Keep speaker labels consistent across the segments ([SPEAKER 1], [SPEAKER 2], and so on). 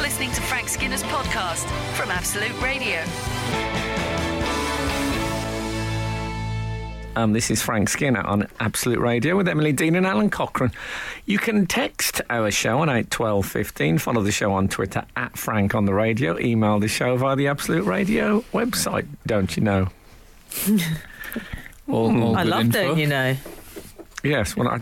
[SPEAKER 1] listening to Frank Skinner's podcast from Absolute Radio.
[SPEAKER 2] Um, this is Frank Skinner on Absolute Radio with Emily Dean and Alan Cochrane. You can text our show on 81215, follow the show on Twitter at Frank on the Radio, email the show via the Absolute Radio website, don't you know? all, all
[SPEAKER 3] I
[SPEAKER 2] good
[SPEAKER 3] love
[SPEAKER 2] info.
[SPEAKER 3] don't you know?
[SPEAKER 2] Yes, well, I,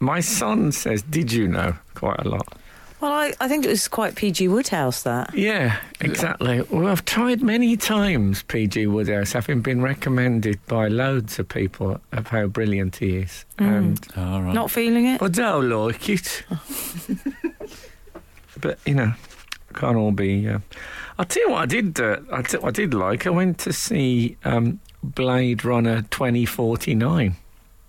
[SPEAKER 2] my son says, Did you know? quite a lot.
[SPEAKER 3] Well, I, I think it was quite PG Woodhouse that.
[SPEAKER 2] Yeah, exactly. Well, I've tried many times PG Woodhouse, having been recommended by loads of people of how brilliant he is. And
[SPEAKER 4] All right.
[SPEAKER 3] Not feeling it.
[SPEAKER 2] I don't like it. but, you know, can't all be. Uh... I'll tell you what I did, uh, I, t- I did like. I went to see um, Blade Runner 2049.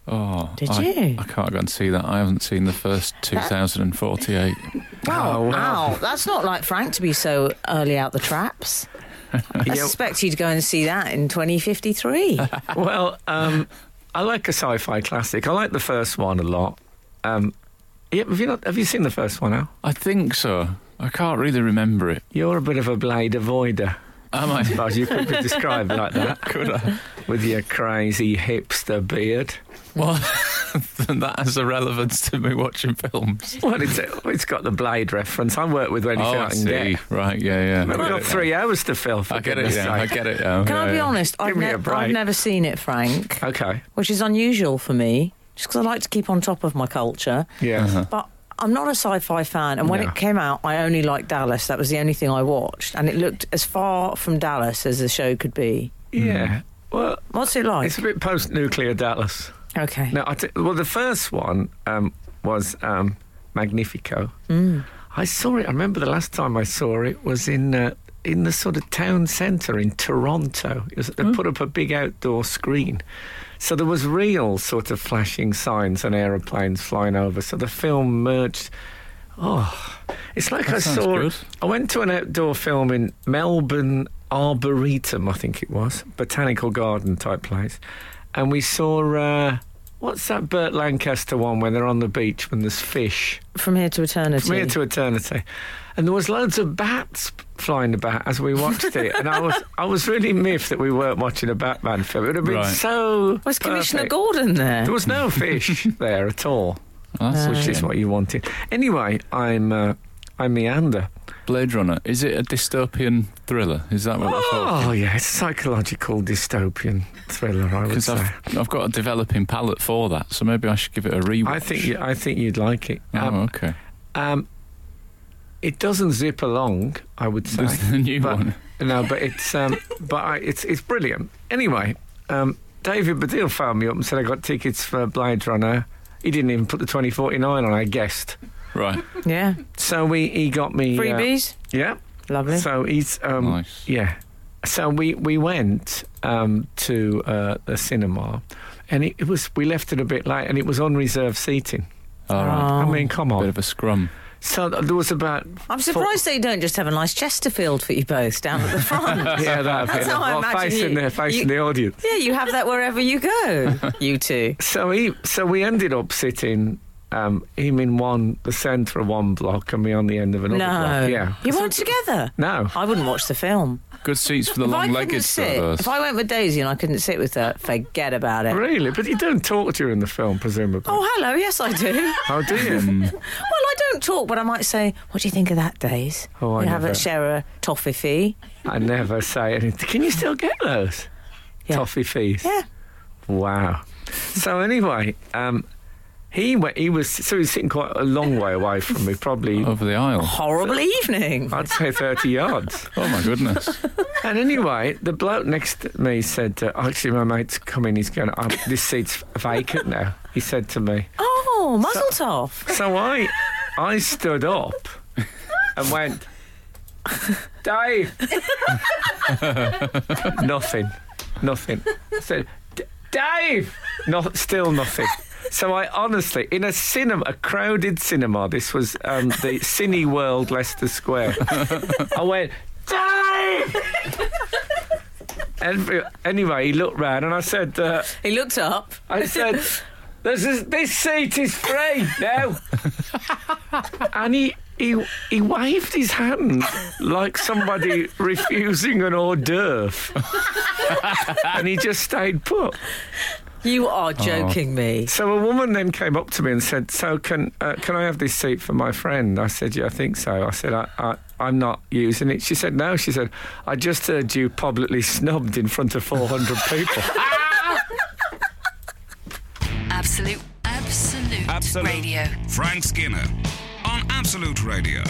[SPEAKER 4] Oh,
[SPEAKER 3] Did
[SPEAKER 4] I,
[SPEAKER 3] you?
[SPEAKER 4] I can't go and see that. I haven't seen the first 2048.
[SPEAKER 2] Oh, wow.
[SPEAKER 3] Ow, that's not like Frank to be so early out the traps. I
[SPEAKER 2] Yeah.
[SPEAKER 3] suspect you'd go and see that in 2053.
[SPEAKER 2] Well, um, I like a sci-fi classic. I like the first one a lot. Um, yeah, have you not, have you seen the first one? Al?
[SPEAKER 4] I think so. I can't really remember it.
[SPEAKER 2] You're a bit of a blade avoider,
[SPEAKER 4] Am
[SPEAKER 2] I
[SPEAKER 4] I?
[SPEAKER 2] suppose you could be described like that. Could I? With your crazy hipster beard.
[SPEAKER 4] well, that has a relevance to me watching films.
[SPEAKER 2] Well, it's Oh, it's got the blade reference. I work with anything
[SPEAKER 4] oh,
[SPEAKER 2] I
[SPEAKER 4] I
[SPEAKER 2] can
[SPEAKER 4] see.
[SPEAKER 2] get.
[SPEAKER 4] Right, yeah, yeah.
[SPEAKER 2] We've got three hours to fill. For
[SPEAKER 4] I get it.
[SPEAKER 2] goodness
[SPEAKER 4] Yeah, I
[SPEAKER 2] sake.
[SPEAKER 4] get it. Now.
[SPEAKER 3] Can
[SPEAKER 4] yeah,
[SPEAKER 3] I be
[SPEAKER 4] yeah.
[SPEAKER 3] honest? I've,
[SPEAKER 2] Give me a
[SPEAKER 3] I've
[SPEAKER 2] break.
[SPEAKER 3] never seen it, Frank,
[SPEAKER 2] Okay.
[SPEAKER 3] which is unusual for me, just because I like to keep on top of my culture.
[SPEAKER 2] Yeah.
[SPEAKER 4] Uh-huh.
[SPEAKER 3] But I'm not a sci-fi fan, and when
[SPEAKER 2] No.
[SPEAKER 3] it came out, I only liked Dallas. That was the only thing I watched, and it looked as far from Dallas as the show could be.
[SPEAKER 2] Yeah. Well,
[SPEAKER 3] What's it like?
[SPEAKER 2] it's a bit post-nuclear Dallas.
[SPEAKER 3] Okay.
[SPEAKER 2] No, I t- well, the first one um, was um, Magnifico. I saw it. I remember the last time I saw it was in uh, in the sort of town centre in Toronto. It was, they put up a big outdoor screen, so there was real sort of flashing signs and aeroplanes flying over. So the film merged. Oh, it's like
[SPEAKER 4] That
[SPEAKER 2] I
[SPEAKER 4] sounds
[SPEAKER 2] saw.
[SPEAKER 4] good.
[SPEAKER 2] I went to an outdoor film in Melbourne Arboretum, I think it was, botanical garden type place, and we saw uh, what's that Burt Lancaster one when they're on the beach when there's fish.
[SPEAKER 3] From here to eternity.
[SPEAKER 2] From here to eternity. And there was loads of bats flying about as we watched it, and I was I was really miffed that we weren't watching a Batman film. It would have been
[SPEAKER 4] Right.
[SPEAKER 2] so.
[SPEAKER 3] Was Commissioner
[SPEAKER 2] perfect.
[SPEAKER 3] Gordon there?
[SPEAKER 2] There was no fish there at all,
[SPEAKER 4] Oh, that's
[SPEAKER 2] which is
[SPEAKER 4] what
[SPEAKER 2] what you wanted. Anyway, I'm uh, I'm Meander.
[SPEAKER 4] Blade Runner. Is it a dystopian thriller? Is that what I thought?
[SPEAKER 2] Oh yeah, it's a psychological dystopian thriller. I would
[SPEAKER 4] Because
[SPEAKER 2] say.
[SPEAKER 4] I've, I've got a developing palette for that, so maybe I should give it a rewatch.
[SPEAKER 2] I think you, I think you'd like it.
[SPEAKER 4] Oh,
[SPEAKER 2] Um,
[SPEAKER 4] okay.
[SPEAKER 2] um, it doesn't zip along. I would say.
[SPEAKER 4] There's the new
[SPEAKER 2] but,
[SPEAKER 4] one.
[SPEAKER 2] No, but it's um, but I, it's it's brilliant. Anyway, um, David Baddiel phoned me up and said I got tickets for Blade Runner. He didn't even put the 2049 on. I guessed.
[SPEAKER 4] Right.
[SPEAKER 3] yeah.
[SPEAKER 2] So we he got me uh,
[SPEAKER 3] Freebies.
[SPEAKER 2] yeah.
[SPEAKER 3] Lovely.
[SPEAKER 2] So he's um,
[SPEAKER 4] Nice.
[SPEAKER 2] yeah. So we we went um, to uh, the cinema, and it, it was we left it a bit late, and it was on reserved seating.
[SPEAKER 4] All right.
[SPEAKER 2] I
[SPEAKER 3] Oh.
[SPEAKER 2] mean, come
[SPEAKER 4] Bit
[SPEAKER 2] on.
[SPEAKER 4] of a scrum.
[SPEAKER 2] So th- there was about
[SPEAKER 3] I'm surprised they don't just have a nice Chesterfield for you both down at the front.
[SPEAKER 2] yeah that
[SPEAKER 3] That's how I imagine
[SPEAKER 2] facing
[SPEAKER 3] you-
[SPEAKER 2] the facing
[SPEAKER 3] you-
[SPEAKER 2] the audience.
[SPEAKER 3] yeah, you have that wherever you go, you two.
[SPEAKER 2] So he, so we ended up sitting um, him in one, the centre of one block, and me on the end of another
[SPEAKER 3] No.
[SPEAKER 2] block. Yeah.
[SPEAKER 3] You weren't together.
[SPEAKER 2] No.
[SPEAKER 3] I wouldn't watch the film.
[SPEAKER 4] Good seats for the
[SPEAKER 3] If I couldn't
[SPEAKER 4] long-legged
[SPEAKER 3] sit,
[SPEAKER 4] stuff.
[SPEAKER 3] if I went with Daisy and I couldn't sit with her, forget about it.
[SPEAKER 2] Really, but you don't talk during the film, presumably.
[SPEAKER 3] Oh, hello. Yes, I do. well,
[SPEAKER 2] How do you?
[SPEAKER 3] I don't talk, but I might say, "What do you think of that, Days?"
[SPEAKER 2] Oh, I
[SPEAKER 3] and have a
[SPEAKER 2] never-
[SPEAKER 3] share a toffee fee.
[SPEAKER 2] I never say anything. Can you still get those
[SPEAKER 3] Yeah.
[SPEAKER 2] toffee fees?
[SPEAKER 3] Yeah.
[SPEAKER 2] Wow. So anyway, um, he went, he was so he was sitting quite a long way away from me, probably
[SPEAKER 4] Over the aisle.
[SPEAKER 3] Horrible evening.
[SPEAKER 2] I'd say thirty yards.
[SPEAKER 4] Oh my goodness.
[SPEAKER 2] And anyway, the bloke next to me said, uh, "Actually, my mate's coming. He's going. Um, this seat's vacant now." He said to me.
[SPEAKER 3] Oh, muzzle toff.
[SPEAKER 2] So I, I stood up and went, Dave. nothing, nothing. I said, "D- Dave. Not still nothing. So I honestly, in a cinema, a crowded cinema, this was um, the Cine World, Leicester Square. I went, Dave. Every, anyway, he looked round and I said. Uh,
[SPEAKER 3] He looked up.
[SPEAKER 2] I said, this, is, this seat is free now. and he he he waved his hand like somebody refusing an hors d'oeuvre, and he just stayed put.
[SPEAKER 3] You are joking me.
[SPEAKER 2] So a woman then came up to me and said, "So can uh, can I have this seat for my friend?" I said, "Yeah, I think so." I said, I, I, "I'm not using it." She said, "No." She said, "I just heard you publicly snubbed in front of 400 people."
[SPEAKER 1] Absolute, absolute,
[SPEAKER 5] Absolute.
[SPEAKER 1] radio.
[SPEAKER 5] Frank Skinner on Absolute Radio.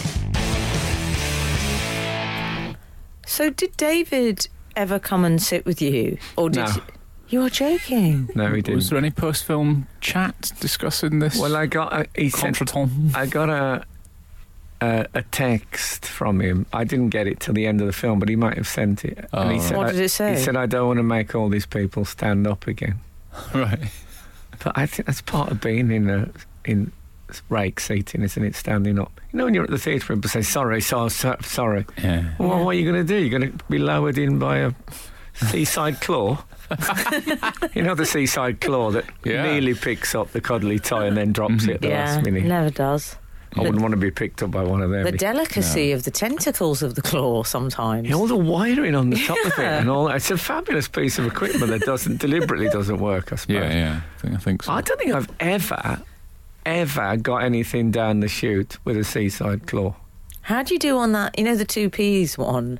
[SPEAKER 3] So did David ever come and sit with you, or did
[SPEAKER 2] No.
[SPEAKER 3] you, you are joking?
[SPEAKER 2] no, he
[SPEAKER 4] Was
[SPEAKER 2] didn't.
[SPEAKER 4] there any post-film chat discussing this?
[SPEAKER 2] Well, I got a, he sent
[SPEAKER 4] contretemps.
[SPEAKER 2] I got a, a a text from him. I didn't get it till the end of the film, but he might have sent it.
[SPEAKER 4] Oh,
[SPEAKER 2] he
[SPEAKER 4] right.
[SPEAKER 2] said,
[SPEAKER 3] What
[SPEAKER 2] I-
[SPEAKER 3] did it say?
[SPEAKER 2] He said, "I don't want to make all these people stand up again."
[SPEAKER 4] Right.
[SPEAKER 2] But I think that's part of being in a in rake seating, isn't it? Standing up. You know, when you're at the theatre, people say, "Sorry, so, so, sorry."
[SPEAKER 4] Yeah.
[SPEAKER 2] Well, what are you going to do? You're going to be lowered in by a seaside claw. you know the seaside claw that
[SPEAKER 4] Yeah.
[SPEAKER 2] nearly picks up the cuddly tie and then drops it at the
[SPEAKER 3] yeah,
[SPEAKER 2] last minute.
[SPEAKER 3] never does.
[SPEAKER 2] I wouldn't want to be picked up by one of them.
[SPEAKER 3] The delicacy of the tentacles of the claw sometimes.
[SPEAKER 2] Yeah, all the wiring on the top of it
[SPEAKER 3] Yeah.
[SPEAKER 2] and all that. It's a fabulous piece of equipment that doesn't deliberately doesn't work, I suppose.
[SPEAKER 4] Yeah, yeah. I think, I think so.
[SPEAKER 2] I don't think I've ever, ever got anything down the chute with a seaside claw.
[SPEAKER 3] How do you do on that? You know the two peas one.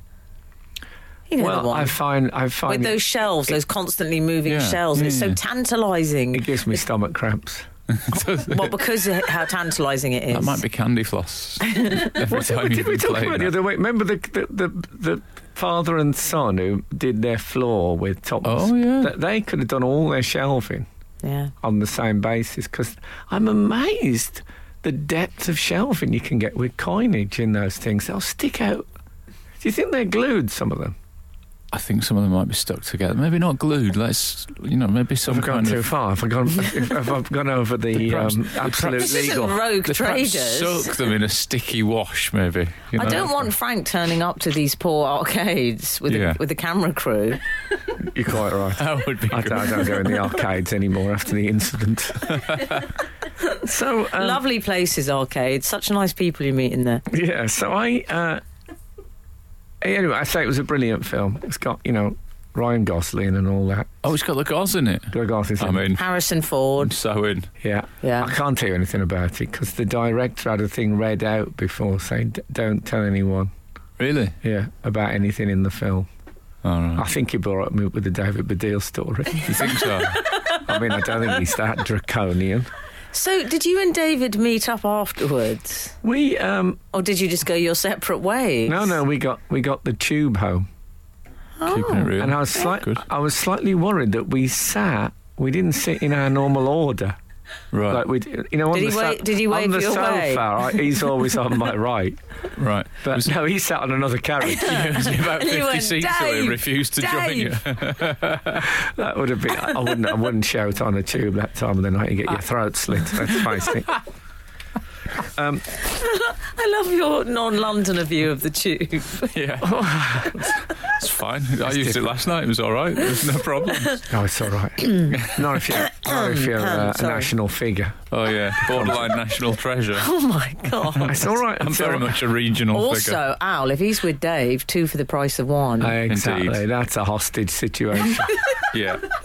[SPEAKER 3] You know the
[SPEAKER 2] well,
[SPEAKER 3] one
[SPEAKER 2] I find I find
[SPEAKER 3] with
[SPEAKER 2] it,
[SPEAKER 3] those shelves, those constantly moving
[SPEAKER 4] Yeah.
[SPEAKER 3] shells. It's so
[SPEAKER 4] Yeah.
[SPEAKER 3] tantalising.
[SPEAKER 2] it gives me stomach cramps.
[SPEAKER 3] well, because of how tantalising it is.
[SPEAKER 4] that might be candy floss. Every
[SPEAKER 2] What did,
[SPEAKER 4] time
[SPEAKER 2] what
[SPEAKER 4] you've
[SPEAKER 2] did we
[SPEAKER 4] been
[SPEAKER 2] talk
[SPEAKER 4] playing
[SPEAKER 2] about the
[SPEAKER 4] that.
[SPEAKER 2] other way? Remember the the, the the father and son who did their floor with toppers.
[SPEAKER 4] Oh, yeah.
[SPEAKER 2] Th- they could have done all their shelving
[SPEAKER 3] Yeah.
[SPEAKER 2] on the same basis because I'm amazed the depth of shelving you can get with coinage in those things. They'll stick out. Do you think they're glued? Some of them.
[SPEAKER 4] I think some of them might be stuck together. Maybe not glued. Let's, you know, maybe some
[SPEAKER 2] I've gone
[SPEAKER 4] kind
[SPEAKER 2] too
[SPEAKER 4] of.
[SPEAKER 2] far. Have I gone? have I gone over the
[SPEAKER 4] perhaps-
[SPEAKER 2] um,
[SPEAKER 4] the
[SPEAKER 2] absolute
[SPEAKER 4] perhaps-
[SPEAKER 3] This isn't
[SPEAKER 2] legal?
[SPEAKER 3] rogue
[SPEAKER 4] They perhaps
[SPEAKER 3] traders.
[SPEAKER 4] Soak them in a sticky wash, maybe. you
[SPEAKER 3] I
[SPEAKER 4] know?
[SPEAKER 3] don't want Frank turning up to these poor arcades with
[SPEAKER 4] Yeah.
[SPEAKER 3] a, with a camera crew.
[SPEAKER 2] You're quite right.
[SPEAKER 4] That would be
[SPEAKER 2] I
[SPEAKER 4] good.
[SPEAKER 2] don't, I don't go in the arcades anymore after the incident. so um,
[SPEAKER 3] Lovely places, arcades. Such nice people you meet in there.
[SPEAKER 2] yeah, so I uh, anyway, I say it was a brilliant film. It's got you know Ryan Gosling and all that.
[SPEAKER 4] Oh, it's got the gauze in it.
[SPEAKER 2] Greg Arthur's in
[SPEAKER 4] I
[SPEAKER 2] it.
[SPEAKER 4] mean,
[SPEAKER 3] Harrison
[SPEAKER 4] I'm
[SPEAKER 3] Ford.
[SPEAKER 4] so in.
[SPEAKER 2] yeah,
[SPEAKER 3] Yeah.
[SPEAKER 2] I can't tell you anything about it because the director had a thing read out before saying "D- don't tell anyone.
[SPEAKER 4] Really?
[SPEAKER 2] Yeah, about anything in the film.
[SPEAKER 4] All
[SPEAKER 2] I
[SPEAKER 4] right.
[SPEAKER 2] think he brought me up with the David Baddiel story.
[SPEAKER 4] You think so?
[SPEAKER 2] I mean, I don't think he's that draconian.
[SPEAKER 3] So, did you and David meet up afterwards,
[SPEAKER 2] We um,
[SPEAKER 3] or did you just go your separate ways?
[SPEAKER 2] no, no, we got we got the tube home.
[SPEAKER 3] Oh.
[SPEAKER 4] Keeping it real.
[SPEAKER 2] And I was slightly,
[SPEAKER 4] Good.
[SPEAKER 2] I was slightly worried that we sat. We didn't sit in our normal order.
[SPEAKER 4] Right.
[SPEAKER 2] Like we, you know, on
[SPEAKER 3] Did
[SPEAKER 2] the
[SPEAKER 3] he
[SPEAKER 2] so-
[SPEAKER 3] wa- did he wave
[SPEAKER 2] on the
[SPEAKER 3] you
[SPEAKER 2] sofa,
[SPEAKER 3] away?
[SPEAKER 2] I- he's always on my right.
[SPEAKER 4] right.
[SPEAKER 2] But
[SPEAKER 4] was,
[SPEAKER 2] no, he sat on another carriage.
[SPEAKER 4] it was about
[SPEAKER 3] You
[SPEAKER 4] 50
[SPEAKER 3] went,
[SPEAKER 4] seats away
[SPEAKER 3] "Dave,
[SPEAKER 4] and refused to join you.
[SPEAKER 3] Dave."
[SPEAKER 2] that would have been. I wouldn't. I wouldn't shout on a tube that time of the night. You get your throat slit. Let's face it.
[SPEAKER 3] I love your non-Londoner view of the tube.
[SPEAKER 4] Yeah. it's fine. I used it last night. It was all right. There's no problem.
[SPEAKER 2] No, it's all right. not if you're, not if you're uh, a
[SPEAKER 3] sorry.
[SPEAKER 2] national figure.
[SPEAKER 4] Oh, yeah. Borderline national treasure.
[SPEAKER 3] Oh my god!
[SPEAKER 2] It's all right.
[SPEAKER 4] I'm
[SPEAKER 2] it's
[SPEAKER 4] very
[SPEAKER 2] all right.
[SPEAKER 4] much a regional figure.
[SPEAKER 3] also, Al, if he's with Dave, two for the price of one.
[SPEAKER 2] Exactly.
[SPEAKER 4] Indeed.
[SPEAKER 2] That's a hostage situation.
[SPEAKER 4] Yeah.
[SPEAKER 2] yeah.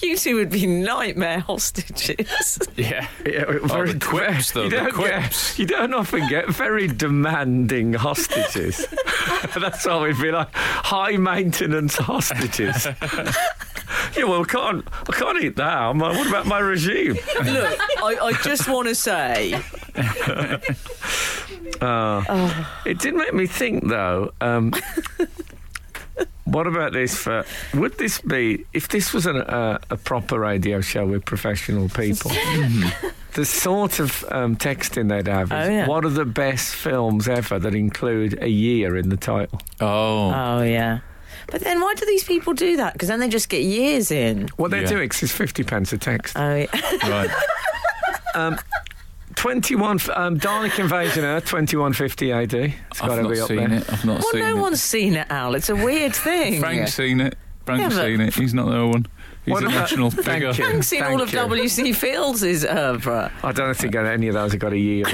[SPEAKER 3] You two would be nightmare hostages.
[SPEAKER 4] Yeah.
[SPEAKER 2] Yeah, well,
[SPEAKER 4] Oh,
[SPEAKER 2] very
[SPEAKER 4] the quips, though,
[SPEAKER 2] You
[SPEAKER 4] the
[SPEAKER 2] don't
[SPEAKER 4] quips.
[SPEAKER 2] Get, you don't often get very demanding hostages. That's why we'd be like high maintenance hostages. yeah, well, I can't I can't eat that. I'm like, what about my regime?
[SPEAKER 3] Look, I, I just want to say,
[SPEAKER 2] It did make me think, though. Um, what about this? For would this be if this was an, uh, a proper radio show with professional people? the sort of um, texting they'd have is,
[SPEAKER 3] Oh, yeah.
[SPEAKER 2] "What are the best films ever that include a year in the title?"
[SPEAKER 4] Oh.
[SPEAKER 2] Uh,
[SPEAKER 3] oh yeah. But then, why do these people do that? Because then they just get years in.
[SPEAKER 2] What they're
[SPEAKER 4] Yeah.
[SPEAKER 2] doing is fifty pence a text.
[SPEAKER 3] Oh, yeah.
[SPEAKER 4] Right.
[SPEAKER 2] Twenty-one f- um, Dalek Invasion Earth, twenty-one fifty AD. It's got
[SPEAKER 4] I've
[SPEAKER 2] to
[SPEAKER 4] not
[SPEAKER 2] be up
[SPEAKER 4] seen
[SPEAKER 2] there.
[SPEAKER 4] it. I've not
[SPEAKER 3] well,
[SPEAKER 4] seen
[SPEAKER 3] no
[SPEAKER 4] it.
[SPEAKER 3] one's seen it, Al. It's a weird thing.
[SPEAKER 4] Frank's seen it. Frank's
[SPEAKER 3] Yeah, but-
[SPEAKER 4] seen it. He's not the only one. He's
[SPEAKER 2] What
[SPEAKER 4] a
[SPEAKER 2] about-
[SPEAKER 4] national
[SPEAKER 2] Thank
[SPEAKER 4] figure.
[SPEAKER 2] you.
[SPEAKER 3] I've seen
[SPEAKER 2] Thank
[SPEAKER 3] all of
[SPEAKER 2] you.
[SPEAKER 3] W.C. Fields' uh, oeuvre.
[SPEAKER 2] I don't think any of those have got a year.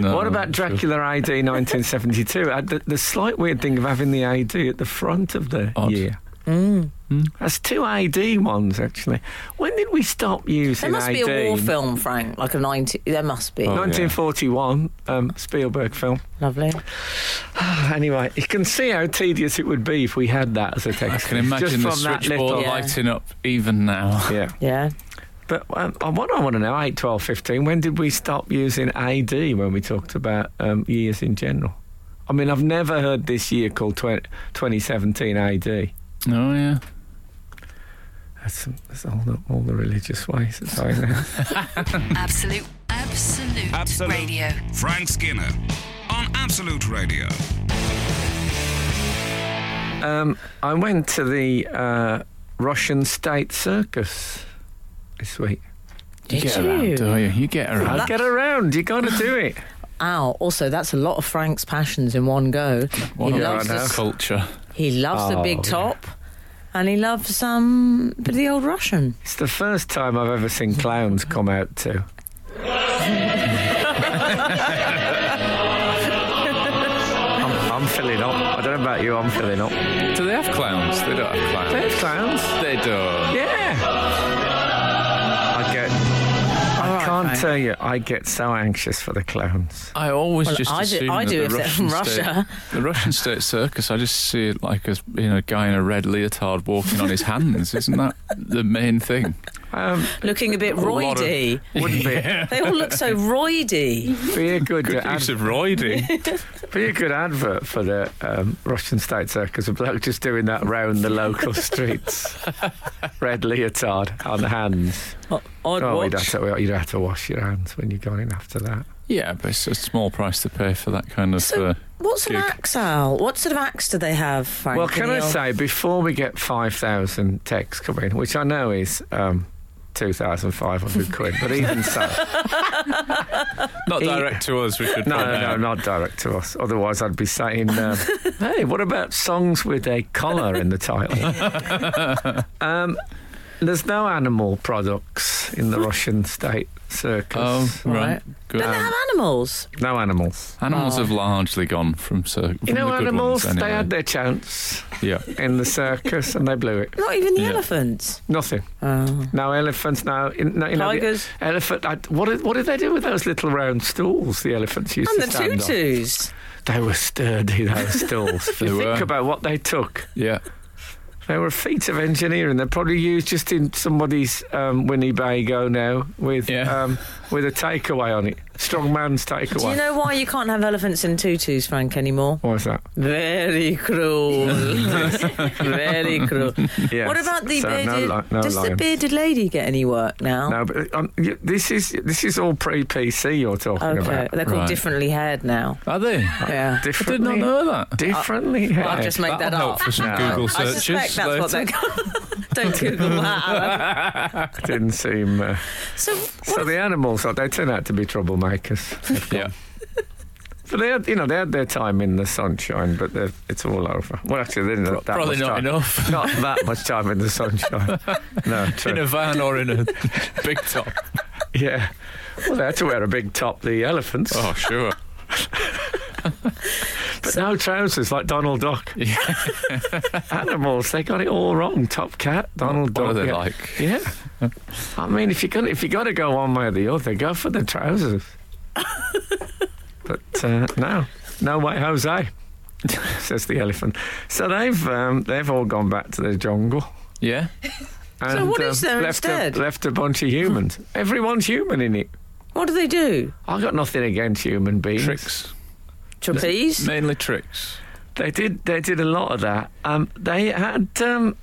[SPEAKER 4] No,
[SPEAKER 2] what about
[SPEAKER 4] Oh, sure.
[SPEAKER 2] Dracula AD 1972? I had Uh, the, the slight weird thing of having the AD at the front of the
[SPEAKER 4] Odd. Hmm?
[SPEAKER 2] year.
[SPEAKER 3] Mm.
[SPEAKER 2] That's two AD ones, actually. When did we stop using
[SPEAKER 3] There must
[SPEAKER 2] AD?
[SPEAKER 3] be a war film, Frank, like a 90. There must be.
[SPEAKER 4] Oh.
[SPEAKER 2] 1941, um, Spielberg film.
[SPEAKER 3] Lovely.
[SPEAKER 2] Anyway, you can see how tedious it would be if we had that as a
[SPEAKER 4] I
[SPEAKER 2] text.
[SPEAKER 4] can imagine
[SPEAKER 2] Just
[SPEAKER 4] the
[SPEAKER 2] from that
[SPEAKER 4] switchboard
[SPEAKER 2] little-
[SPEAKER 3] Yeah.
[SPEAKER 4] lighting up even now.
[SPEAKER 2] Yeah.
[SPEAKER 3] Yeah.
[SPEAKER 2] But um, uh, what I want to know, 8, 12, 15, when did we stop using AD when we talked about um, years in general? I mean, I've never heard this year called 20, 2017 AD.
[SPEAKER 4] Oh yeah.
[SPEAKER 2] That's, that's all, the, all the religious ways. That's all I know.
[SPEAKER 1] Absolute, absolute,
[SPEAKER 5] Absolute.
[SPEAKER 1] radio.
[SPEAKER 5] Frank Skinner on Absolute Radio.
[SPEAKER 2] um, I went to the uh, Russian State Circus this week.
[SPEAKER 4] You
[SPEAKER 3] Did
[SPEAKER 4] get
[SPEAKER 3] you?
[SPEAKER 4] around, do you? You get around.
[SPEAKER 2] I get around. You got to do it.
[SPEAKER 3] Ow. Also, that's a lot of Frank's passions in one go.
[SPEAKER 4] What
[SPEAKER 3] he
[SPEAKER 4] a
[SPEAKER 3] loves, the,
[SPEAKER 4] culture.
[SPEAKER 3] he loves the
[SPEAKER 2] Oh,
[SPEAKER 3] big
[SPEAKER 2] yeah.
[SPEAKER 3] top, and he loves um bit of the old Russian.
[SPEAKER 2] It's the first time I've ever seen clowns come out to. I'm, I'm filling up. I don't know about you, I'm filling up.
[SPEAKER 4] Do they have clowns? They don't have clowns.
[SPEAKER 2] They have clowns.
[SPEAKER 4] They don't.
[SPEAKER 2] Yeah. I get. I
[SPEAKER 3] right,
[SPEAKER 2] can't
[SPEAKER 3] fine.
[SPEAKER 2] tell you, I get so anxious for the clowns.
[SPEAKER 4] I always
[SPEAKER 3] Well,
[SPEAKER 4] just
[SPEAKER 3] I do-
[SPEAKER 4] assume
[SPEAKER 3] I
[SPEAKER 4] that
[SPEAKER 3] do
[SPEAKER 4] the
[SPEAKER 3] if they're
[SPEAKER 4] Russian
[SPEAKER 3] from
[SPEAKER 4] state,
[SPEAKER 3] Russia.
[SPEAKER 4] the Russian state circus. I just see it like a you know guy in a red leotard walking on his hands. Isn't that the main thing?
[SPEAKER 2] Um,
[SPEAKER 3] Looking a bit
[SPEAKER 4] lot of-
[SPEAKER 3] roidy.
[SPEAKER 2] wouldn't
[SPEAKER 3] They all look so roidy.
[SPEAKER 2] be, be a good, uh,
[SPEAKER 4] Good
[SPEAKER 2] ad-
[SPEAKER 4] use of roiding.
[SPEAKER 2] be a good advert for the um, Russian state circus. A bloke just doing that round the local streets, red leotard on hands.
[SPEAKER 3] I- I'd
[SPEAKER 2] Oh, you'd have,
[SPEAKER 3] watch.
[SPEAKER 2] to, you'd have to wash your hands when you're gone in after that.
[SPEAKER 4] yeah, but it's a small price to pay for that kind of.
[SPEAKER 3] So-
[SPEAKER 4] uh,
[SPEAKER 3] What's an
[SPEAKER 4] Gig.
[SPEAKER 3] axe, Al? What sort of axe do they have, Frank?
[SPEAKER 2] well,
[SPEAKER 3] in
[SPEAKER 2] can
[SPEAKER 3] the
[SPEAKER 2] I
[SPEAKER 3] old-
[SPEAKER 2] say, before we get 5,000 texts coming, which I know is um, 2,500 quid, but even so.
[SPEAKER 4] not
[SPEAKER 2] He-
[SPEAKER 4] direct to us. We should.
[SPEAKER 2] No,
[SPEAKER 4] point
[SPEAKER 2] no, no,
[SPEAKER 4] out.
[SPEAKER 2] not direct to us. Otherwise, I'd be saying, um, hey, what about songs with a collar in the title? um, there's no animal products in the Russian state circus.
[SPEAKER 4] Oh right,
[SPEAKER 3] Right.
[SPEAKER 4] good.
[SPEAKER 3] Don't they have animals?
[SPEAKER 2] No animals.
[SPEAKER 4] Animals
[SPEAKER 3] Oh.
[SPEAKER 4] have largely gone from circus.
[SPEAKER 2] You know,
[SPEAKER 4] the good
[SPEAKER 2] animals,
[SPEAKER 4] ones,
[SPEAKER 2] they
[SPEAKER 4] anyway.
[SPEAKER 2] had their chance
[SPEAKER 4] Yeah,
[SPEAKER 2] in the circus and they blew it.
[SPEAKER 3] Not even the
[SPEAKER 4] Yeah.
[SPEAKER 3] elephants.
[SPEAKER 2] Nothing.
[SPEAKER 3] Oh.
[SPEAKER 2] No elephants. No, in, no you know, the
[SPEAKER 3] Tigers.
[SPEAKER 2] elephant. I, what, did, what did they do with those little round stools? The elephants used
[SPEAKER 3] And
[SPEAKER 2] to
[SPEAKER 3] the
[SPEAKER 2] stand on.
[SPEAKER 3] tutus.
[SPEAKER 2] They were sturdy. Those stools. if
[SPEAKER 4] They
[SPEAKER 2] you think
[SPEAKER 4] were.
[SPEAKER 2] about what they took,
[SPEAKER 4] yeah.
[SPEAKER 2] they were a feat of engineering. They're probably used just in somebody's um, Winnebago now with
[SPEAKER 4] Yeah.
[SPEAKER 2] um, with a takeaway on it. Strongman's takeaway.
[SPEAKER 3] Do you know why you can't have elephants in tutus, Frank, anymore?
[SPEAKER 2] What was that?
[SPEAKER 3] Very cruel. Very cruel.
[SPEAKER 2] Yes.
[SPEAKER 3] What about the
[SPEAKER 2] So, no
[SPEAKER 3] bearded?
[SPEAKER 2] li- no
[SPEAKER 3] does the
[SPEAKER 2] lion.
[SPEAKER 3] bearded lady get any work now?
[SPEAKER 2] No, but um, y- this is this is all pre-PC you're talking
[SPEAKER 3] Okay,
[SPEAKER 2] about.
[SPEAKER 3] they're called
[SPEAKER 4] Right.
[SPEAKER 3] differently haired now.
[SPEAKER 4] Are they?
[SPEAKER 3] Yeah.
[SPEAKER 4] I did not
[SPEAKER 2] Differently,
[SPEAKER 4] know that.
[SPEAKER 2] differently.
[SPEAKER 3] I'll
[SPEAKER 2] haired.
[SPEAKER 3] just make
[SPEAKER 4] That'll
[SPEAKER 3] that
[SPEAKER 4] help
[SPEAKER 3] up.
[SPEAKER 4] for some
[SPEAKER 2] No.
[SPEAKER 4] Google
[SPEAKER 3] I
[SPEAKER 4] searches.
[SPEAKER 3] suspect that's what they're
[SPEAKER 4] later.
[SPEAKER 3] called. Don't Google that. Alan.
[SPEAKER 2] Didn't seem. Uh,
[SPEAKER 3] So, what
[SPEAKER 2] So the animals, uh, they turn out to be troublemakers.
[SPEAKER 4] Yeah.
[SPEAKER 2] But they had, you know, they had their time in the sunshine, but they're- it's all over. Well, actually, they didn't have that
[SPEAKER 4] Probably
[SPEAKER 2] much
[SPEAKER 4] not
[SPEAKER 2] time.
[SPEAKER 4] enough.
[SPEAKER 2] Not that much time in the sunshine. No, true.
[SPEAKER 4] in a van or in a big top.
[SPEAKER 2] yeah. Well, they had to wear a big top, the elephants,
[SPEAKER 4] Oh, sure.
[SPEAKER 2] but no trousers like Donald Duck.
[SPEAKER 4] Yeah.
[SPEAKER 2] Animals, they got it all wrong. Top cat, Donald
[SPEAKER 4] What
[SPEAKER 2] Duck.
[SPEAKER 4] are they
[SPEAKER 2] yeah.
[SPEAKER 4] like?
[SPEAKER 2] Yeah. I mean, if you got if you got to go one way or the other, go for the trousers. but uh, no, no way, Jose. Says the elephant. So they've um, they've all gone back to the jungle.
[SPEAKER 4] Yeah.
[SPEAKER 2] And, uh,
[SPEAKER 3] what is there
[SPEAKER 2] left
[SPEAKER 3] instead?
[SPEAKER 2] A, left a bunch of humans. Everyone's human in it.
[SPEAKER 3] what do they do?
[SPEAKER 2] I got nothing against human beings.
[SPEAKER 4] Tricks.
[SPEAKER 3] Trapeze?
[SPEAKER 4] Mainly tricks.
[SPEAKER 2] They did. They did a lot of that. Um, they had. Um,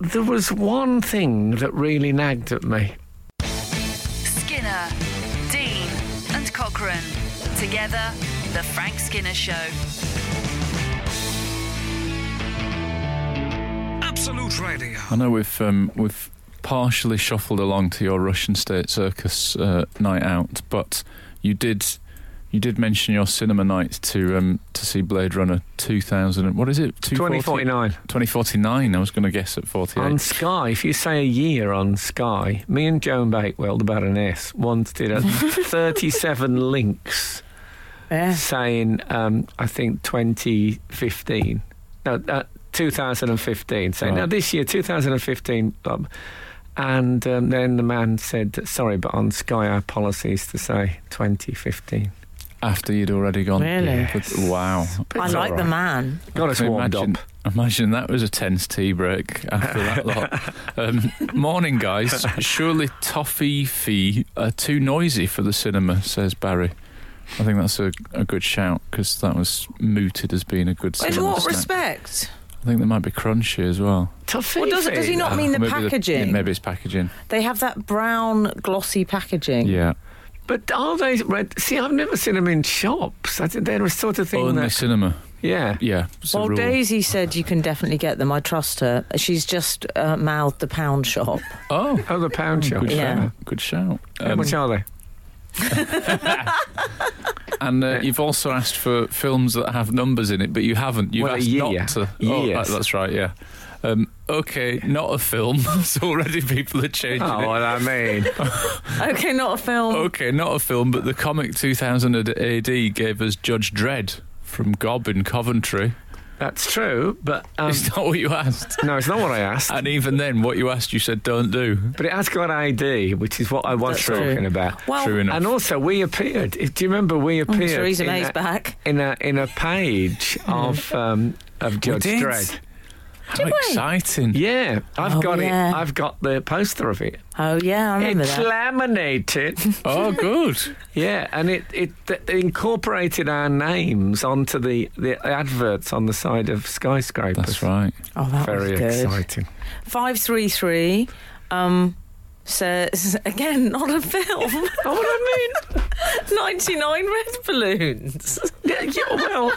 [SPEAKER 2] there was one thing that really nagged at me.
[SPEAKER 1] Skinner, Dean, and Cochrane. Together, The Frank Skinner Show.
[SPEAKER 5] Absolute Radio.
[SPEAKER 4] I know we've um, we've partially shuffled along to your Russian state circus uh, night out, but you did You did mention your cinema night to um, to see Blade Runner 2000. and- What is it? 240
[SPEAKER 2] 2049.
[SPEAKER 4] 2049. I was going to guess at 48.
[SPEAKER 2] On Sky, if you say a year on Sky, me and Joan Bakewell, the Baroness, once did a 37 links
[SPEAKER 3] Yeah.
[SPEAKER 2] saying, um, I think 2015. No, uh, 2015. Saying,
[SPEAKER 4] Right.
[SPEAKER 2] now this year, 2015. Um, and um, then the man said, sorry, but on Sky, our policy is to say 2015.
[SPEAKER 4] After you'd already gone.
[SPEAKER 3] Really?
[SPEAKER 4] But- wow.
[SPEAKER 2] But
[SPEAKER 3] I
[SPEAKER 2] it's
[SPEAKER 3] like
[SPEAKER 2] all
[SPEAKER 3] the
[SPEAKER 2] right.
[SPEAKER 3] man.
[SPEAKER 2] Got us
[SPEAKER 4] So
[SPEAKER 2] warmed
[SPEAKER 4] imagine,
[SPEAKER 2] up.
[SPEAKER 4] imagine that was a tense tea break after that lot. Um, morning, guys. Surely toffee fee are too noisy for the cinema, says Barry. I think that's a, a good shout because that was mooted as being a good
[SPEAKER 3] In
[SPEAKER 4] cinema
[SPEAKER 3] what
[SPEAKER 4] snack.
[SPEAKER 3] respect?
[SPEAKER 4] I think there might be crunchy as well.
[SPEAKER 2] Tough
[SPEAKER 3] Well, does, does he not
[SPEAKER 4] Ah,
[SPEAKER 3] mean the
[SPEAKER 4] maybe
[SPEAKER 3] packaging?
[SPEAKER 4] yeah, maybe it's packaging.
[SPEAKER 3] They have that brown glossy packaging.
[SPEAKER 4] Yeah.
[SPEAKER 2] But are they red? See, I've never seen them in shops. I think they're a sort of
[SPEAKER 3] Oh,
[SPEAKER 2] thing
[SPEAKER 4] Only
[SPEAKER 2] that.
[SPEAKER 4] Oh, cinema.
[SPEAKER 2] Yeah.
[SPEAKER 4] Yeah. it's a
[SPEAKER 3] Well,
[SPEAKER 4] rule.
[SPEAKER 3] Daisy said you can definitely get them. I trust her. She's just uh, mouthed the pound shop.
[SPEAKER 4] Oh.
[SPEAKER 2] Oh, the pound shop.
[SPEAKER 4] Good
[SPEAKER 3] Yeah.
[SPEAKER 4] shout. Good shout.
[SPEAKER 2] How
[SPEAKER 4] Um,
[SPEAKER 2] much are they?
[SPEAKER 4] And uh, you've also asked for films that have numbers in it, but you haven't. You've
[SPEAKER 2] Well, a
[SPEAKER 4] asked
[SPEAKER 2] year.
[SPEAKER 4] not to. Oh,
[SPEAKER 2] Years.
[SPEAKER 4] that- that's right. Yeah. Um, okay, not a film. so already people are
[SPEAKER 3] Um,
[SPEAKER 4] changing
[SPEAKER 2] Oh,
[SPEAKER 4] it.
[SPEAKER 2] what I mean.
[SPEAKER 3] okay, not a film.
[SPEAKER 4] Okay, not a film, but the comic 2000 AD gave us Judge Dredd from Gob in Coventry.
[SPEAKER 2] That's true, but. Um,
[SPEAKER 4] it's not what you asked.
[SPEAKER 2] no, it's not what I asked.
[SPEAKER 4] and even then, what you asked, you said don't do.
[SPEAKER 2] But it has got ID, which is what I was
[SPEAKER 3] That's
[SPEAKER 2] talking
[SPEAKER 3] true.
[SPEAKER 2] about.
[SPEAKER 3] Well, Oh,
[SPEAKER 4] True enough.
[SPEAKER 2] And also, we appeared. Do you remember we appeared
[SPEAKER 3] Mm, Theresa
[SPEAKER 2] in,
[SPEAKER 3] May's
[SPEAKER 2] a,
[SPEAKER 3] back. Hmm.
[SPEAKER 2] in a in a page of um, of Judge
[SPEAKER 4] did.
[SPEAKER 2] Dredd?
[SPEAKER 4] How exciting.
[SPEAKER 2] Yeah, I've
[SPEAKER 3] Oh,
[SPEAKER 2] got
[SPEAKER 3] yeah.
[SPEAKER 2] it. I've got the poster of it.
[SPEAKER 3] Oh yeah, I remember
[SPEAKER 2] it's
[SPEAKER 3] that.
[SPEAKER 2] laminated.
[SPEAKER 4] Oh, good.
[SPEAKER 2] yeah, and it, it th- they incorporated our names onto the, the adverts on the side of skyscrapers.
[SPEAKER 4] That's right.
[SPEAKER 3] oh, that
[SPEAKER 2] Very
[SPEAKER 3] was good.
[SPEAKER 2] exciting.
[SPEAKER 3] Five three three. Um, says again, not a film.
[SPEAKER 2] Oh, what I mean?
[SPEAKER 3] Ninety nine red balloons.
[SPEAKER 2] Yeah, yeah, well,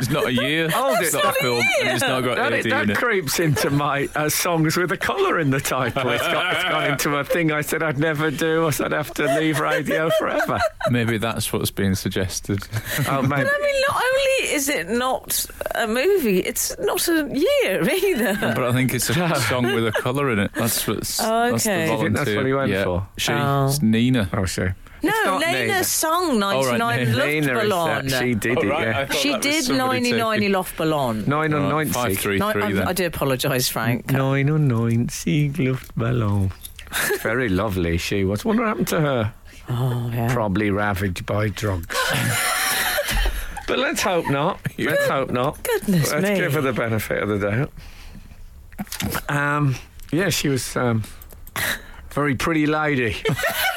[SPEAKER 4] It's not a year.
[SPEAKER 2] Hold
[SPEAKER 4] it's
[SPEAKER 2] it.
[SPEAKER 4] not a film. And it's not got
[SPEAKER 2] that,
[SPEAKER 4] AD in
[SPEAKER 2] that
[SPEAKER 4] it.
[SPEAKER 2] creeps into my uh, songs with a collar in the title. It's, got, it's gone into a thing I said I'd never do. I said I'd have to leave radio forever.
[SPEAKER 4] Maybe that's what's being suggested.
[SPEAKER 2] Oh, man.
[SPEAKER 3] I mean, not only is it not a movie, it's not a year either.
[SPEAKER 4] But I think it's a song with a colour in it. That's what's.
[SPEAKER 3] Oh,
[SPEAKER 4] That's the
[SPEAKER 3] okay.
[SPEAKER 2] You think that's
[SPEAKER 4] volunteer-
[SPEAKER 2] what he went
[SPEAKER 4] yeah.
[SPEAKER 2] for?
[SPEAKER 4] She.
[SPEAKER 3] Oh.
[SPEAKER 4] It's Nina.
[SPEAKER 2] Oh, sure.
[SPEAKER 3] No,
[SPEAKER 2] not Nina.
[SPEAKER 3] Nina sung
[SPEAKER 4] right,
[SPEAKER 3] 99
[SPEAKER 4] Nina.
[SPEAKER 3] Luftballon.
[SPEAKER 2] Nina is that. She did it, yeah.
[SPEAKER 3] She did 99 Luftballon.
[SPEAKER 2] Nine on nine
[SPEAKER 4] Five three
[SPEAKER 3] Nine-
[SPEAKER 4] three.
[SPEAKER 3] I'm-
[SPEAKER 4] Then.
[SPEAKER 3] I do apologise, Frank.
[SPEAKER 2] Nine on nine, Luftballon. Very lovely she was. Wonder what happened to her.
[SPEAKER 3] Oh, yeah.
[SPEAKER 2] Probably ravaged by drugs. but let's hope not. Let's hope not.
[SPEAKER 3] Goodness
[SPEAKER 2] Let's
[SPEAKER 3] me.
[SPEAKER 2] give her the benefit of the doubt. Um, yeah, she was um, very pretty lady.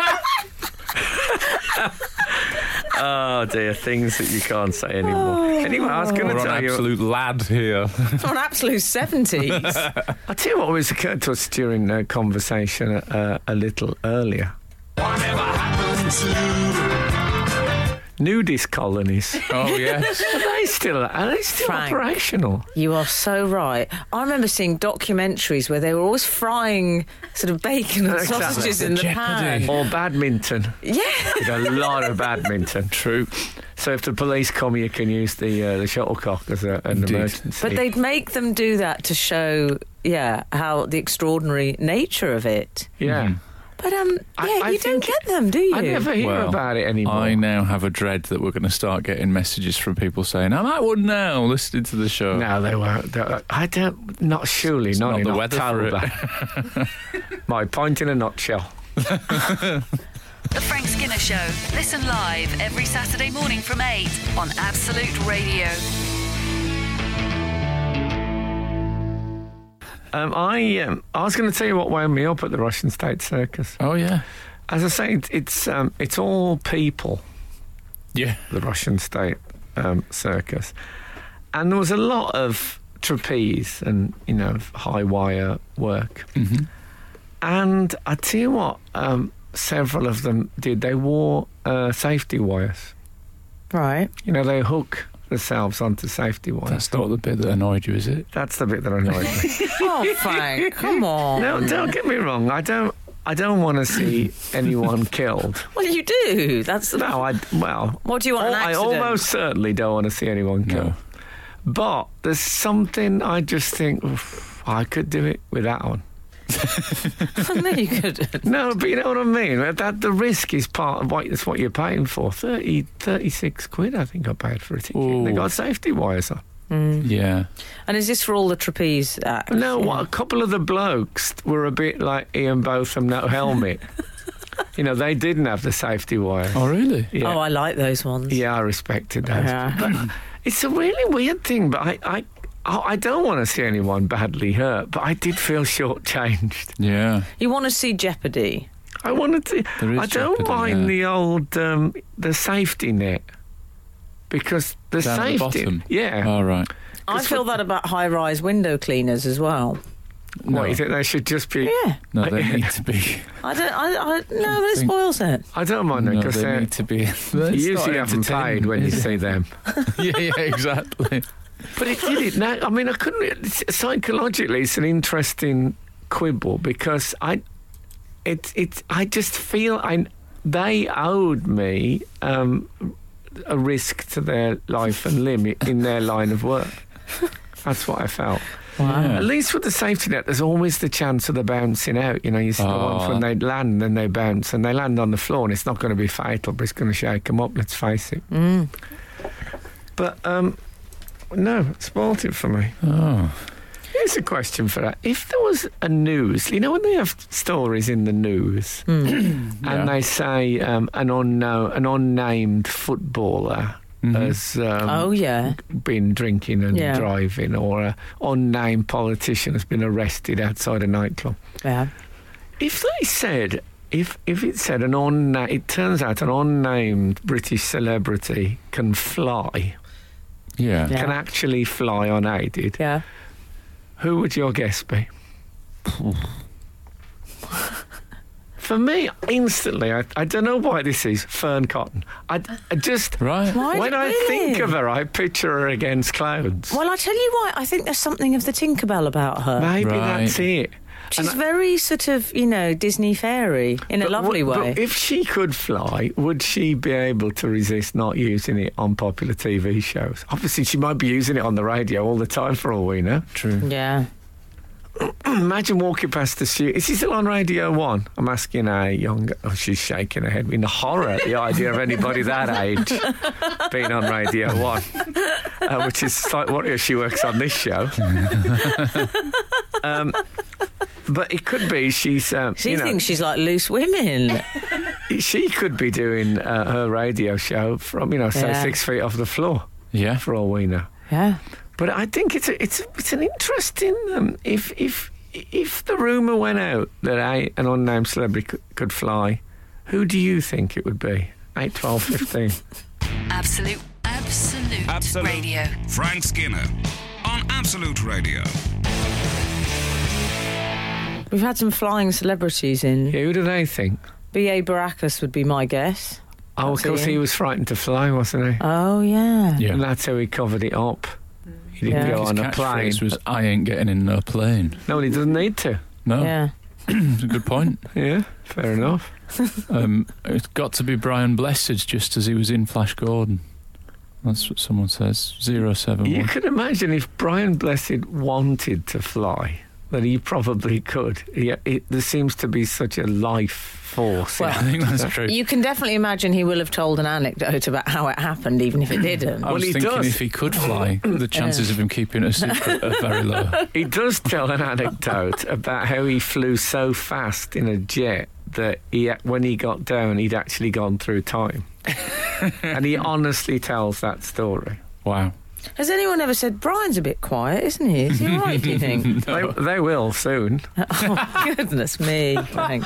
[SPEAKER 2] oh dear, things that you can't say anymore.
[SPEAKER 3] Oh.
[SPEAKER 2] anyway, I was going
[SPEAKER 4] We're
[SPEAKER 2] to
[SPEAKER 4] on
[SPEAKER 2] tell you.
[SPEAKER 4] absolute lad here.
[SPEAKER 3] An absolute 70s.
[SPEAKER 2] I tell you what always occurred to us during uh, conversation uh, a little earlier. Nudist colonies.
[SPEAKER 4] Oh yes.
[SPEAKER 2] Are they still are they still
[SPEAKER 3] Frank.
[SPEAKER 2] operational?
[SPEAKER 3] you are so right. I remember seeing documentaries where they were always frying sort of bacon and
[SPEAKER 2] Exactly.
[SPEAKER 3] sausages in the
[SPEAKER 4] Jeopardy.
[SPEAKER 3] pan.
[SPEAKER 2] Or badminton.
[SPEAKER 3] Yeah.
[SPEAKER 2] Did a lot of badminton. True. So if the police come, you can use the uh, the shuttlecock as a, an
[SPEAKER 4] Indeed.
[SPEAKER 2] emergency.
[SPEAKER 3] But they'd make them do that to show, yeah, how the extraordinary nature of it.
[SPEAKER 2] yeah.
[SPEAKER 3] But um, yeah,
[SPEAKER 2] I- I
[SPEAKER 3] you don't
[SPEAKER 2] think-
[SPEAKER 3] get them, do you?
[SPEAKER 2] I never hear
[SPEAKER 4] Hmm. Well,
[SPEAKER 2] about it anymore.
[SPEAKER 4] I now have a dread that we're going to start getting messages from people saying, "I'm at one now, listening to the show."
[SPEAKER 2] No, they won't. They- I don't. Not surely.
[SPEAKER 4] It's
[SPEAKER 2] not,
[SPEAKER 4] not
[SPEAKER 2] in
[SPEAKER 4] the weather for it.
[SPEAKER 2] October. My point in a nutshell.
[SPEAKER 1] The Frank Skinner Show. Listen live every Saturday morning from 8 on Absolute Radio.
[SPEAKER 2] Um, I um, I was going to tell you what wound me up at the Russian State Circus.
[SPEAKER 4] Oh yeah.
[SPEAKER 2] As I say, it, it's um, it's all people.
[SPEAKER 4] Yeah.
[SPEAKER 2] the Russian state um, circus, and there was a lot of trapeze and you know high wire work.
[SPEAKER 4] Mhm.
[SPEAKER 2] And I tell you what, um, several of them did. They wore uh, safety wires.
[SPEAKER 3] Right.
[SPEAKER 2] You know, they hook themselves onto safety wires.
[SPEAKER 4] That's not the bit that annoyed you, is it?
[SPEAKER 2] That's the bit that annoyed me.
[SPEAKER 3] Oh, Frank, come on.
[SPEAKER 2] No, don't get me wrong. I don't. I don't want to see anyone killed.
[SPEAKER 3] What do you do? That's
[SPEAKER 2] No, I well.
[SPEAKER 3] What do you want, an
[SPEAKER 2] Oh, I
[SPEAKER 3] accident?
[SPEAKER 2] almost certainly don't want to see anyone killed.
[SPEAKER 4] No.
[SPEAKER 2] But there's something I just think "Oof, I could do it with that one.
[SPEAKER 3] no, you couldn't.
[SPEAKER 2] No, but you know what I mean. That, that the risk is part of what that's what you're paying for. 30, 36 quid, I think I paid for a ticket. and They
[SPEAKER 4] Ooh.
[SPEAKER 2] got safety wires on.
[SPEAKER 4] Yeah.
[SPEAKER 3] And is this for all the trapeze uh, acts?
[SPEAKER 2] No, what, a couple of the blokes were a bit like Ian Botham, no helmet. you know, they didn't have the safety wire.
[SPEAKER 4] Oh, really?
[SPEAKER 2] Yeah.
[SPEAKER 3] Oh, I like those ones.
[SPEAKER 2] Yeah, I respected those.
[SPEAKER 3] Yeah.
[SPEAKER 2] But it's a really weird thing, but I, I, I I don't want to see anyone badly hurt, but I did feel shortchanged.
[SPEAKER 4] Yeah.
[SPEAKER 3] You want to see Jeopardy?
[SPEAKER 2] I wanted to.
[SPEAKER 4] There is
[SPEAKER 2] I don't
[SPEAKER 4] jeopardy,
[SPEAKER 2] mind
[SPEAKER 4] yeah.
[SPEAKER 2] the old um, the safety net because the
[SPEAKER 4] Down at the
[SPEAKER 2] safety.
[SPEAKER 4] bottom?
[SPEAKER 2] Yeah.
[SPEAKER 4] All right.
[SPEAKER 3] I feel that about high-rise window cleaners as well.
[SPEAKER 4] No.
[SPEAKER 2] What you think they should just be?
[SPEAKER 3] Yeah,
[SPEAKER 4] No, they need to be.
[SPEAKER 3] I don't. I, I no, it
[SPEAKER 4] think-
[SPEAKER 3] spoils it.
[SPEAKER 2] I don't mind them
[SPEAKER 4] No,
[SPEAKER 2] because
[SPEAKER 4] they
[SPEAKER 2] they're.
[SPEAKER 4] need to be.
[SPEAKER 2] You
[SPEAKER 4] It's
[SPEAKER 2] usually
[SPEAKER 4] not
[SPEAKER 2] haven't
[SPEAKER 4] entertainment,
[SPEAKER 2] paid when you
[SPEAKER 4] is it?
[SPEAKER 2] see them,
[SPEAKER 4] yeah, yeah, exactly.
[SPEAKER 2] but it did it. Now, I mean, I couldn't. it's- Psychologically, it's an interesting quibble because I, it's it's. I just feel I they owed me um, a risk to their life and limb in their line of work. That's what I felt.
[SPEAKER 4] Wow.
[SPEAKER 2] At least with the safety net, there's always the chance of the bouncing out. You know, you see the
[SPEAKER 4] Oh,
[SPEAKER 2] ones when they land and they bounce and they land on the floor and it's not going to be fatal, but it's going to shake them up, let's face it. But, um, no, it spoilt it for me.
[SPEAKER 4] Oh,
[SPEAKER 2] Here's a question for that. If there was a news, you know, when they have stories in the news
[SPEAKER 3] Hmm.
[SPEAKER 4] Yeah.
[SPEAKER 2] and they say um, an, unknown, an unnamed footballer has um,
[SPEAKER 3] oh yeah,
[SPEAKER 2] been drinking and
[SPEAKER 3] Yeah.
[SPEAKER 2] driving, or an unnamed politician has been arrested outside a nightclub.
[SPEAKER 3] yeah.
[SPEAKER 2] If they said, if if it said an unnamed, it turns out an unnamed British celebrity can fly,
[SPEAKER 4] yeah.
[SPEAKER 3] Yeah.
[SPEAKER 2] can actually fly unaided.
[SPEAKER 3] Yeah.
[SPEAKER 2] Who would your guess be? For me, instantly, I, I don't know why this is Fern Cotton. I, I just
[SPEAKER 4] Right.
[SPEAKER 3] Why
[SPEAKER 2] when
[SPEAKER 3] do-
[SPEAKER 2] I
[SPEAKER 3] really?
[SPEAKER 2] think of her, I picture her against clouds.
[SPEAKER 3] Well, I tell you what, I think there's something of the Tinkerbell about her.
[SPEAKER 2] Maybe
[SPEAKER 4] Right.
[SPEAKER 2] that's it.
[SPEAKER 3] She's very sort of, you know, Disney fairy in a
[SPEAKER 2] But
[SPEAKER 3] lovely
[SPEAKER 2] w-
[SPEAKER 3] way.
[SPEAKER 2] But if she could fly, would she be able to resist not using it on popular TV shows? Obviously, she might be using it on the radio all the time for all we know.
[SPEAKER 4] True.
[SPEAKER 3] yeah.
[SPEAKER 2] Imagine walking past the studio. Is she still on Radio 1? I'm asking a young... Oh, she's shaking her head in horror at the idea of anybody that age being on Radio 1, uh, which is like, what if she works on this show? um, but it could be she's... Um,
[SPEAKER 3] She
[SPEAKER 2] you know,
[SPEAKER 3] thinks she's like loose women.
[SPEAKER 2] She could be doing uh, her radio show from, you know, say
[SPEAKER 3] Yeah.
[SPEAKER 2] six feet off the floor,
[SPEAKER 4] Yeah.
[SPEAKER 2] for all we know.
[SPEAKER 3] yeah.
[SPEAKER 2] But I think it's a, it's a, it's an interesting um, if if if the rumor went out that I, an unnamed celebrity could, could fly, who do you think it would be? 8, 12, 15.
[SPEAKER 1] Absolute, absolute,
[SPEAKER 5] Absolute.
[SPEAKER 1] radio.
[SPEAKER 5] Frank Skinner on Absolute Radio.
[SPEAKER 3] We've had some flying celebrities in.
[SPEAKER 2] yeah, who do they think?
[SPEAKER 3] B.A. Baracus would be my guess.
[SPEAKER 2] Oh, of
[SPEAKER 3] That's
[SPEAKER 2] course, he
[SPEAKER 3] Ian.
[SPEAKER 2] was frightened to fly, wasn't he?
[SPEAKER 3] Oh, yeah.
[SPEAKER 4] Yeah.
[SPEAKER 2] And that's how he covered it up. He didn't
[SPEAKER 3] Yeah.
[SPEAKER 2] go
[SPEAKER 4] His
[SPEAKER 2] on a plane.
[SPEAKER 4] catchphrase was "I ain't getting in no plane."
[SPEAKER 2] No, he doesn't need to.
[SPEAKER 4] No,
[SPEAKER 3] Yeah.
[SPEAKER 4] it's a good point.
[SPEAKER 2] Yeah, fair enough.
[SPEAKER 4] Um, it's got to be Brian Blessed, just as he was in Flash Gordon. That's what someone says. Zero seven
[SPEAKER 2] You
[SPEAKER 4] one.
[SPEAKER 2] could imagine if Brian Blessed wanted to fly, that he probably could. Yeah, it, there seems to be such a life force. in
[SPEAKER 3] Well,
[SPEAKER 4] I think that's true.
[SPEAKER 3] You can definitely imagine he will have told an anecdote about how it happened, even if it didn't.
[SPEAKER 4] I was
[SPEAKER 2] well, he
[SPEAKER 4] thinking
[SPEAKER 2] does.
[SPEAKER 4] if he could fly, the chances of him keeping it a secret are very low.
[SPEAKER 2] He does tell an anecdote about how he flew so fast in a jet that he, when he got down, he'd actually gone through time. and he honestly tells that story.
[SPEAKER 4] Wow.
[SPEAKER 3] Has anyone ever said Brian's a bit quiet, isn't he? Is he all right, do you think?
[SPEAKER 4] Oh.
[SPEAKER 2] They, they will soon,
[SPEAKER 3] oh, goodness me. Frank.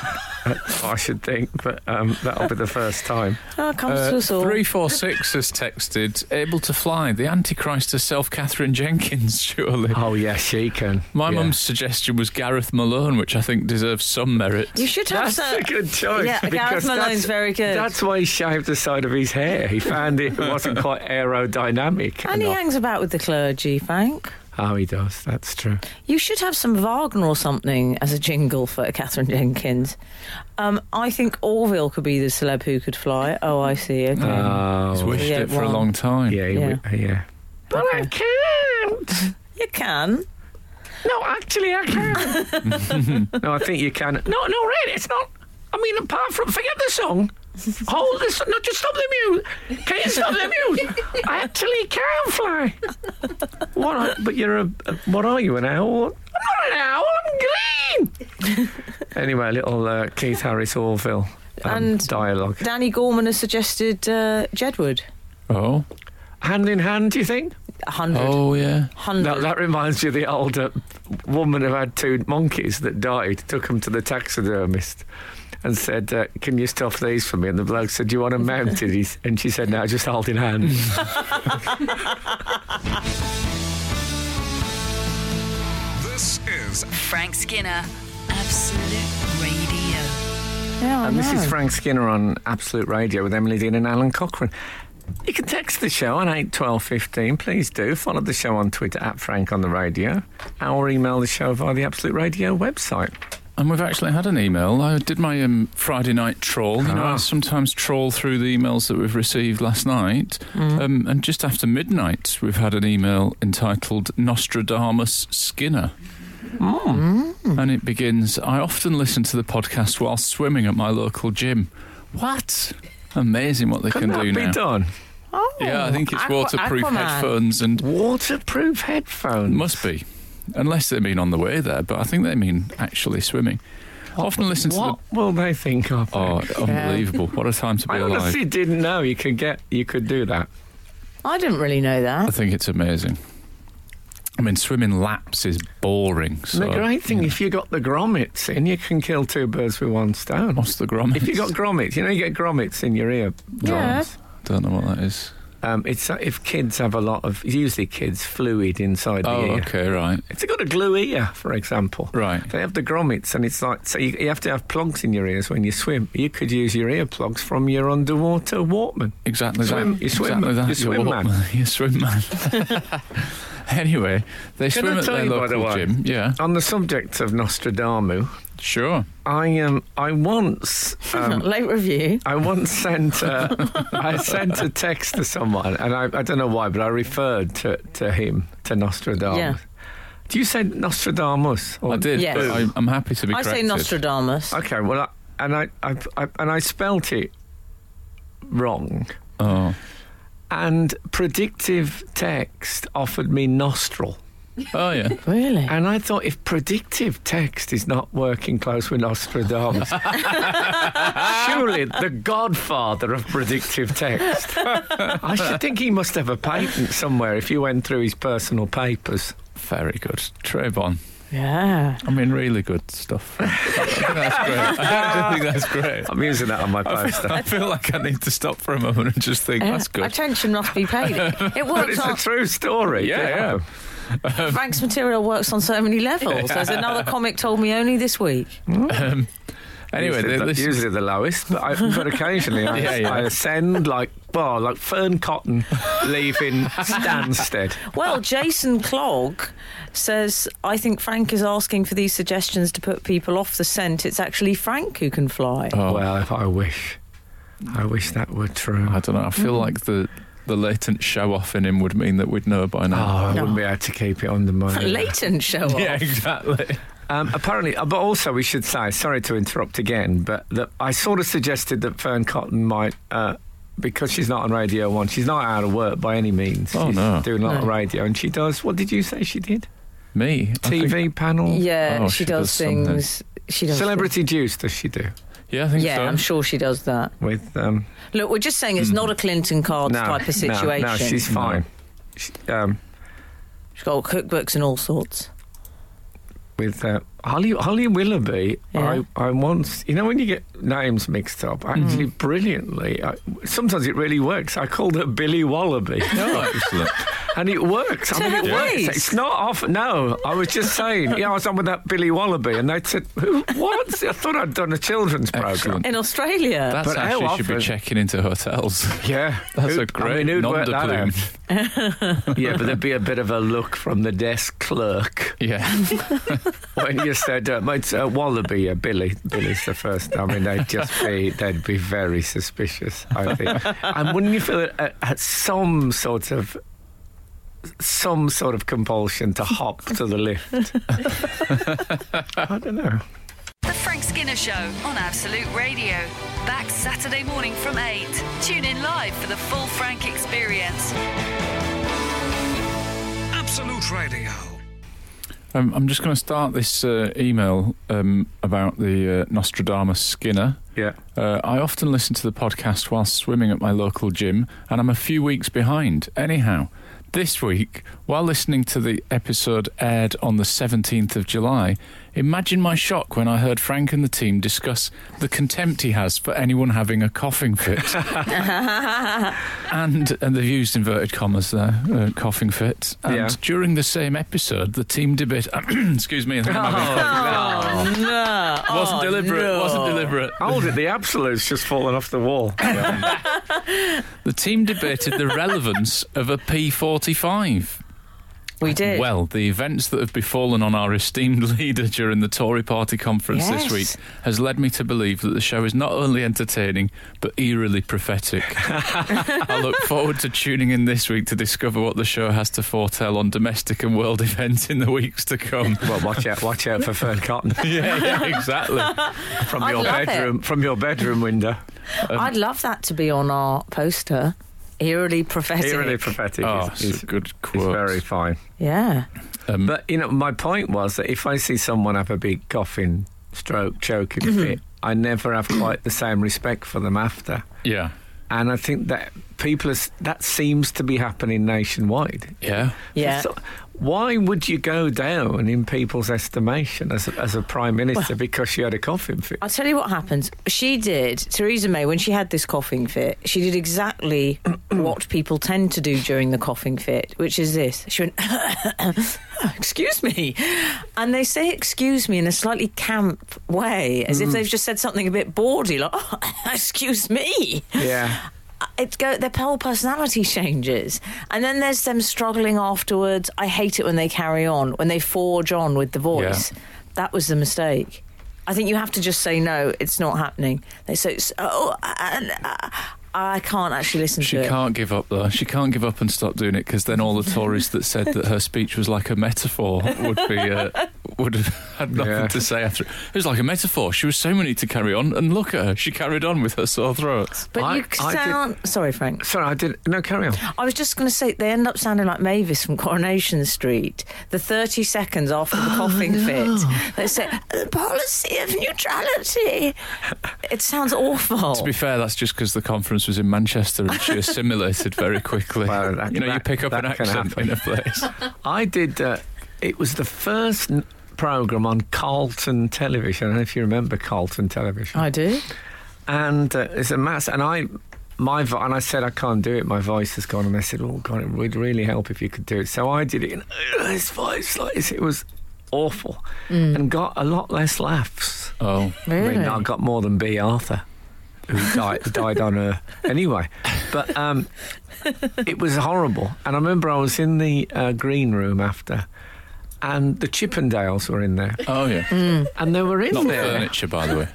[SPEAKER 2] I should think, but um, that'll be the first time.
[SPEAKER 3] Oh, it comes to
[SPEAKER 4] Uh,
[SPEAKER 3] us all.
[SPEAKER 4] 346 has texted, able to fly, the Antichrist herself, Catherine Jenkins, surely.
[SPEAKER 2] Oh, yeah, she can.
[SPEAKER 4] My
[SPEAKER 2] Yeah.
[SPEAKER 4] mum's suggestion was Gareth Malone, which I think deserves some merit.
[SPEAKER 3] You should have
[SPEAKER 2] That's
[SPEAKER 3] some.
[SPEAKER 2] a good choice.
[SPEAKER 3] Yeah, Gareth
[SPEAKER 2] because
[SPEAKER 3] Malone's
[SPEAKER 2] that's-
[SPEAKER 3] very good.
[SPEAKER 2] That's why he shaved the side of his hair. He found it wasn't quite aerodynamic.
[SPEAKER 3] And he
[SPEAKER 2] enough.
[SPEAKER 3] hangs about with the clergy, Frank.
[SPEAKER 2] Oh, he does. That's true.
[SPEAKER 3] You should have some Wagner or something as a jingle for Catherine Jenkins. Um, I think Orville could be the celeb who could fly. Oh, I see. Okay.
[SPEAKER 2] Oh,
[SPEAKER 4] He's wished
[SPEAKER 3] Yeah,
[SPEAKER 4] it for a
[SPEAKER 3] well,
[SPEAKER 4] long time.
[SPEAKER 2] yeah, he
[SPEAKER 3] Yeah.
[SPEAKER 2] wi- yeah. But I can't.
[SPEAKER 3] you can.
[SPEAKER 2] No, actually, I can. no, I think you can. No, no, really, it's not. I mean, apart from forget the song. Hold this. No, just stop the music. Can you stop the music? I actually can fly. What? Are, but you're a, a- What are you? An owl? I'm not an owl. I'm green. anyway, a little uh, Keith Harris Orville um,
[SPEAKER 3] And-
[SPEAKER 2] dialogue.
[SPEAKER 3] Danny Gorman has suggested uh, Jedward.
[SPEAKER 4] Oh.
[SPEAKER 2] Hand in hand, do you think?
[SPEAKER 3] 100.
[SPEAKER 4] Oh yeah.
[SPEAKER 3] 100.
[SPEAKER 2] That, that reminds you of the older woman who had two monkeys that died, took them to the taxidermist and said, uh, Can you stuff these for me? And the bloke said, Do you want them mounted? He s- And she said, No, just hold in hand.
[SPEAKER 5] This is
[SPEAKER 1] Frank Skinner, Absolute Radio.
[SPEAKER 3] yeah, I
[SPEAKER 2] and this is
[SPEAKER 3] know.
[SPEAKER 2] Frank Skinner on Absolute Radio with Emily Dean and Alan Cochrane. You can text the show on 81215. Please do. Follow the show on Twitter at Frank on the Radio or email the show via the Absolute Radio website.
[SPEAKER 4] And we've actually had an email. I did my um, Friday night trawl. You know,
[SPEAKER 2] Ah.
[SPEAKER 4] I sometimes trawl through the emails that we've received last night. Um, and just after midnight, we've had an email entitled Nostradamus Skinner. And it begins I often listen to the podcast while swimming at my local gym. What? Amazing what they
[SPEAKER 2] Could
[SPEAKER 4] can
[SPEAKER 2] that
[SPEAKER 4] do
[SPEAKER 2] be
[SPEAKER 4] now.
[SPEAKER 2] done?
[SPEAKER 3] Oh,
[SPEAKER 4] Yeah, I think it's
[SPEAKER 3] Aqua-
[SPEAKER 4] waterproof
[SPEAKER 3] Aquaman.
[SPEAKER 4] headphones and
[SPEAKER 2] Waterproof headphones.
[SPEAKER 4] Must be. Unless they mean on the way there, but I think they mean actually swimming. Often listen to
[SPEAKER 2] What will they think of?
[SPEAKER 4] the. Oh, unbelievable. What a time to be
[SPEAKER 2] I
[SPEAKER 4] alive.
[SPEAKER 2] honestly didn't know you could get you could do that.
[SPEAKER 3] I didn't really know
[SPEAKER 4] I
[SPEAKER 3] that.
[SPEAKER 4] think it's amazing. I mean, swimming laps is boring. So
[SPEAKER 2] And the great thing,
[SPEAKER 4] you know,
[SPEAKER 2] if you got the grommets in, you can kill two birds with one stone.
[SPEAKER 4] what's the grommet?
[SPEAKER 2] If you got grommets, you know you get grommets in your ear.
[SPEAKER 3] Yeah.
[SPEAKER 4] Don't know what that is.
[SPEAKER 2] Um, it's uh, if kids have a lot of usually kids fluid inside the
[SPEAKER 4] Oh,
[SPEAKER 2] ear.
[SPEAKER 4] okay, right,
[SPEAKER 2] If they got a glue ear, for example,
[SPEAKER 4] right.
[SPEAKER 2] they have the grommets, and it's like so you, you have to have plugs in your ears when you swim. You could use your ear plugs from your underwater Walkman.
[SPEAKER 4] Exactly
[SPEAKER 2] Swim-
[SPEAKER 4] that.
[SPEAKER 2] you swim-
[SPEAKER 4] exactly that.
[SPEAKER 2] you swim
[SPEAKER 4] walk-
[SPEAKER 2] man.
[SPEAKER 4] you swim man. anyway, they
[SPEAKER 2] Can
[SPEAKER 4] swim
[SPEAKER 2] I
[SPEAKER 4] at
[SPEAKER 2] tell
[SPEAKER 4] their
[SPEAKER 2] you, by
[SPEAKER 4] local
[SPEAKER 2] the way?
[SPEAKER 4] gym. Yeah,
[SPEAKER 2] On the subject of Nostradamus,
[SPEAKER 4] sure.
[SPEAKER 2] I um, I once um,
[SPEAKER 3] Late review.
[SPEAKER 2] I once sent a, I sent a text to someone, and I, I don't know why, but I referred to, to him to Nostradamus.
[SPEAKER 3] Yeah.
[SPEAKER 2] Do you say Nostradamus? Or,
[SPEAKER 4] I did.
[SPEAKER 3] Yes.
[SPEAKER 4] but I, I'm happy to be
[SPEAKER 3] I say
[SPEAKER 4] corrected.
[SPEAKER 3] Nostradamus.
[SPEAKER 2] Okay, well, I, and I, I, I and I spelt it wrong.
[SPEAKER 4] Oh.
[SPEAKER 2] And predictive text offered me nostril,
[SPEAKER 4] Oh yeah.
[SPEAKER 3] Really?
[SPEAKER 2] and I thought if predictive text is not working close with Nostradamus, surely the godfather of predictive text. I should think he must have a patent somewhere if you went through his personal papers.
[SPEAKER 4] Very good. Trayvon.
[SPEAKER 3] Yeah.
[SPEAKER 4] I mean, really good stuff. I think that's great. I think that's great.
[SPEAKER 2] I'm using that on my
[SPEAKER 4] I feel,
[SPEAKER 2] poster.
[SPEAKER 4] I feel like I need to stop for a moment and just think
[SPEAKER 3] Uh,
[SPEAKER 4] that's good.
[SPEAKER 3] Attention must be paid. It
[SPEAKER 2] But
[SPEAKER 3] works
[SPEAKER 2] it's
[SPEAKER 3] on
[SPEAKER 2] a true story.
[SPEAKER 4] Yeah, yeah.
[SPEAKER 3] Frank's material works on so many levels. There's another comic told me only this week.
[SPEAKER 4] Um, anyway,
[SPEAKER 2] usually,
[SPEAKER 4] th-
[SPEAKER 2] the,
[SPEAKER 4] this is
[SPEAKER 2] usually the lowest, but, I, but occasionally I,
[SPEAKER 4] Yeah, yeah.
[SPEAKER 2] I ascend like well, like fern cotton leaving Stansted.
[SPEAKER 3] Well, Jason Clogg says, I think Frank is asking for these suggestions to put people off the scent. It's actually Frank who can fly.
[SPEAKER 4] Oh.
[SPEAKER 2] Well, if I wish, I wish that were true.
[SPEAKER 4] I don't know. I
[SPEAKER 3] Mm-hmm.
[SPEAKER 4] feel like the the latent show off in him would mean that we'd know by
[SPEAKER 2] Oh,
[SPEAKER 4] now.
[SPEAKER 2] I
[SPEAKER 3] No.
[SPEAKER 2] wouldn't be able to keep it under my.
[SPEAKER 3] Leighton show off.
[SPEAKER 4] Yeah, exactly.
[SPEAKER 2] Um, apparently, uh, but also we should say, sorry to interrupt again, but that I sort of suggested that Fern Cotton might, uh, because she's not on Radio 1, she's not out of work by any means.
[SPEAKER 4] Oh,
[SPEAKER 2] she's
[SPEAKER 4] no.
[SPEAKER 2] doing a lot of
[SPEAKER 3] No.
[SPEAKER 2] radio, and she does, what did you say she did?
[SPEAKER 4] Me. I
[SPEAKER 2] TV
[SPEAKER 4] think-
[SPEAKER 2] panel?
[SPEAKER 3] Yeah,
[SPEAKER 4] Oh,
[SPEAKER 3] she,
[SPEAKER 4] she
[SPEAKER 3] does,
[SPEAKER 4] does something.
[SPEAKER 3] things. She does
[SPEAKER 2] Celebrity Juice, does she do?
[SPEAKER 4] yeah, I think
[SPEAKER 3] things. Yeah,
[SPEAKER 4] so.
[SPEAKER 3] I'm sure she does that.
[SPEAKER 2] With, um,
[SPEAKER 3] Look, we're just saying it's not a Clinton
[SPEAKER 2] Hmm. no,
[SPEAKER 3] card type of
[SPEAKER 2] no,
[SPEAKER 3] situation.
[SPEAKER 2] No, she's fine. She, um,
[SPEAKER 3] She's got cookbooks and all sorts.
[SPEAKER 2] with uh, Holly, Holly Willoughby,
[SPEAKER 3] Yeah. Mm.
[SPEAKER 2] I, I once, you know, when you get names mixed up, actually brilliantly, I, sometimes it really works. I called her Billy Wallaby.
[SPEAKER 4] Oh, excellent.
[SPEAKER 2] And it works. I
[SPEAKER 3] To
[SPEAKER 2] mean, it
[SPEAKER 3] her face.
[SPEAKER 2] works. It's not off. No, I was just saying. Yeah, I was on with that Billy Wallaby, and they said, "Who? What?" I thought I'd done a children's program.
[SPEAKER 4] Excellent.
[SPEAKER 3] in Australia.
[SPEAKER 4] That's
[SPEAKER 2] But how
[SPEAKER 4] actually should be
[SPEAKER 2] often-
[SPEAKER 4] checking into hotels.
[SPEAKER 2] Yeah,
[SPEAKER 4] That's
[SPEAKER 2] Who-
[SPEAKER 4] a great
[SPEAKER 2] I mean, who'd
[SPEAKER 4] nom
[SPEAKER 2] work
[SPEAKER 4] de
[SPEAKER 2] that
[SPEAKER 4] plume.
[SPEAKER 2] out? yeah, but there'd be a bit of a look from the desk clerk
[SPEAKER 4] Yeah.
[SPEAKER 2] when you said, uh, "Mate, uh, Wallaby, yeah, Billy." Billy's the first. I mean, they'd just be they'd be very suspicious. I think. and wouldn't you feel a, a, a- some sort of some sort of compulsion to hop to the lift? I don't know.
[SPEAKER 1] The Frank Skinner Show on Absolute Radio. Back Saturday morning from 8. Tune in live for the full Frank experience.
[SPEAKER 5] Absolute Radio.
[SPEAKER 4] Um, I'm just going to start this uh, email um, about the uh, Nostradamus Skinner.
[SPEAKER 2] Yeah.
[SPEAKER 4] Uh, I often listen to the podcast while swimming at my local gym, and I'm a few weeks behind. Anyhow, this week, while listening to the episode aired on the 17th of July, imagine my shock when I heard Frank and the team discuss the contempt he has for anyone having a coughing fit. and, and they've used inverted commas there, uh, coughing fit. And
[SPEAKER 2] Yeah.
[SPEAKER 4] during the same episode, the team debate. excuse me. I think I'm having a coughing fit.
[SPEAKER 3] oh, no.
[SPEAKER 4] Wasn't
[SPEAKER 3] Oh,
[SPEAKER 4] deliberate.
[SPEAKER 3] no.
[SPEAKER 4] Wasn't deliberate.
[SPEAKER 2] Hold it, the absolute's just fallen off the wall.
[SPEAKER 4] The team debated the relevance of a P45.
[SPEAKER 3] We did.
[SPEAKER 4] Well, the events that have befallen on our esteemed leader during the Tory party conference
[SPEAKER 3] Yes.
[SPEAKER 4] this week has led me to believe that the show is not only entertaining but eerily prophetic. I look forward to tuning in this week to discover what the show has to foretell on domestic and world events in the weeks to come.
[SPEAKER 2] Well, watch out, watch out for Fern Cotton
[SPEAKER 4] yeah, yeah, exactly.
[SPEAKER 2] from
[SPEAKER 3] I'd
[SPEAKER 2] your
[SPEAKER 3] love it.
[SPEAKER 2] bedroom, from your bedroom window. um,
[SPEAKER 3] I'd love that to be on our poster. Eerily prophetic.
[SPEAKER 2] Eerily prophetic
[SPEAKER 4] Oh,
[SPEAKER 2] is,
[SPEAKER 4] it's
[SPEAKER 2] is,
[SPEAKER 4] a good
[SPEAKER 2] is
[SPEAKER 4] quote.
[SPEAKER 2] very fine.
[SPEAKER 3] yeah.
[SPEAKER 4] Um,
[SPEAKER 2] But you know, my point was that if I see someone have a big coughing, stroke, choking fit, I never have quite the same respect for them after.
[SPEAKER 4] yeah,
[SPEAKER 2] And I think that people are, s- that seems to be happening nationwide.
[SPEAKER 4] yeah.
[SPEAKER 3] Yeah.
[SPEAKER 2] So why would you go down in people's estimation as a, as a prime minister because you had a coughing fit?
[SPEAKER 3] I'll tell you what happens. She did, Theresa May, when she had this coughing fit, she did exactly what people tend to do during the coughing fit, which is this. She went, Excuse me. And they say, Excuse me, in a slightly camp way, as if they've just said something a bit bawdy, like, oh, Excuse me.
[SPEAKER 2] yeah.
[SPEAKER 3] It go their whole personality changes, and then there's them struggling afterwards. I hate it when they carry on, when they forge on with the voice. That was the mistake. I think you have to just say no. It's not happening. They say, "S- oh, and, uh, I can't actually listen
[SPEAKER 4] She
[SPEAKER 3] to it.
[SPEAKER 4] can't give up though. She can't give up and stop doing it because then all the Tories that said that her speech was like a metaphor would be uh, would have had nothing
[SPEAKER 2] Yeah.
[SPEAKER 4] to say after it. It was like a metaphor. She was so many to carry on, and look at her. She carried on with her sore throat.
[SPEAKER 3] But
[SPEAKER 2] I-
[SPEAKER 3] you
[SPEAKER 2] I did-
[SPEAKER 3] sound sorry, Frank.
[SPEAKER 2] Sorry, I didn't. No, carry on.
[SPEAKER 3] I was just going to say they end up sounding like Mavis from Coronation Street. The 30 seconds after the coughing fit, they say the policy of neutrality. It sounds awful.
[SPEAKER 4] To be fair, that's just because the conference was in Manchester and she assimilated very quickly.
[SPEAKER 2] Well, that-
[SPEAKER 4] you know, you
[SPEAKER 2] that-
[SPEAKER 4] pick up an
[SPEAKER 2] that can
[SPEAKER 4] accent in a place.
[SPEAKER 2] I did. Uh, it was the first n- program on Carlton Television. I don't know if you remember Carlton Television.
[SPEAKER 3] I do.
[SPEAKER 2] and uh, it's a mass. And I, my vo- and I said I can't do it. My voice has gone. And they said, "Oh God, it would really help if you could do it." So I did it. And uh, his voice, like it was awful,
[SPEAKER 3] Mm.
[SPEAKER 2] and got a lot less laughs.
[SPEAKER 4] Oh,
[SPEAKER 2] I mean, I got more than B. Arthur, who died, died on her anyway. But um, it was horrible. And I remember I was in the uh, green room after, and the Chippendales were in there,
[SPEAKER 4] oh yeah.
[SPEAKER 2] and they were in
[SPEAKER 4] Not
[SPEAKER 2] there.
[SPEAKER 4] furniture, by the way.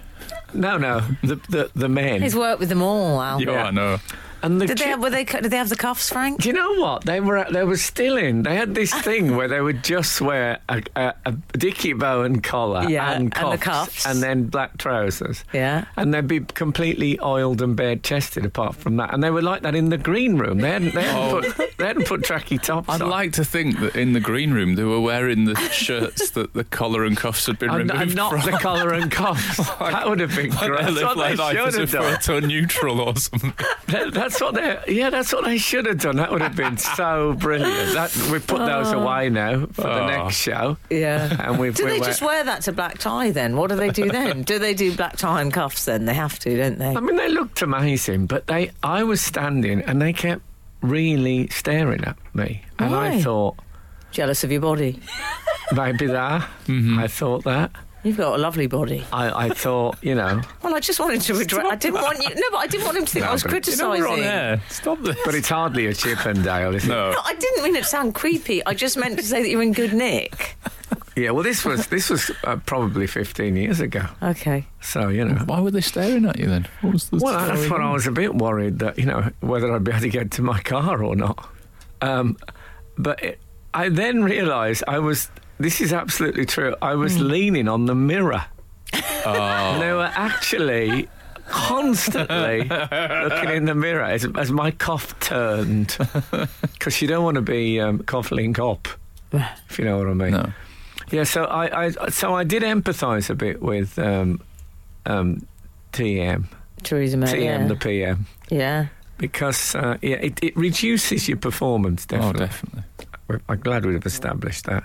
[SPEAKER 2] No, no, the the, the men.
[SPEAKER 3] He's worked with them all, Al.
[SPEAKER 4] Yeah, Oh, I know.
[SPEAKER 2] and the
[SPEAKER 3] Did they
[SPEAKER 2] Chip-
[SPEAKER 3] have, were they cu- did they have the cuffs, Frank?
[SPEAKER 2] Do you know what they were? They were still in. They had this thing where they would just wear a, a, a dicky bow and collar
[SPEAKER 3] Yeah,
[SPEAKER 2] and
[SPEAKER 3] and the
[SPEAKER 2] cuffs,
[SPEAKER 3] cuffs.
[SPEAKER 2] and then black trousers.
[SPEAKER 3] Yeah.
[SPEAKER 2] and they'd be completely oiled and bare chested apart from that. And they were like that in the green room. They hadn't, they hadn't, put, they hadn't put tracky tops
[SPEAKER 4] I'd
[SPEAKER 2] on.
[SPEAKER 4] like to think that in the green room they were wearing the shirts that the collar and cuffs had been
[SPEAKER 2] and,
[SPEAKER 4] removed
[SPEAKER 2] and not
[SPEAKER 4] from.
[SPEAKER 2] the collar and cuffs. that would have been great.
[SPEAKER 4] Like they
[SPEAKER 2] That's what
[SPEAKER 4] live
[SPEAKER 2] they
[SPEAKER 4] their life
[SPEAKER 2] should
[SPEAKER 4] as
[SPEAKER 2] have
[SPEAKER 4] if
[SPEAKER 2] done.
[SPEAKER 4] photo neutral or something.
[SPEAKER 2] That- That's That's what they. Yeah, that's what they should have done. That would have been so brilliant. That we put those away now for the
[SPEAKER 4] Oh.
[SPEAKER 2] next show.
[SPEAKER 3] Yeah.
[SPEAKER 2] And we've.
[SPEAKER 3] Do
[SPEAKER 2] we
[SPEAKER 3] they
[SPEAKER 2] were-
[SPEAKER 3] just wear that to black tie then? What do they do then? do they do black tie and cuffs then? They have to, don't they?
[SPEAKER 2] I mean, they looked amazing, but they. I was standing, and they kept really staring at me, and
[SPEAKER 3] Why?
[SPEAKER 2] I thought
[SPEAKER 3] Jealous of your body.
[SPEAKER 2] maybe that. I thought that.
[SPEAKER 3] You've got a lovely body.
[SPEAKER 2] I, I thought you know,
[SPEAKER 3] Well, I just wanted to address. I didn't want you. No, but I didn't want him to think I was
[SPEAKER 2] but-
[SPEAKER 4] You know,
[SPEAKER 3] criticising.
[SPEAKER 4] we're on air. Stop this.
[SPEAKER 2] but it's hardly a Chip and Dale, is it?
[SPEAKER 4] no.
[SPEAKER 3] No, I didn't mean it to sound creepy. I just meant to say that you're in good nick.
[SPEAKER 2] Yeah. Well, this was this was uh, probably 15 years ago,
[SPEAKER 3] Okay.
[SPEAKER 2] so you know.
[SPEAKER 4] Why were they staring at you then? What was the
[SPEAKER 2] Well, that's
[SPEAKER 4] story?
[SPEAKER 2] what I was a bit worried that you know whether I'd be able to get to my car or not. Um, but it, I then realised I was. This is absolutely true. I was leaning on the mirror. And they were actually constantly looking in the mirror as, as my cough turned because you don't want to be um, coughing up, if you know what I mean.
[SPEAKER 4] No. Oh,
[SPEAKER 2] Yeah, so I, I so I did empathise a bit with um, um, TM.
[SPEAKER 3] Theresa May.
[SPEAKER 2] TM
[SPEAKER 3] yeah.
[SPEAKER 2] the PM
[SPEAKER 3] yeah.
[SPEAKER 2] because uh, yeah, it, it reduces your performance.
[SPEAKER 4] Oh,
[SPEAKER 2] Definitely,
[SPEAKER 4] definitely.
[SPEAKER 2] We're- I'm glad we've established that.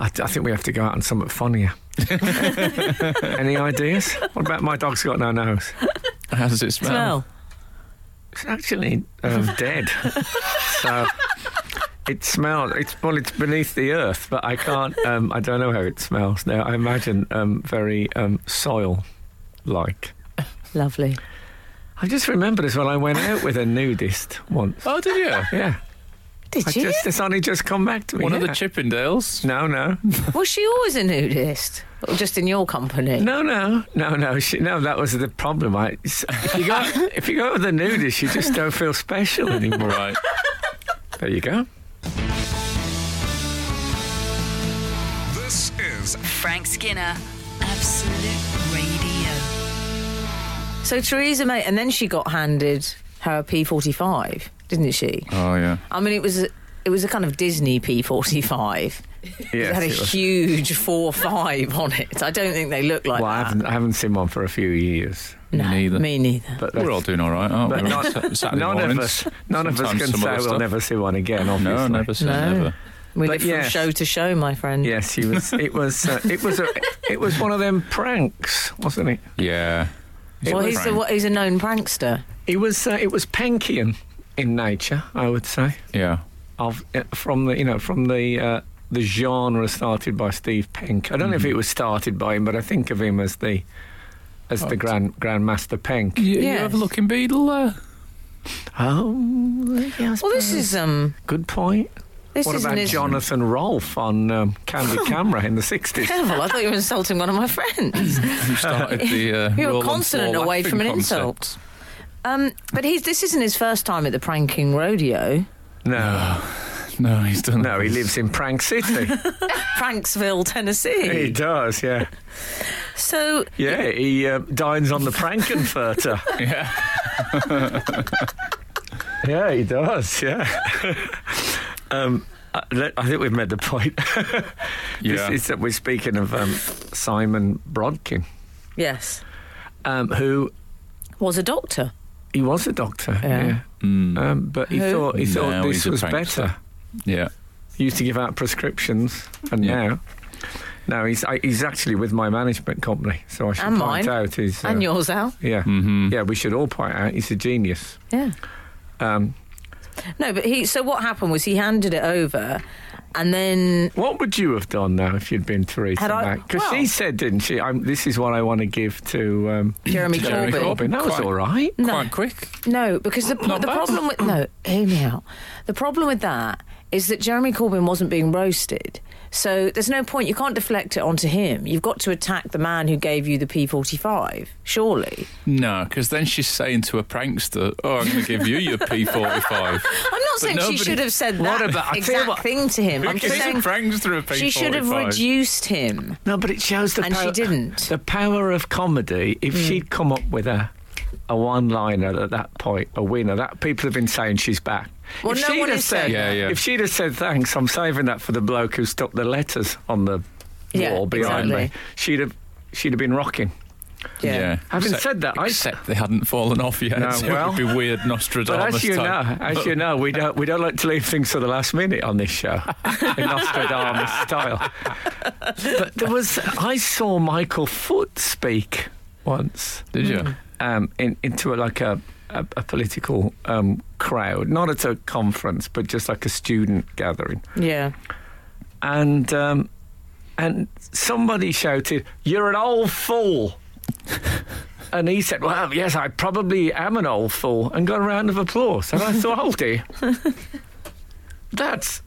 [SPEAKER 2] I, I think we have to go out on something funnier. Any ideas? What about my dog's got no nose?
[SPEAKER 4] How does it smell?
[SPEAKER 3] Smell.
[SPEAKER 2] It's actually um, dead, so it smells. It's well, it's beneath the earth, but I can't. Um, I don't know how it smells now. I imagine um, very um, soil-like.
[SPEAKER 3] Lovely.
[SPEAKER 2] I just remembered as well. I went out with a nudist once.
[SPEAKER 4] Oh, did you?
[SPEAKER 2] Yeah.
[SPEAKER 3] Did
[SPEAKER 2] I
[SPEAKER 3] you?
[SPEAKER 2] just, it's only just come back to me.
[SPEAKER 4] One of the
[SPEAKER 2] yeah.
[SPEAKER 4] Chippendales.
[SPEAKER 2] No, no,
[SPEAKER 3] Was she always a nudist? Or just in your company?
[SPEAKER 2] no, no, no, no. She, no, that was the problem. I, if you go, if you go with the nudist, you just don't feel special anymore.
[SPEAKER 4] Right.
[SPEAKER 2] There you go.
[SPEAKER 5] This is
[SPEAKER 1] Frank Skinner, Absolute Radio.
[SPEAKER 3] So Theresa May, and then she got handed her P45, didn't she?
[SPEAKER 4] Oh, yeah.
[SPEAKER 3] I mean, it was it was a kind of Disney P45. it
[SPEAKER 2] Yes,
[SPEAKER 3] had a
[SPEAKER 2] it was.
[SPEAKER 3] huge four five on it. I don't think they look like
[SPEAKER 2] Well,
[SPEAKER 4] uh,
[SPEAKER 2] I
[SPEAKER 3] that.
[SPEAKER 2] haven't, I haven't seen one for a few years.
[SPEAKER 3] No,
[SPEAKER 4] Me neither.
[SPEAKER 3] Me neither.
[SPEAKER 2] But
[SPEAKER 4] We're all doing all right, aren't we?
[SPEAKER 2] But
[SPEAKER 4] We're
[SPEAKER 2] not-
[SPEAKER 4] on Sa- Saturday
[SPEAKER 2] none of
[SPEAKER 4] mornings.
[SPEAKER 2] us, none of us
[SPEAKER 4] Sometimes
[SPEAKER 2] can
[SPEAKER 4] some
[SPEAKER 2] say
[SPEAKER 4] other
[SPEAKER 2] we'll
[SPEAKER 4] stuff.
[SPEAKER 2] never see one again. Obviously.
[SPEAKER 4] No, never say
[SPEAKER 3] No.
[SPEAKER 4] never.
[SPEAKER 3] We
[SPEAKER 2] But
[SPEAKER 3] live
[SPEAKER 2] yes.
[SPEAKER 3] from show to show, my friend.
[SPEAKER 2] Yes, he was. It was. Uh, it was. A, it was one of them pranks, wasn't it?
[SPEAKER 4] Yeah.
[SPEAKER 3] Well, he's a,
[SPEAKER 4] Frank.
[SPEAKER 3] what, he's a known prankster.
[SPEAKER 2] It was. Uh, it was Penkian in nature, I would say.
[SPEAKER 4] Yeah.
[SPEAKER 2] of uh, from the you know from the uh, the genre started by Steve Penk. I don't
[SPEAKER 3] Mm-hmm.
[SPEAKER 2] know if it was started by him, but I think of him as the as the grand grandmaster Penk.
[SPEAKER 4] You,
[SPEAKER 3] Yes.
[SPEAKER 4] you have a looking Uh, beetle there?
[SPEAKER 2] Oh, yes,
[SPEAKER 3] Well, this is um,
[SPEAKER 2] good point.
[SPEAKER 3] this
[SPEAKER 2] What
[SPEAKER 3] isn't
[SPEAKER 2] about
[SPEAKER 3] his
[SPEAKER 2] Jonathan Rolfe on um, Candy Camera in the sixties?
[SPEAKER 3] level. I thought you were insulting one of my friends.
[SPEAKER 4] Who started the. Uh,
[SPEAKER 3] You're a
[SPEAKER 4] roll on
[SPEAKER 3] consonant
[SPEAKER 4] floor
[SPEAKER 3] away
[SPEAKER 4] laughing
[SPEAKER 3] from an
[SPEAKER 4] concept.
[SPEAKER 3] insult. Um, but he's this isn't his first time at the pranking rodeo,
[SPEAKER 2] No,
[SPEAKER 4] No, he's done
[SPEAKER 2] no, he
[SPEAKER 4] this.
[SPEAKER 2] lives in Prank City.
[SPEAKER 3] Pranksville,
[SPEAKER 2] he
[SPEAKER 3] Tennessee.
[SPEAKER 2] does, yeah,
[SPEAKER 3] So
[SPEAKER 2] yeah. He uh, dines on the Frankenfurter.
[SPEAKER 4] Yeah.
[SPEAKER 2] Yeah, he does. Yeah. um, I, let- I think we've made the point.
[SPEAKER 4] Yeah.
[SPEAKER 2] This is that we're speaking of um, Simon Brodkin,
[SPEAKER 3] yes,
[SPEAKER 2] um, who
[SPEAKER 3] was a doctor.
[SPEAKER 2] he was a doctor,
[SPEAKER 3] Yeah.
[SPEAKER 2] yeah,
[SPEAKER 4] Mm.
[SPEAKER 2] um, but he
[SPEAKER 3] Who?
[SPEAKER 2] thought he thought
[SPEAKER 4] Now
[SPEAKER 2] this
[SPEAKER 4] he's a
[SPEAKER 2] was
[SPEAKER 4] prankster.
[SPEAKER 2] better.
[SPEAKER 4] yeah.
[SPEAKER 2] He used to give out prescriptions, and
[SPEAKER 4] Yeah.
[SPEAKER 2] now. Now he's I, he's actually with my management company, so I should
[SPEAKER 3] And
[SPEAKER 2] point
[SPEAKER 3] mine.
[SPEAKER 2] out he's uh,
[SPEAKER 3] and yours, Al.
[SPEAKER 2] yeah
[SPEAKER 4] Mm-hmm.
[SPEAKER 2] yeah we should all point out he's a genius.
[SPEAKER 3] Yeah.
[SPEAKER 2] Um,
[SPEAKER 3] No, but he. So what happened was he handed it over, and then
[SPEAKER 2] What would you have done now if you'd been Theresa
[SPEAKER 3] Had I-
[SPEAKER 2] May? Because
[SPEAKER 3] well-
[SPEAKER 2] she said, didn't she? i this is what I want to give to um,
[SPEAKER 3] Jeremy
[SPEAKER 4] To
[SPEAKER 3] Corbyn.
[SPEAKER 4] Jeremy
[SPEAKER 2] Corbyn. That was
[SPEAKER 4] Quite-
[SPEAKER 2] all right.
[SPEAKER 3] No.
[SPEAKER 4] Quite quick.
[SPEAKER 3] No, because the,
[SPEAKER 4] Not
[SPEAKER 3] the
[SPEAKER 4] bad.
[SPEAKER 3] problem with no, hear me out. The problem with that is that Jeremy Corbyn wasn't being roasted. So there's no point. You can't deflect it onto him. You've got to attack the man who gave you the P45. Surely,
[SPEAKER 4] No, because then she's saying to a prankster, "Oh, I'm going to give you your P45."
[SPEAKER 3] I'm not saying
[SPEAKER 4] nobody-
[SPEAKER 3] she should have said
[SPEAKER 2] What
[SPEAKER 3] that
[SPEAKER 2] about- I tell you
[SPEAKER 3] exact
[SPEAKER 2] what-
[SPEAKER 3] thing to him.
[SPEAKER 4] Who
[SPEAKER 3] I'm
[SPEAKER 4] gives
[SPEAKER 3] just
[SPEAKER 4] a
[SPEAKER 3] saying
[SPEAKER 4] prankster a P45?
[SPEAKER 3] she should have reduced him,
[SPEAKER 2] No, but it shows the
[SPEAKER 3] and she
[SPEAKER 2] power-
[SPEAKER 3] didn't. Hmm.
[SPEAKER 2] the power of comedy. If she'd come up with a a one liner at that point, a winner, that people have been saying she's back.
[SPEAKER 3] Well,
[SPEAKER 2] if
[SPEAKER 3] no
[SPEAKER 2] she'd
[SPEAKER 3] one
[SPEAKER 2] have
[SPEAKER 3] is
[SPEAKER 2] said,
[SPEAKER 3] saying
[SPEAKER 4] Yeah, yeah.
[SPEAKER 2] if she'd have said thanks, I'm saving that for the bloke who stuck the letters on the
[SPEAKER 3] Yeah,
[SPEAKER 2] wall behind
[SPEAKER 3] exactly.
[SPEAKER 2] me. She'd have she'd have been rocking.
[SPEAKER 3] Yeah.
[SPEAKER 2] Having said that, I-
[SPEAKER 4] except they hadn't fallen off yet.
[SPEAKER 2] No,
[SPEAKER 4] so
[SPEAKER 2] well-
[SPEAKER 4] it would be weird
[SPEAKER 2] But
[SPEAKER 4] Nostradamus.
[SPEAKER 2] as you know,
[SPEAKER 4] type.
[SPEAKER 2] as you know, we don't we don't like to leave things to the last minute on this show, in Nostradamus style. But there was I saw Michael Foot speak once
[SPEAKER 4] Did you?
[SPEAKER 2] um, in, into a, like a, a, a political um, crowd, not at a conference, but just like a student gathering,
[SPEAKER 3] Yeah.
[SPEAKER 2] and um, and somebody shouted, "You're an old fool." And he said, Well, yes, I probably am an old fool, and got a round of applause. And I thought, Oh dear, that's,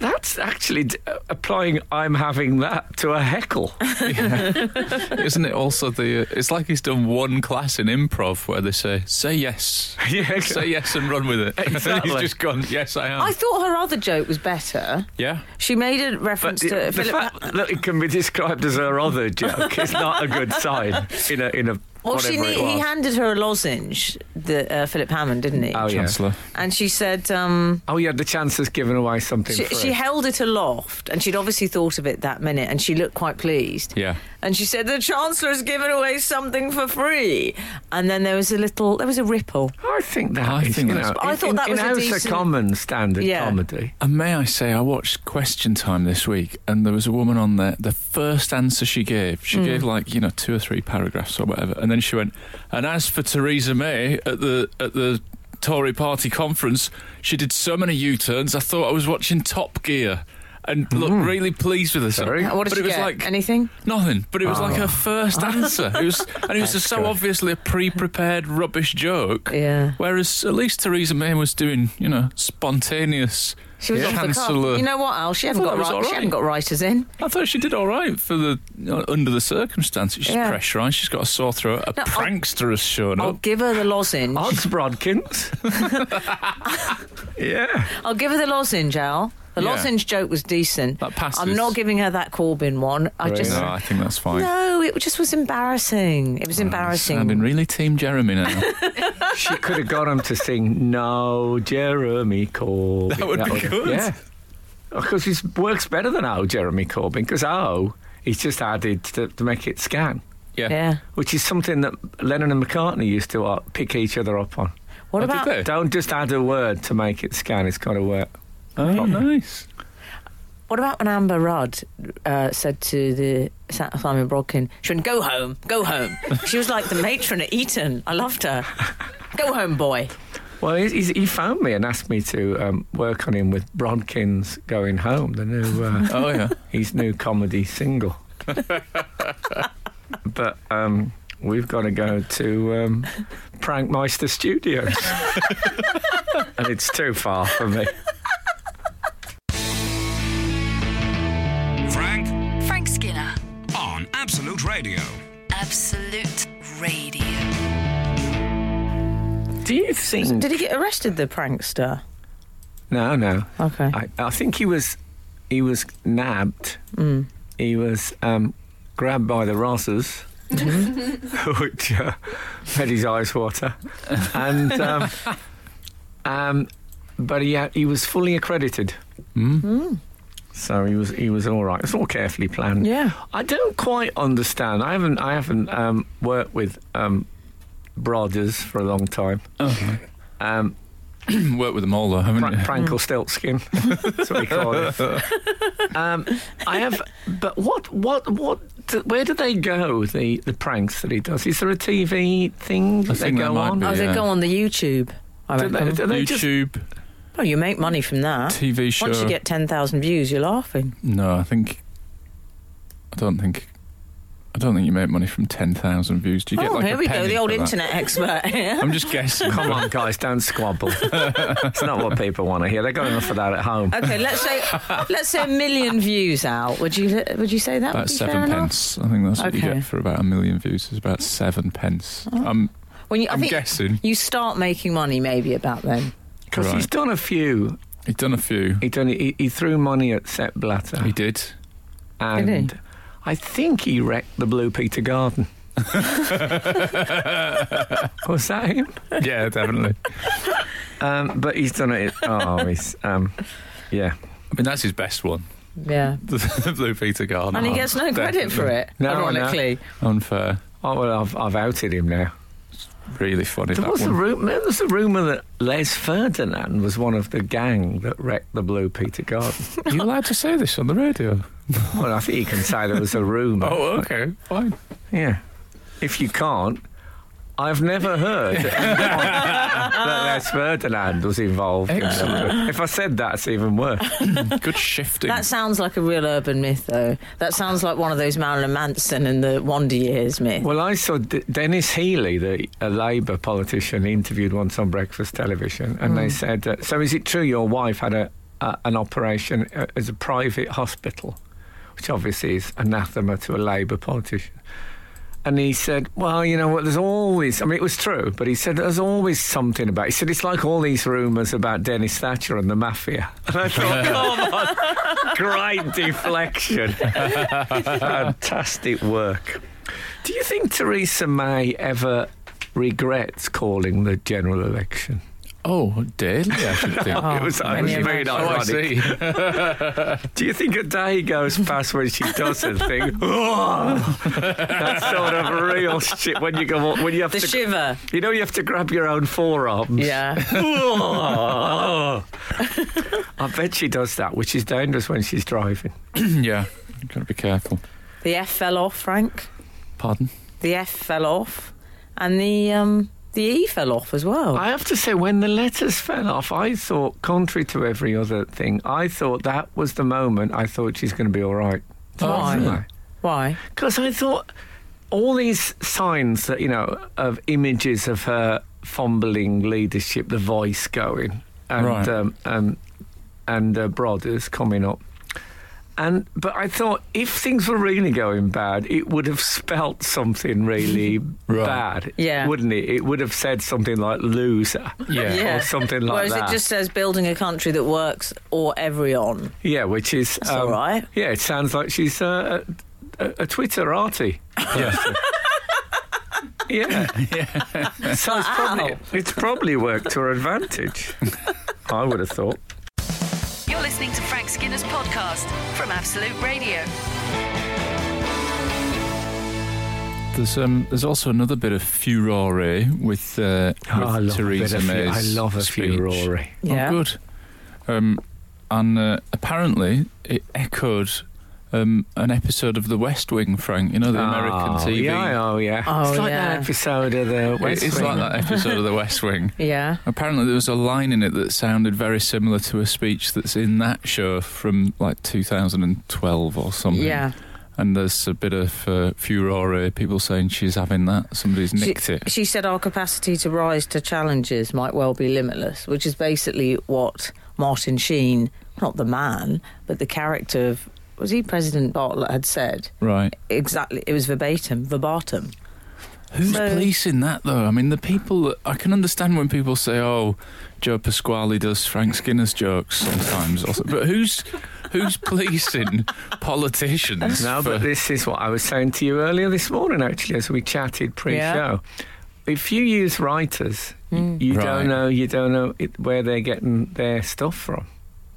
[SPEAKER 2] that's actually d- applying I'm having that to a heckle.
[SPEAKER 4] Isn't it also the? uh, It's like he's done one class in improv where they say, "Say yes,
[SPEAKER 2] yeah,
[SPEAKER 4] say yes, and run with it." and
[SPEAKER 2] Exactly.
[SPEAKER 4] he's just gone. Yes, I am.
[SPEAKER 3] I thought her other joke was better.
[SPEAKER 4] yeah.
[SPEAKER 3] She made a reference
[SPEAKER 2] the,
[SPEAKER 3] to
[SPEAKER 2] the
[SPEAKER 3] Philip.
[SPEAKER 2] fact that it can be described as her other joke is not a good sign in a in a
[SPEAKER 3] well,
[SPEAKER 2] whatever
[SPEAKER 3] she
[SPEAKER 2] it
[SPEAKER 3] ne-
[SPEAKER 2] was.
[SPEAKER 3] he handed her a lozenge, the uh, Philip Hammond, didn't he?
[SPEAKER 2] oh yeah,
[SPEAKER 4] Chancellor.
[SPEAKER 3] And she said, um,
[SPEAKER 2] oh yeah, the chancellor's given away something.
[SPEAKER 3] she,
[SPEAKER 2] free.
[SPEAKER 3] she held it aloft, and she'd obviously thought of it that minute, and she looked quite pleased.
[SPEAKER 4] Yeah.
[SPEAKER 3] And she said, "The chancellor's given away something for free," and then there was a little, there was a ripple.
[SPEAKER 2] I think that.
[SPEAKER 4] I
[SPEAKER 2] is,
[SPEAKER 4] think
[SPEAKER 2] you
[SPEAKER 4] that's-
[SPEAKER 2] know,
[SPEAKER 3] I
[SPEAKER 2] in-
[SPEAKER 3] thought
[SPEAKER 2] in,
[SPEAKER 3] that was
[SPEAKER 2] in
[SPEAKER 3] a
[SPEAKER 2] House of
[SPEAKER 3] decent-
[SPEAKER 2] Commons standard
[SPEAKER 3] Yeah.
[SPEAKER 2] comedy.
[SPEAKER 4] And may I say, I watched Question Time this week, and there was a woman on there. The first answer she gave, she gave like you know two or three paragraphs or whatever, and then she went, "And as for Theresa May at the at the Tory Party conference, she did so many U-turns. I thought I was watching Top Gear." And looked really pleased with herself.
[SPEAKER 2] Sorry.
[SPEAKER 3] What did
[SPEAKER 4] but
[SPEAKER 3] she
[SPEAKER 4] it was
[SPEAKER 3] get?
[SPEAKER 4] like
[SPEAKER 3] Anything?
[SPEAKER 4] Nothing, but it was
[SPEAKER 2] Oh.
[SPEAKER 4] like her first answer. It was, and it was just so obviously a pre-prepared rubbish joke.
[SPEAKER 3] Yeah.
[SPEAKER 4] Whereas at least Theresa May was doing, you know, spontaneous.
[SPEAKER 3] She was off the
[SPEAKER 4] Chancellor.
[SPEAKER 3] cuff. You know what, Al? She hasn't
[SPEAKER 4] thought
[SPEAKER 3] got
[SPEAKER 4] that was
[SPEAKER 3] ri-
[SPEAKER 4] all
[SPEAKER 3] she
[SPEAKER 4] right.
[SPEAKER 3] hasn't got writers in.
[SPEAKER 4] I thought she did all right for the you know, under the circumstances. She's
[SPEAKER 3] Yeah.
[SPEAKER 4] pressurised. She's got a sore throat. A
[SPEAKER 3] No, I'll-
[SPEAKER 4] prankster has shown
[SPEAKER 3] I'll
[SPEAKER 4] up.
[SPEAKER 3] give her the lozenge.
[SPEAKER 2] Odds Brodkins. yeah.
[SPEAKER 3] I'll give her the lozenge, Al. The
[SPEAKER 4] Yeah.
[SPEAKER 3] lozenge joke was decent.
[SPEAKER 4] That passes.
[SPEAKER 3] I'm not giving her that Corbyn one. I
[SPEAKER 2] Right.
[SPEAKER 3] just
[SPEAKER 4] No, I think that's fine.
[SPEAKER 3] no, it just was embarrassing. It was
[SPEAKER 4] I've been
[SPEAKER 3] embarrassing.
[SPEAKER 4] really team Jeremy now.
[SPEAKER 2] She could have got him to sing No Jeremy Corbyn. Oh,
[SPEAKER 4] That would be good.
[SPEAKER 2] Yeah. Because he works better than Oh Jeremy Corbyn, because Oh, he's just added to, to make it scan,
[SPEAKER 4] yeah.
[SPEAKER 3] Yeah.
[SPEAKER 2] which is something that Lennon and McCartney used to uh, pick each other up on.
[SPEAKER 3] What
[SPEAKER 4] Oh, did
[SPEAKER 3] about?
[SPEAKER 4] they?
[SPEAKER 2] Don't just add a word to make it scan, it's got to work.
[SPEAKER 4] Oh, nice.
[SPEAKER 3] What about when Amber Rudd uh, said to the Sa- Simon Brodkin, she went, go home, go home. she was like the matron at Eton. I loved her. Go home, boy.
[SPEAKER 2] Well, he, he's, he found me and asked me to um, work on him with Brodkins Going Home, the new uh,
[SPEAKER 4] Oh yeah.
[SPEAKER 2] his new comedy single. but um, we've got to go to um, Prankmeister Studios. and it's too far for me.
[SPEAKER 5] Frank
[SPEAKER 1] Frank Skinner,
[SPEAKER 5] on Absolute Radio.
[SPEAKER 1] Absolute Radio.
[SPEAKER 2] Do you think.
[SPEAKER 4] Hmm.
[SPEAKER 3] Did he get arrested, the prankster?
[SPEAKER 2] No, no.
[SPEAKER 3] Okay.
[SPEAKER 2] I, I think he was he was nabbed. He was um, grabbed by the Rosses, which uh, made his eyes water, and um, um, but he uh, he was fully accredited. So he was he was all right. It's all carefully planned.
[SPEAKER 3] Yeah.
[SPEAKER 2] I don't quite understand. I haven't I haven't um, worked with um, Broders for a long time.
[SPEAKER 4] Okay.
[SPEAKER 2] Um,
[SPEAKER 4] Worked with them all though, haven't
[SPEAKER 2] Prank
[SPEAKER 4] you?
[SPEAKER 2] Prankle Stiltskin. That's what we call it. Um, I have, but what, what, what? do- Where do they go? The the pranks that he does. Is there a TV thing that they
[SPEAKER 4] think there
[SPEAKER 2] go
[SPEAKER 4] might
[SPEAKER 2] on?
[SPEAKER 4] be.
[SPEAKER 3] Oh, they
[SPEAKER 4] Yeah.
[SPEAKER 3] go on the YouTube. I
[SPEAKER 2] Do they,
[SPEAKER 3] reckon.
[SPEAKER 2] do they just?
[SPEAKER 4] YouTube,
[SPEAKER 3] Oh, you make money from that.
[SPEAKER 4] TV show.
[SPEAKER 3] Once you get 10,000 views, you're laughing.
[SPEAKER 4] No, I think. I don't think. I don't think you make money from ten thousand views. Do you get
[SPEAKER 3] oh,
[SPEAKER 4] like
[SPEAKER 3] here
[SPEAKER 4] a
[SPEAKER 3] we go,
[SPEAKER 4] penny
[SPEAKER 3] the old
[SPEAKER 4] for that?
[SPEAKER 3] internet expert.
[SPEAKER 4] I'm just guessing.
[SPEAKER 2] Come on, guys, don't squabble. it's not what people want to hear. They got enough of that at home.
[SPEAKER 3] okay, let's say let's say a million views, Al. Would you would you say that? would
[SPEAKER 4] About
[SPEAKER 3] be
[SPEAKER 4] seven
[SPEAKER 3] fair enough?
[SPEAKER 4] pence. I think that's what you
[SPEAKER 3] Okay.
[SPEAKER 4] get for about a million views. Is about seven pence. I'm
[SPEAKER 3] When you, I
[SPEAKER 4] I'm
[SPEAKER 3] think
[SPEAKER 4] guessing.
[SPEAKER 3] You start making money maybe about then.
[SPEAKER 2] Because he's
[SPEAKER 4] Right.
[SPEAKER 2] done a few.
[SPEAKER 4] He's done a few.
[SPEAKER 2] He done. He, he threw money at Sepp Blatter,
[SPEAKER 4] He did.
[SPEAKER 2] and
[SPEAKER 3] Did he?
[SPEAKER 2] I think he wrecked the Blue Peter Garden. Was that him?
[SPEAKER 4] Yeah, definitely.
[SPEAKER 2] Um, but he's done it. Oh, he's um, yeah.
[SPEAKER 4] I mean, that's his best one.
[SPEAKER 3] Yeah.
[SPEAKER 4] The, Blue Peter Garden.
[SPEAKER 3] And he gets no credit for it,
[SPEAKER 2] No, I know.
[SPEAKER 3] ironically.
[SPEAKER 4] Unfair.
[SPEAKER 2] Oh, well, I've, I've outed him now.
[SPEAKER 4] Really funny.
[SPEAKER 2] There
[SPEAKER 4] that
[SPEAKER 2] was, a
[SPEAKER 4] one.
[SPEAKER 2] ru- there was a rumour that Les Ferdinand was one of the gang that wrecked the Blue Peter Garden.
[SPEAKER 4] Are you allowed to say this on the radio?
[SPEAKER 2] well, I think you can say there was a rumour.
[SPEAKER 4] Oh, okay, fine.
[SPEAKER 2] Yeah. If you can't, I've never heard that Les Ferdinand was involved. in
[SPEAKER 4] Excellent.
[SPEAKER 2] something. If I said that, it's even worse.
[SPEAKER 4] Good shifting.
[SPEAKER 3] That sounds like a real urban myth, though. That sounds like one of those Marilyn Manson and the Wonder Years myth.
[SPEAKER 2] Well, I saw D- Dennis Healy, the a Labour politician, interviewed once on breakfast television, and they said, uh, "So is it true your wife had a, a an operation uh, as a private hospital?" Which obviously is anathema to a Labour politician. And he said, Well, you know what, there's always, I mean, it was true, but he said, There's always something about, he said, It's like all these rumours about Dennis Thatcher and the mafia. And I thought, Come on, great deflection. Fantastic work. Do you think Theresa May ever regrets calling the general election?
[SPEAKER 4] oh, daily, I should think.
[SPEAKER 3] Oh,
[SPEAKER 2] it was, it
[SPEAKER 3] many
[SPEAKER 2] was
[SPEAKER 3] of
[SPEAKER 2] very
[SPEAKER 3] us.
[SPEAKER 4] Oh, I
[SPEAKER 2] ironic.
[SPEAKER 4] see.
[SPEAKER 2] Do you think a day goes past when she doesn't think, oh, that sort of real shit when you go when you have
[SPEAKER 3] the
[SPEAKER 2] to
[SPEAKER 3] shiver.
[SPEAKER 2] you know you have to grab your own forearms.
[SPEAKER 3] Yeah.
[SPEAKER 2] Oh. I bet she does that, which is dangerous when she's driving.
[SPEAKER 4] yeah, you've got to be careful.
[SPEAKER 3] the F fell off, Frank.
[SPEAKER 4] Pardon?
[SPEAKER 3] The F fell off. And the um, the E fell off as well.
[SPEAKER 2] I have to say, when the letters fell off, I thought, contrary to every other thing, I thought that was the moment I thought she's going to be all right.
[SPEAKER 3] Why? Why?
[SPEAKER 2] Because I thought all these signs that, you know, of images of her fumbling leadership, the voice going, and
[SPEAKER 4] Right.
[SPEAKER 2] um, um, and uh, Brothers coming up. And but I thought if things were really going bad, it would have spelt something really
[SPEAKER 4] Right.
[SPEAKER 2] bad,
[SPEAKER 3] Yeah.
[SPEAKER 2] wouldn't it? It would have said something like loser,
[SPEAKER 4] Yeah.
[SPEAKER 3] Yeah.
[SPEAKER 2] or something like
[SPEAKER 3] Whereas
[SPEAKER 2] that.
[SPEAKER 3] it just says building a country that works or every on.
[SPEAKER 2] yeah, which is um,
[SPEAKER 3] That's all right.
[SPEAKER 2] Yeah, it sounds like she's uh, a, a Twitter arty.
[SPEAKER 4] Yeah.
[SPEAKER 2] Yeah. So it's probably, it's probably worked to her advantage. I would have thought.
[SPEAKER 1] You're listening to Frank Skinner's podcast from Absolute Radio.
[SPEAKER 4] There's um, there's also another bit of furore with,
[SPEAKER 2] Oh,
[SPEAKER 4] uh, with Theresa May's speech.
[SPEAKER 3] Yeah.
[SPEAKER 4] Oh, good. Um, and uh, apparently it echoed um, an episode of The West Wing, Frank. You know the American TV.
[SPEAKER 2] Yeah, oh, yeah.
[SPEAKER 3] Oh,
[SPEAKER 2] it's like
[SPEAKER 3] yeah.
[SPEAKER 2] that episode of the West
[SPEAKER 4] it's
[SPEAKER 2] Wing.
[SPEAKER 4] like that episode of The West Wing.
[SPEAKER 3] Yeah.
[SPEAKER 4] Apparently, there was a line in it that sounded very similar to a speech that's in that show from like 2012 or something.
[SPEAKER 3] Yeah.
[SPEAKER 4] And there's a bit of uh, furore, people saying she's having that, somebody's
[SPEAKER 3] She,
[SPEAKER 4] nicked it.
[SPEAKER 3] she said our capacity to rise to challenges might well be limitless, which is basically what Martin Sheen, not the man, but the character of was he President Bartlett had said.
[SPEAKER 4] Right.
[SPEAKER 3] Exactly it was verbatim, verbatim.
[SPEAKER 4] Who's
[SPEAKER 3] So-
[SPEAKER 4] policing that though? I mean, the people. that- I can understand when people say, "Oh, Joe Pasquale does Frank Skinner's jokes sometimes," also, but who's who's policing politicians?
[SPEAKER 2] No,
[SPEAKER 4] for-
[SPEAKER 2] but this is what I was saying to you earlier this morning, actually, as we chatted pre-show. If you use writers, y- you
[SPEAKER 4] Mm. Right.
[SPEAKER 2] don't know you don't know it, where they're getting their stuff from.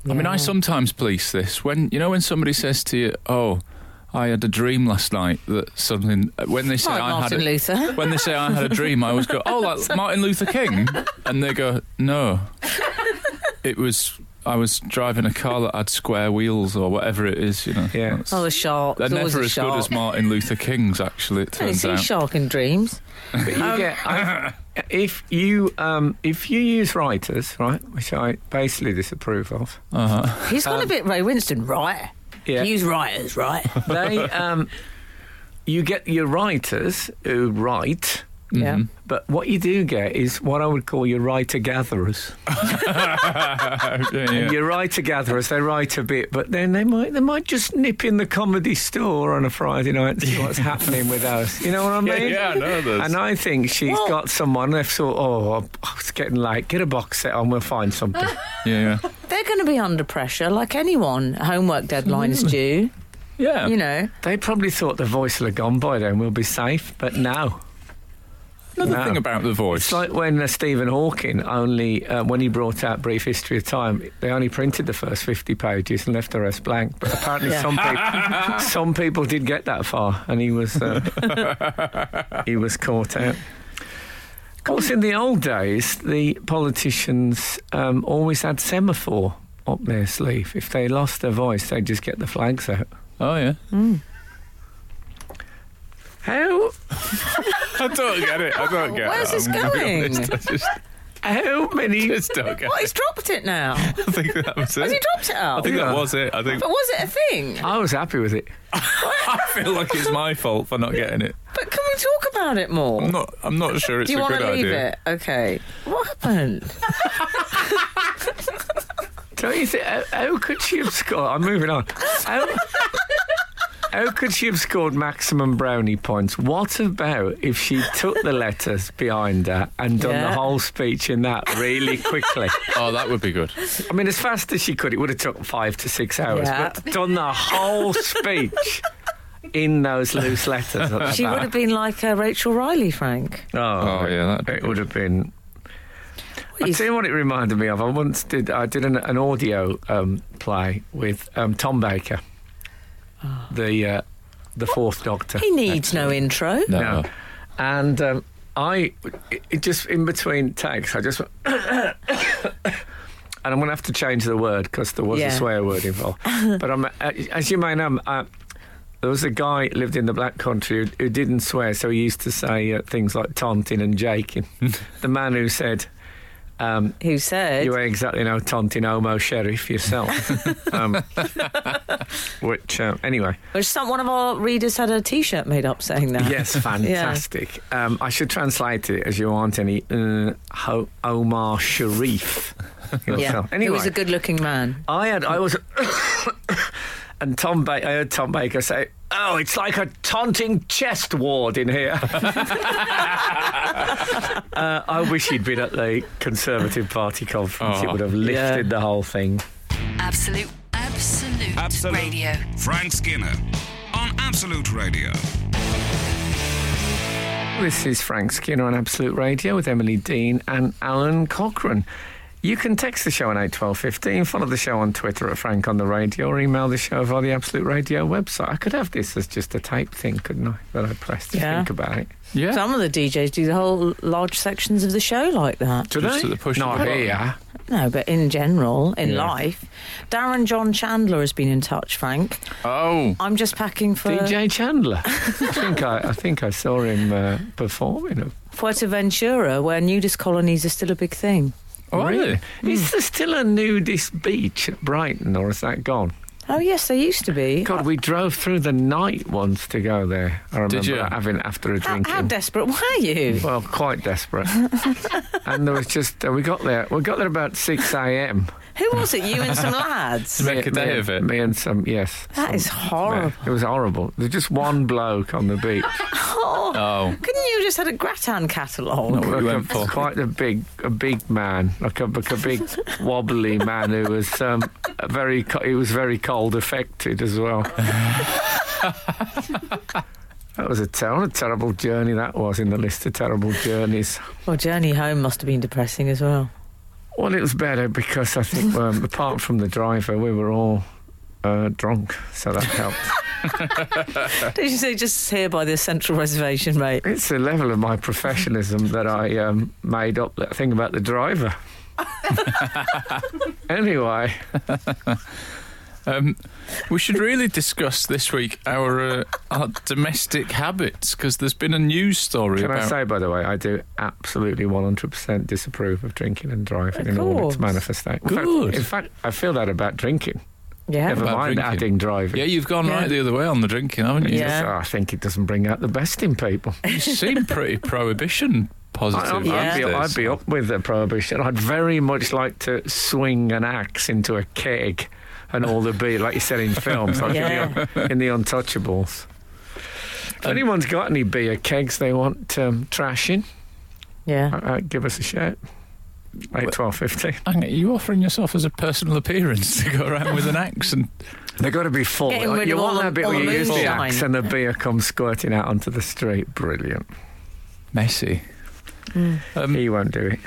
[SPEAKER 4] I mean, I sometimes police this when you know when somebody says to you, "Oh, I had a dream last night that something." uh, When they say
[SPEAKER 3] Like
[SPEAKER 4] I
[SPEAKER 3] Martin
[SPEAKER 4] had a,
[SPEAKER 3] Luther.
[SPEAKER 4] when they say I had a dream, I always go, "Oh, like Martin Luther King," and they go, "No, it was." I was driving a car that had square wheels or whatever it is, you know.
[SPEAKER 2] Yeah.
[SPEAKER 4] That's-
[SPEAKER 3] Oh, the shark.
[SPEAKER 4] They're
[SPEAKER 3] There's always
[SPEAKER 4] never
[SPEAKER 3] a
[SPEAKER 4] as
[SPEAKER 3] shark.
[SPEAKER 4] good as Martin Luther King's, actually, it
[SPEAKER 3] I don't
[SPEAKER 4] turns
[SPEAKER 3] see
[SPEAKER 4] out.
[SPEAKER 3] shark in dreams.
[SPEAKER 2] But you
[SPEAKER 4] Um,
[SPEAKER 2] get I, if you um, if you use writers, right, which I basically disapprove of.
[SPEAKER 4] Uh-huh.
[SPEAKER 3] He's gone a bit Ray Winston, right?
[SPEAKER 2] Yeah.
[SPEAKER 3] Use writers, right?
[SPEAKER 4] Mm-hmm.
[SPEAKER 2] they um, you get your writers who write
[SPEAKER 3] Yeah.
[SPEAKER 2] but what you do get is what I would call your writer gatherers.
[SPEAKER 4] Yeah, yeah.
[SPEAKER 2] And your writer gatherers, they write a bit, but then they might they might just nip in the comedy store on a Friday night to see what's happening with us. You know what I
[SPEAKER 4] Yeah,
[SPEAKER 2] mean?
[SPEAKER 4] yeah, I know this.
[SPEAKER 2] And I think she's
[SPEAKER 3] Well-
[SPEAKER 2] got someone. They've thought, oh, it's getting late. Get a box set on. We'll find something.
[SPEAKER 4] yeah, yeah.
[SPEAKER 3] They're going to be under pressure, like anyone. Homework deadline is due.
[SPEAKER 4] Yeah.
[SPEAKER 3] You know,
[SPEAKER 2] They probably thought the voice will have gone by then, we'll be safe, but no.
[SPEAKER 4] Another
[SPEAKER 2] No.
[SPEAKER 4] thing about the voice.
[SPEAKER 2] It's like when uh, Stephen Hawking only, uh, when he brought out Brief History of Time, they only printed the first 50 pages and left the rest blank. But apparently,
[SPEAKER 3] Yeah.
[SPEAKER 2] some, people, some people did get that far, and he was uh, he was caught out. Of course, in the old days, the politicians um, always had semaphore up their sleeve. If they lost their voice, they'd just get the flags out.
[SPEAKER 4] oh yeah.
[SPEAKER 2] How
[SPEAKER 4] I don't get it. I don't get
[SPEAKER 3] Where's
[SPEAKER 4] it.
[SPEAKER 3] this
[SPEAKER 4] I'm gonna be
[SPEAKER 3] going?
[SPEAKER 4] honest. I just,
[SPEAKER 2] how many
[SPEAKER 4] just don't get
[SPEAKER 3] What,
[SPEAKER 4] it.
[SPEAKER 3] he's dropped it now.
[SPEAKER 4] I think that was
[SPEAKER 3] Has he
[SPEAKER 4] it.
[SPEAKER 3] dropped it
[SPEAKER 4] I
[SPEAKER 3] out?
[SPEAKER 4] think
[SPEAKER 2] Yeah.
[SPEAKER 4] that was it. I think
[SPEAKER 3] But was it a thing?
[SPEAKER 2] I was happy with it.
[SPEAKER 4] I feel like it's my fault for not getting it.
[SPEAKER 3] But can we talk about it more?
[SPEAKER 4] I'm not. I'm not sure it's
[SPEAKER 3] Do you
[SPEAKER 4] a
[SPEAKER 3] want
[SPEAKER 4] good
[SPEAKER 3] to leave
[SPEAKER 4] idea.
[SPEAKER 3] it? Okay. What happened?
[SPEAKER 2] Don't you think? How, how could she have scored? I'm moving on. How, how could she have scored maximum brownie points? What about if she took the letters behind her and done
[SPEAKER 3] Yeah.
[SPEAKER 2] the whole speech in that really quickly?
[SPEAKER 4] Oh, that would be good.
[SPEAKER 2] I mean, as fast as she could, it would have took five to six hours,
[SPEAKER 3] Yeah.
[SPEAKER 2] but done the whole speech. In those loose letters, at the
[SPEAKER 3] She would
[SPEAKER 2] back.
[SPEAKER 3] have been like uh, Rachel Riley, Frank.
[SPEAKER 2] Oh,
[SPEAKER 4] Oh, yeah, that'd be
[SPEAKER 2] it
[SPEAKER 4] good.
[SPEAKER 2] would have been. I
[SPEAKER 3] you-
[SPEAKER 2] tell you what, it reminded me of. I once did. I did an, an audio um, play with um, Tom Baker, the uh, the Fourth Doctor.
[SPEAKER 3] He needs no intro.
[SPEAKER 4] No.
[SPEAKER 2] No. And um, I, it, it just in between takes, I just went. and I'm going to have to change the word because there was
[SPEAKER 3] Yeah.
[SPEAKER 2] a swear word involved. but I'm, uh, as you may know, i uh, there was a guy lived in the black country who, who didn't swear, so he used to say uh, things like taunting and jaking. the man who said, um,
[SPEAKER 3] Who said?
[SPEAKER 2] you ain't exactly no taunting homo sheriff yourself. um, which, uh, anyway.
[SPEAKER 3] Which some one of our readers had a T-shirt made up saying that.
[SPEAKER 2] Yes, fantastic. um, I should translate it as you aren't any uh, Ho- Omar Sharif.
[SPEAKER 3] Yeah.
[SPEAKER 2] yourself.
[SPEAKER 3] He
[SPEAKER 2] Anyway,
[SPEAKER 3] was a good-looking man.
[SPEAKER 2] I had I was, and Tom ba- I heard Tom Baker say, "Oh, it's like a taunting chest ward in here." uh, I wish he'd been at the Conservative Party conference. It
[SPEAKER 4] Oh.
[SPEAKER 2] would have lifted
[SPEAKER 3] Yeah.
[SPEAKER 2] the whole thing.
[SPEAKER 1] Absolute, absolute,
[SPEAKER 5] Absolute.
[SPEAKER 1] radio.
[SPEAKER 5] Frank Skinner on Absolute Radio.
[SPEAKER 2] This is Frank Skinner on Absolute Radio with Emily Dean and Alan Cochrane. You can text the show on 81215, follow the show on Twitter at Frank on the Radio, or email the show via the Absolute Radio website. I could have this as just a tape thing, couldn't I? That I pressed to
[SPEAKER 3] Yeah.
[SPEAKER 2] think about it.
[SPEAKER 4] Yeah.
[SPEAKER 3] Some of the DJs do the whole large sections of the show like that.
[SPEAKER 2] Do
[SPEAKER 4] Just at the push of
[SPEAKER 2] Not
[SPEAKER 4] the button.
[SPEAKER 2] here.
[SPEAKER 3] No, but in general, in
[SPEAKER 2] Yeah.
[SPEAKER 3] life, Darren John Chandler has been in touch, Frank.
[SPEAKER 4] oh.
[SPEAKER 3] I'm just packing for
[SPEAKER 2] DJ Chandler. I think I, I think I saw him uh, performing.
[SPEAKER 3] Fuerteventura, where nudist colonies are still a big thing.
[SPEAKER 4] Oh, are
[SPEAKER 2] really?
[SPEAKER 4] they?
[SPEAKER 2] Is there still a nudist beach at Brighton, or is that gone?
[SPEAKER 3] Oh yes, they used to be.
[SPEAKER 2] God, we drove through the night once to go there. I remember
[SPEAKER 4] you?
[SPEAKER 2] having after a
[SPEAKER 3] how,
[SPEAKER 2] drinking.
[SPEAKER 3] how desperate were you?
[SPEAKER 2] Well, quite desperate. and there was just uh, we got there. We got there about six a.m.
[SPEAKER 3] Who was it? You and some lads.
[SPEAKER 4] Make a
[SPEAKER 2] me,
[SPEAKER 4] day of it.
[SPEAKER 2] Me and some yes.
[SPEAKER 3] That is horrible.
[SPEAKER 2] It was horrible. There's just one bloke on the beach.
[SPEAKER 3] Oh,
[SPEAKER 4] Oh.
[SPEAKER 3] couldn't you just had a gratin catalogue?
[SPEAKER 4] No. What you went
[SPEAKER 2] Like a-
[SPEAKER 4] for?
[SPEAKER 2] Quite a big, a big man, like a, like a big wobbly man who was um, a very. Co- he was very cold affected as well. that was a, ter- what a terrible journey. That was in the list of terrible journeys.
[SPEAKER 3] Well, journey home must have been depressing as well.
[SPEAKER 2] Well, it was better because I think, um, apart from the driver, we were all uh, drunk, so that helped.
[SPEAKER 4] Uh.
[SPEAKER 3] Did you say just here by the central reservation, mate?
[SPEAKER 2] it's the level of my professionalism that I um, made up that thing about the driver. anyway,
[SPEAKER 4] Um, we should really discuss this week our uh, our domestic habits because there's been a news story
[SPEAKER 2] can I
[SPEAKER 4] about.
[SPEAKER 2] say, by the way, I do absolutely 100% disapprove of drinking and driving
[SPEAKER 3] Of
[SPEAKER 2] in all
[SPEAKER 3] course.
[SPEAKER 2] its manifestations. In fact-
[SPEAKER 4] Good.
[SPEAKER 2] In fact, I feel that about drinking.
[SPEAKER 3] Yeah.
[SPEAKER 2] Never
[SPEAKER 4] About
[SPEAKER 2] mind
[SPEAKER 4] drinking.
[SPEAKER 2] adding driving.
[SPEAKER 4] yeah, you've gone
[SPEAKER 3] Yeah.
[SPEAKER 4] right the other way on the drinking, haven't you?
[SPEAKER 3] Yeah.
[SPEAKER 2] So I think it doesn't bring out the best in people.
[SPEAKER 4] You seem pretty prohibition
[SPEAKER 2] I-
[SPEAKER 4] positive.
[SPEAKER 2] I'd,
[SPEAKER 3] Yeah.
[SPEAKER 2] I'd, be,
[SPEAKER 4] about
[SPEAKER 2] I'd
[SPEAKER 4] this.
[SPEAKER 2] be up with the prohibition. I'd very much like to swing an axe into a keg and all the beer, like you said in films, like in,
[SPEAKER 3] Yeah.
[SPEAKER 2] the, in The Untouchables. If anyone's got any beer kegs they want um, trashing, uh,
[SPEAKER 3] Yeah.
[SPEAKER 2] uh, give us a shout. 8, 12, 15.
[SPEAKER 4] Hang on, are you offering yourself as a personal appearance to go around with an axe and
[SPEAKER 2] They've got to be full.
[SPEAKER 3] Getting rid
[SPEAKER 2] you
[SPEAKER 3] of all
[SPEAKER 2] want
[SPEAKER 3] the-
[SPEAKER 2] that bit
[SPEAKER 3] all
[SPEAKER 2] where
[SPEAKER 3] the
[SPEAKER 2] you use the
[SPEAKER 3] moonshine.
[SPEAKER 2] axe and the beer comes squirting out onto the street. Brilliant.
[SPEAKER 4] messy?
[SPEAKER 2] He won't do it.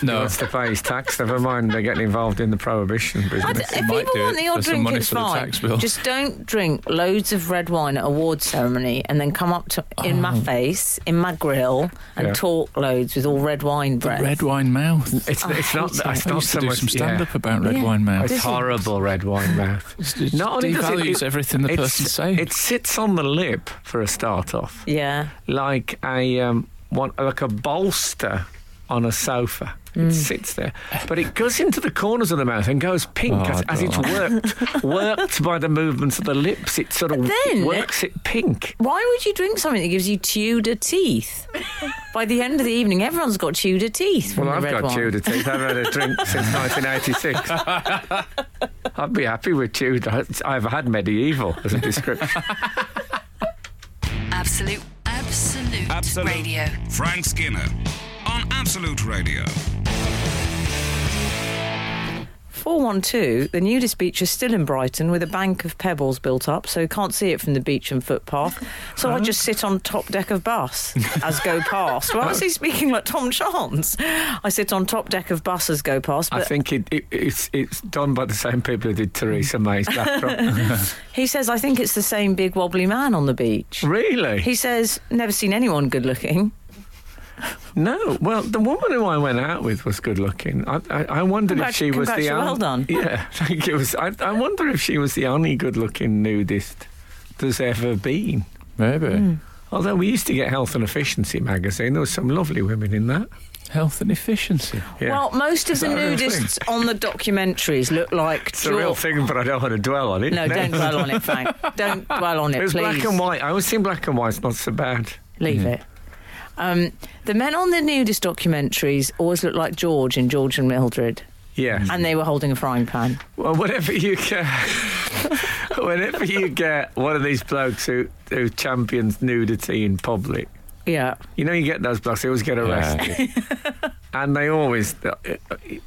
[SPEAKER 2] He
[SPEAKER 4] No,
[SPEAKER 2] wants to pay his tax. Never mind, they're getting involved in the prohibition
[SPEAKER 3] I d-
[SPEAKER 2] business.
[SPEAKER 3] if people
[SPEAKER 4] might do
[SPEAKER 3] want
[SPEAKER 4] it
[SPEAKER 3] the odd
[SPEAKER 4] for some
[SPEAKER 3] drink,
[SPEAKER 4] money
[SPEAKER 3] it's
[SPEAKER 4] for the
[SPEAKER 3] fine.
[SPEAKER 4] tax bill.
[SPEAKER 3] Just don't drink loads of red wine at award ceremony and then come up to in
[SPEAKER 4] Oh.
[SPEAKER 3] my face, in my grill, and
[SPEAKER 2] Yeah.
[SPEAKER 3] talk loads with all red wine breath.
[SPEAKER 4] red wine mouth.
[SPEAKER 2] It's,
[SPEAKER 3] I
[SPEAKER 2] it's not.
[SPEAKER 3] hate
[SPEAKER 2] It's
[SPEAKER 3] it.
[SPEAKER 4] I
[SPEAKER 2] not
[SPEAKER 4] used
[SPEAKER 2] so
[SPEAKER 4] to do
[SPEAKER 2] much.
[SPEAKER 4] some stand up
[SPEAKER 2] yeah.
[SPEAKER 4] about red
[SPEAKER 3] Yeah.
[SPEAKER 4] wine mouth.
[SPEAKER 2] It's
[SPEAKER 3] This is-
[SPEAKER 2] horrible red wine mouth.
[SPEAKER 4] It's- it's
[SPEAKER 2] Not only does it-
[SPEAKER 4] devalues
[SPEAKER 2] it-
[SPEAKER 4] everything the
[SPEAKER 2] It's-
[SPEAKER 4] person saying.
[SPEAKER 2] It sits on the lip for a start off,
[SPEAKER 3] Yeah.
[SPEAKER 2] like a um, one, like a bolster on a sofa.
[SPEAKER 3] Mm.
[SPEAKER 2] It sits there, but it goes into the corners of the mouth and goes pink
[SPEAKER 4] Oh,
[SPEAKER 2] as, as it's
[SPEAKER 4] God.
[SPEAKER 2] worked, worked by the movements of the lips. It sort of
[SPEAKER 3] then-
[SPEAKER 2] works it pink.
[SPEAKER 3] Why would you drink something that gives you Tudor teeth? By the end of the evening, everyone's got Tudor teeth. From
[SPEAKER 2] Well,
[SPEAKER 3] the
[SPEAKER 2] I've got
[SPEAKER 3] red wine.
[SPEAKER 2] Tudor teeth. I've had a drink since 1986. I'd be happy with Tudor. I've had medieval as a description.
[SPEAKER 1] Absolute, absolute,
[SPEAKER 5] Absolute.
[SPEAKER 1] radio.
[SPEAKER 5] Frank Skinner on Absolute Radio.
[SPEAKER 3] 412, the nudist beach is still in Brighton with a bank of pebbles built up, so you can't see it from the beach and footpath. So I just sit on top deck of bus as go past. Why was he speaking like Tom Chance? I sit on top deck of bus as go past,
[SPEAKER 2] I
[SPEAKER 3] but
[SPEAKER 2] think it, it, it's it's done by the same people who did Theresa May's backdrop.
[SPEAKER 3] he says, I think it's the same big wobbly man on the beach.
[SPEAKER 2] really?
[SPEAKER 3] He says, never seen anyone good looking.
[SPEAKER 2] no. Well, the woman who I went out with was good looking. I, I, I wondered
[SPEAKER 3] Congrat-
[SPEAKER 2] if she was the
[SPEAKER 3] congrats, well
[SPEAKER 2] on-
[SPEAKER 3] done.
[SPEAKER 2] Yeah, thank you. It was- I, I wonder if she was the only good looking nudist there's ever been.
[SPEAKER 4] Maybe.
[SPEAKER 2] Hmm. Although we used to get Health and Efficiency magazine, there was some lovely women in that.
[SPEAKER 4] Health and efficiency.
[SPEAKER 2] Yeah.
[SPEAKER 3] Well, most of the
[SPEAKER 2] that a real
[SPEAKER 3] nudists on the documentaries look like
[SPEAKER 2] it's a real
[SPEAKER 3] Geor-
[SPEAKER 2] thing, but I don't want to dwell on it.
[SPEAKER 3] No, don't dwell on it, Frank. Don't dwell on it,
[SPEAKER 2] It was
[SPEAKER 3] please.
[SPEAKER 2] black and white. I always think black and white's not so bad.
[SPEAKER 3] Leave it. Um, the men on the nudist documentaries always looked like George in George and Mildred,
[SPEAKER 2] Yeah.
[SPEAKER 4] Mm.
[SPEAKER 3] and they were holding a frying pan.
[SPEAKER 2] Well, whenever you get, whenever you get one of these blokes who, who champions nudity in public,
[SPEAKER 3] Yeah,
[SPEAKER 2] you know you get those blokes. They always get arrested, and they always uh,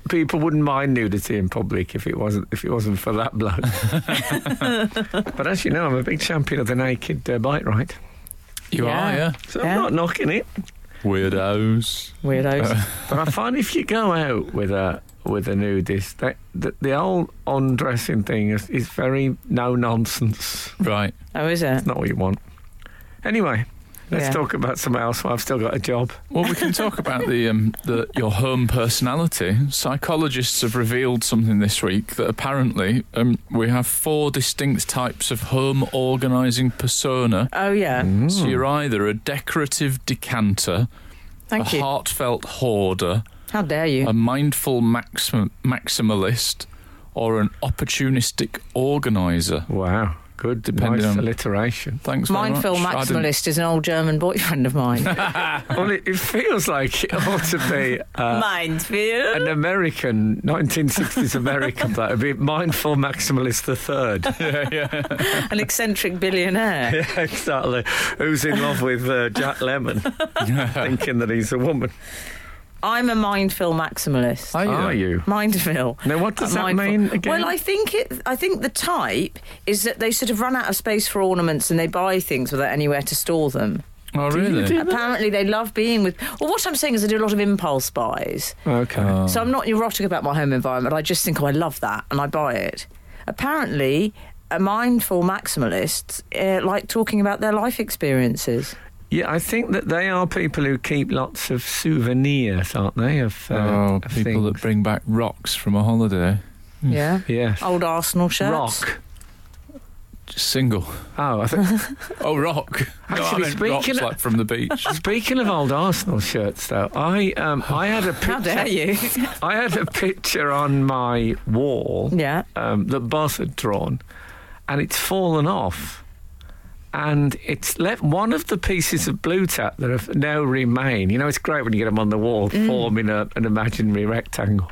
[SPEAKER 2] people wouldn't mind nudity in public if it wasn't if it wasn't for that bloke. but as you know, I'm a big champion of the naked uh, bike ride,
[SPEAKER 4] You
[SPEAKER 3] Yeah.
[SPEAKER 4] are, yeah.
[SPEAKER 2] so
[SPEAKER 3] Yeah.
[SPEAKER 2] I'm not knocking it.
[SPEAKER 4] Weirdos.
[SPEAKER 3] weirdos.
[SPEAKER 4] Uh,
[SPEAKER 2] But I find if you go out with a with a nudist, that, that the old undressing thing is, is very no nonsense.
[SPEAKER 4] Right.
[SPEAKER 3] oh, is it?
[SPEAKER 2] not what you want. Anyway, let's
[SPEAKER 3] Yeah.
[SPEAKER 2] talk about something else. Well, I've still got a job.
[SPEAKER 4] Well, we can talk about the, um, the your home personality. Psychologists have revealed something this week that apparently um, we have four distinct types of home organising persona.
[SPEAKER 3] Oh, yeah.
[SPEAKER 4] So you're either a decorative decanter,
[SPEAKER 3] Thank
[SPEAKER 4] a
[SPEAKER 3] you.
[SPEAKER 4] heartfelt hoarder,
[SPEAKER 3] How dare you?
[SPEAKER 4] a mindful maxim- maximalist, or an opportunistic organizer.
[SPEAKER 2] Wow, good.
[SPEAKER 4] Depending
[SPEAKER 2] nice
[SPEAKER 4] on-
[SPEAKER 2] alliteration.
[SPEAKER 4] Thanks very
[SPEAKER 3] Mindful
[SPEAKER 4] much. I didn't- Uh,
[SPEAKER 3] maximalist is an old German boyfriend of mine.
[SPEAKER 2] well, it, it feels like it ought to be uh,
[SPEAKER 3] Mindfield.
[SPEAKER 2] an American, 1960s American. That would be mindful maximalist the third.
[SPEAKER 3] An eccentric billionaire.
[SPEAKER 2] exactly. Who's in love with uh, Jack Lemon, thinking that he's a woman?
[SPEAKER 3] I'm a mindful maximalist.
[SPEAKER 4] Are you?
[SPEAKER 2] Are you?
[SPEAKER 3] Mindful.
[SPEAKER 2] Now, what does
[SPEAKER 3] Uh,
[SPEAKER 2] that
[SPEAKER 3] mindful.
[SPEAKER 2] mean again?
[SPEAKER 3] Well, I think it. I think the type is that they sort of run out of space for ornaments and they buy things without anywhere to store them.
[SPEAKER 4] Oh, really?
[SPEAKER 3] Apparently, they love being with. Well, what I'm saying is, I do a lot of impulse buys.
[SPEAKER 2] Okay.
[SPEAKER 4] Oh.
[SPEAKER 3] So I'm not neurotic about my home environment. I just think, oh, I love that, and I buy it. Apparently, a mindful maximalist uh, like talking about their life experiences.
[SPEAKER 2] Yeah, I think that they are people who keep lots of souvenirs, aren't they? Of, uh,
[SPEAKER 4] oh,
[SPEAKER 2] of
[SPEAKER 4] people that
[SPEAKER 2] things.
[SPEAKER 4] bring back rocks from a holiday.
[SPEAKER 3] Yeah.
[SPEAKER 2] yeah.
[SPEAKER 3] Old Arsenal shirts.
[SPEAKER 2] Hmm. Rock.
[SPEAKER 4] Just single.
[SPEAKER 2] Oh, I think
[SPEAKER 4] Oh, rock. No, I
[SPEAKER 2] Actually,
[SPEAKER 4] meant
[SPEAKER 2] speaking
[SPEAKER 4] rocks
[SPEAKER 2] of-
[SPEAKER 4] like from the beach.
[SPEAKER 2] Speaking of old Arsenal shirts, though, I um, I had a picture,
[SPEAKER 3] How dare you?
[SPEAKER 2] I had a picture on my wall
[SPEAKER 3] yeah.
[SPEAKER 2] um, that Buzz had drawn, and it's fallen off, and it's left one of the pieces of blue tack that have now remain. You know, it's great when you get them on the wall,
[SPEAKER 3] Mm.
[SPEAKER 2] forming a, an imaginary rectangle.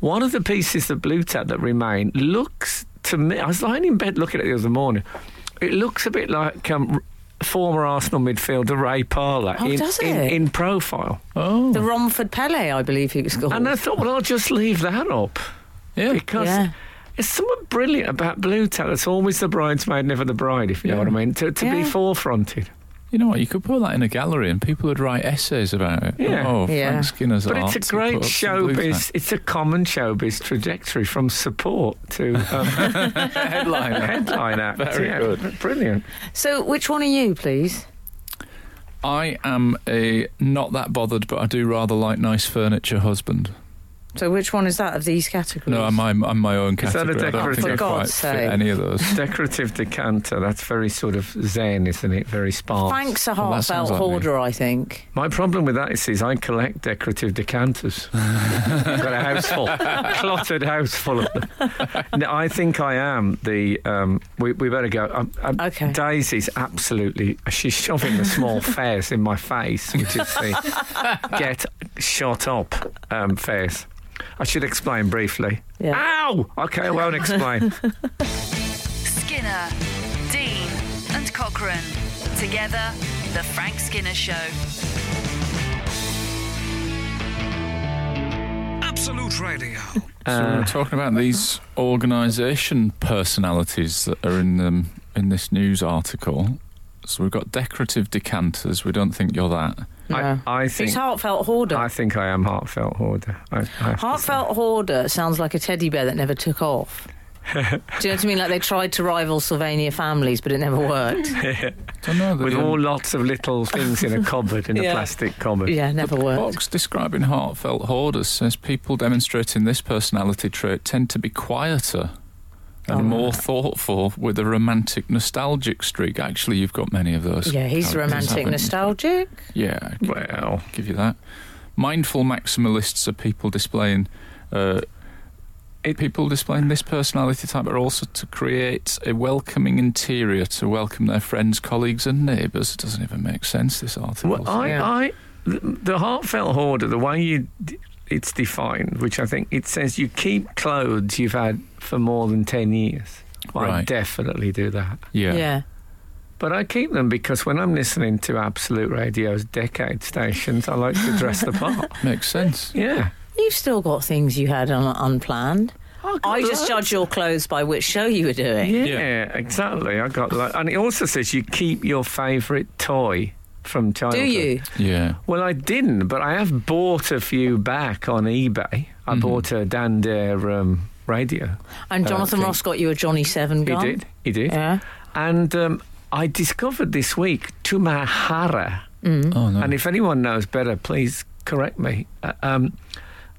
[SPEAKER 2] One of the pieces of blue tack that remain looks to me. I was lying in bed looking at it the other morning. It looks a bit like um, former Arsenal midfielder Ray Parlour
[SPEAKER 3] Oh,
[SPEAKER 2] in,
[SPEAKER 3] does
[SPEAKER 2] in,
[SPEAKER 3] it?
[SPEAKER 2] in profile.
[SPEAKER 4] Oh,
[SPEAKER 3] The Romford Pele, I believe he was called.
[SPEAKER 2] And I thought, well, I'll just leave that up
[SPEAKER 4] yeah.
[SPEAKER 2] because
[SPEAKER 3] Yeah.
[SPEAKER 2] there's something brilliant about blue tack. That's always the bridesmaid, never the bride, if you know
[SPEAKER 4] Yeah.
[SPEAKER 2] what I mean. To, to
[SPEAKER 3] Yeah.
[SPEAKER 2] be forefronted.
[SPEAKER 4] You know what? You could put that in a gallery and people would write essays about it.
[SPEAKER 2] Yeah.
[SPEAKER 4] Oh,
[SPEAKER 3] Yeah.
[SPEAKER 4] Frank Skinner's
[SPEAKER 2] But
[SPEAKER 4] art.
[SPEAKER 2] it's a
[SPEAKER 4] He
[SPEAKER 2] great
[SPEAKER 4] put up some blue
[SPEAKER 2] showbiz. It's a common showbiz trajectory from support to um,
[SPEAKER 4] tack. Headliner.
[SPEAKER 2] headline act.
[SPEAKER 4] Very
[SPEAKER 2] yeah,
[SPEAKER 4] good.
[SPEAKER 2] brilliant.
[SPEAKER 3] So, which one are you, please?
[SPEAKER 4] I am a not that bothered, but I do rather like nice furniture husband.
[SPEAKER 3] So, which one is that of these categories?
[SPEAKER 4] No, I'm, I'm, I'm my own
[SPEAKER 2] Is that a
[SPEAKER 4] category. I don't think I
[SPEAKER 2] decorative-
[SPEAKER 4] quite
[SPEAKER 3] For God's
[SPEAKER 4] fit
[SPEAKER 3] sake.
[SPEAKER 4] any of those.
[SPEAKER 2] Decorative decanter. That's very sort of zen, isn't it? Very sparse.
[SPEAKER 3] Frank's a
[SPEAKER 4] Well, that
[SPEAKER 3] heartfelt
[SPEAKER 4] sounds like me.
[SPEAKER 3] hoarder, I think.
[SPEAKER 2] My problem with that is, is I collect decorative decanters. I've got a house full, cluttered house full of them. No, I think I am the. Um, we, we better go. Um, um,
[SPEAKER 3] Okay.
[SPEAKER 2] Daisy's absolutely. She's shoving the small face in my face, which is the get shot up um, face. I should explain briefly.
[SPEAKER 3] Yeah.
[SPEAKER 2] Ow! Okay, I won't explain.
[SPEAKER 1] Skinner, Dean, and Cochrane. Together, The Frank Skinner Show.
[SPEAKER 5] Absolute Radio.
[SPEAKER 4] So
[SPEAKER 2] Uh.
[SPEAKER 4] we were talking about these organisation personalities that are in um, in this news article. So we've got decorative decanters. We don't think you're that.
[SPEAKER 3] No.
[SPEAKER 2] I, I
[SPEAKER 3] He's
[SPEAKER 2] think.
[SPEAKER 3] heartfelt hoarder.
[SPEAKER 2] I think I am heartfelt hoarder. I, I have to say.
[SPEAKER 3] Heartfelt hoarder sounds like a teddy bear that never took off. Do you know what I mean? Like they tried to rival Sylvania families, but it never worked.
[SPEAKER 4] Don't know. the,
[SPEAKER 2] With
[SPEAKER 4] um,
[SPEAKER 2] all lots of little things in a cupboard, in a
[SPEAKER 3] Yeah.
[SPEAKER 2] plastic cupboard.
[SPEAKER 3] Yeah, never worked.
[SPEAKER 4] box describing heartfelt hoarders says people demonstrating this personality trait tend to be quieter and
[SPEAKER 3] Oh,
[SPEAKER 4] more
[SPEAKER 3] right.
[SPEAKER 4] thoughtful with a romantic nostalgic streak. Actually, you've got many of those.
[SPEAKER 3] Yeah, he's
[SPEAKER 4] characters,
[SPEAKER 3] romantic,
[SPEAKER 4] haven't you?
[SPEAKER 3] nostalgic.
[SPEAKER 4] Yeah, I can
[SPEAKER 2] Well.
[SPEAKER 4] give you that. Mindful maximalists are people displaying. Uh, people displaying this personality type are also to create a welcoming interior to welcome their friends, colleagues, and neighbours. It doesn't even make sense. This article.
[SPEAKER 2] Well, I,
[SPEAKER 3] Yeah.
[SPEAKER 2] I, the, the heartfelt hoarder, the way you, d- it's defined, which I think it says you keep clothes you've had for more than 10 years. I
[SPEAKER 4] Right.
[SPEAKER 2] definitely do that.
[SPEAKER 4] yeah.
[SPEAKER 3] Yeah.
[SPEAKER 2] But I keep them because when I'm listening to Absolute Radio's decade stations, I like to dress the part.
[SPEAKER 4] makes sense.
[SPEAKER 2] Yeah.
[SPEAKER 3] You've still got things you had un- unplanned.
[SPEAKER 2] Oh,
[SPEAKER 3] I
[SPEAKER 2] good
[SPEAKER 3] just
[SPEAKER 2] luck.
[SPEAKER 3] judge your clothes by which show you were doing.
[SPEAKER 2] Yeah,
[SPEAKER 4] Yeah.
[SPEAKER 2] exactly. I got like, and it also says you keep your favourite toy from
[SPEAKER 3] Do
[SPEAKER 2] childhood.
[SPEAKER 3] you?
[SPEAKER 4] Yeah,
[SPEAKER 2] Well, I didn't, but I have bought a few back on eBay. I
[SPEAKER 3] Mm-hmm.
[SPEAKER 2] bought a Dander um, radio.
[SPEAKER 3] And
[SPEAKER 4] Uh,
[SPEAKER 2] I don't
[SPEAKER 3] Jonathan
[SPEAKER 2] think-
[SPEAKER 3] Ross got you a Johnny Seven
[SPEAKER 2] He
[SPEAKER 3] gun.
[SPEAKER 2] did. He did.
[SPEAKER 3] Yeah.
[SPEAKER 2] And um, I discovered this week Tumahara.
[SPEAKER 3] Mm.
[SPEAKER 4] Oh no.
[SPEAKER 2] And if anyone knows better, please correct me. uh, Um,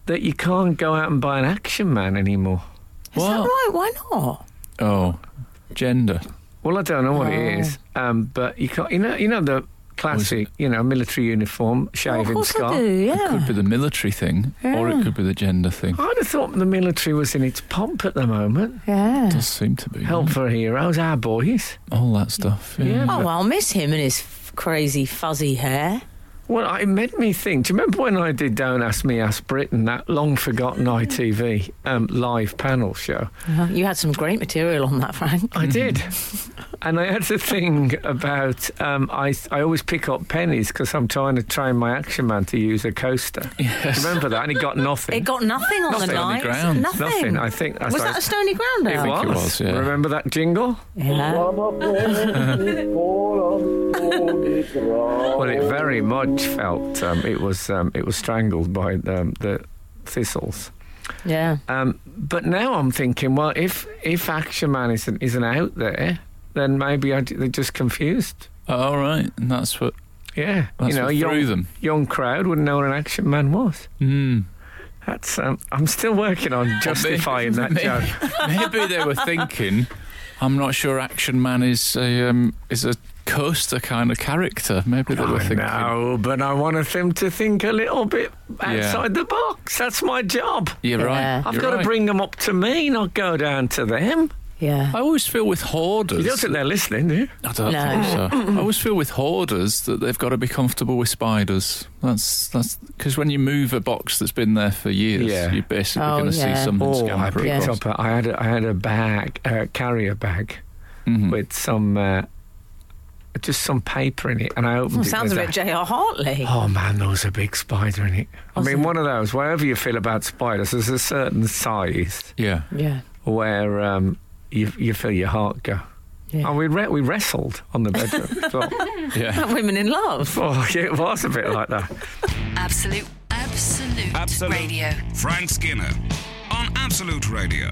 [SPEAKER 2] that you can't go out and buy an Action Man anymore.
[SPEAKER 3] Is that
[SPEAKER 4] What?
[SPEAKER 3] right? Why not?
[SPEAKER 4] oh, gender.
[SPEAKER 2] Well, I don't know what
[SPEAKER 3] Oh.
[SPEAKER 2] it is, um, but you can't. You know, you know the classic, you know, military uniform,
[SPEAKER 3] Well, Oh, of
[SPEAKER 2] shaving
[SPEAKER 3] course I do.
[SPEAKER 2] scarf.
[SPEAKER 3] Yeah.
[SPEAKER 4] Could be the military thing, or it could be the gender thing.
[SPEAKER 2] I'd have thought the military was in its pomp at the moment.
[SPEAKER 3] yeah.
[SPEAKER 4] does seem to be
[SPEAKER 2] Help for heroes, our boys.
[SPEAKER 4] all that stuff. Yeah.
[SPEAKER 2] Yeah.
[SPEAKER 3] Oh, I'll miss him and his f- crazy fuzzy hair.
[SPEAKER 2] Well, it made me think. Do you remember when I did Don't Ask Me, Ask Britain, that long forgotten ITV um, live panel show?
[SPEAKER 3] Uh-huh. You had some great material on that, Frank.
[SPEAKER 2] I did. and I had the thing about um, I, I always pick up pennies because I'm trying to train my action man to use a coaster.
[SPEAKER 4] Yes.
[SPEAKER 2] Remember that? And he got nothing.
[SPEAKER 3] It got nothing on
[SPEAKER 2] Nothing
[SPEAKER 3] the
[SPEAKER 2] on
[SPEAKER 4] the
[SPEAKER 3] night.
[SPEAKER 4] ground.
[SPEAKER 3] Nothing.
[SPEAKER 2] nothing. I think that's
[SPEAKER 3] was that a stony ground
[SPEAKER 2] it
[SPEAKER 3] out?
[SPEAKER 2] was.
[SPEAKER 4] think it was, yeah.
[SPEAKER 2] Remember that jingle?
[SPEAKER 3] Yeah.
[SPEAKER 2] Well, it very much felt um, it was um, it was strangled by um, the thistles.
[SPEAKER 3] Yeah.
[SPEAKER 2] Um, but now I'm thinking, well, if if Action Man isn't isn't out there, then maybe I, they're just confused.
[SPEAKER 4] All right, and that's what
[SPEAKER 2] Yeah,
[SPEAKER 4] that's
[SPEAKER 2] you know,
[SPEAKER 4] what
[SPEAKER 2] a
[SPEAKER 4] threw
[SPEAKER 2] young,
[SPEAKER 4] them.
[SPEAKER 2] young crowd wouldn't know what an Action Man was.
[SPEAKER 4] Mm.
[SPEAKER 2] That's um, I'm still working on justifying that
[SPEAKER 4] maybe,
[SPEAKER 2] joke.
[SPEAKER 4] maybe they were thinking, I'm not sure Action Man is a um, is a coaster kind of character. Maybe they were
[SPEAKER 2] I
[SPEAKER 4] thinking.
[SPEAKER 2] know, but I wanted them to think a little bit outside the box. That's my job.
[SPEAKER 4] You're right.
[SPEAKER 3] Yeah.
[SPEAKER 2] I've
[SPEAKER 4] you're
[SPEAKER 2] got to
[SPEAKER 4] right.
[SPEAKER 2] bring them up to me, not go down to them.
[SPEAKER 3] Yeah.
[SPEAKER 4] I always feel with hoarders.
[SPEAKER 2] You don't think they're listening, do you?
[SPEAKER 4] I don't
[SPEAKER 3] No.
[SPEAKER 4] think so. I always feel with hoarders that they've got to be comfortable with spiders. That's that's because when you move a box that's been there for years,
[SPEAKER 2] Yeah.
[SPEAKER 4] you're basically
[SPEAKER 3] Oh,
[SPEAKER 4] going to
[SPEAKER 3] yeah.
[SPEAKER 4] see something
[SPEAKER 2] Oh, I
[SPEAKER 4] scamper
[SPEAKER 2] picked
[SPEAKER 3] Yeah.
[SPEAKER 2] up.
[SPEAKER 4] across.
[SPEAKER 2] A, I had a, I had a bag, a carrier bag,
[SPEAKER 4] Mhm.
[SPEAKER 2] with some uh, just some paper in it, and I opened
[SPEAKER 3] Well,
[SPEAKER 2] it.
[SPEAKER 3] Hmm, sounds a
[SPEAKER 2] and
[SPEAKER 3] bit
[SPEAKER 2] there's
[SPEAKER 3] J.R. Hartley.
[SPEAKER 2] Oh man, there was a big spider in it. I
[SPEAKER 3] Was
[SPEAKER 2] mean,
[SPEAKER 3] there?
[SPEAKER 2] one of those. Wherever you feel about spiders, there's a certain size
[SPEAKER 4] Yeah.
[SPEAKER 3] Yeah.
[SPEAKER 2] where um, you you feel your heart go.
[SPEAKER 3] Yeah.
[SPEAKER 2] And we re- we wrestled on the bedroom floor.
[SPEAKER 4] Yeah.
[SPEAKER 3] Women in love.
[SPEAKER 2] oh, yeah, it was a bit like that.
[SPEAKER 1] Absolute, absolute,
[SPEAKER 5] Absolute.
[SPEAKER 1] radio.
[SPEAKER 5] Frank Skinner on Absolute Radio.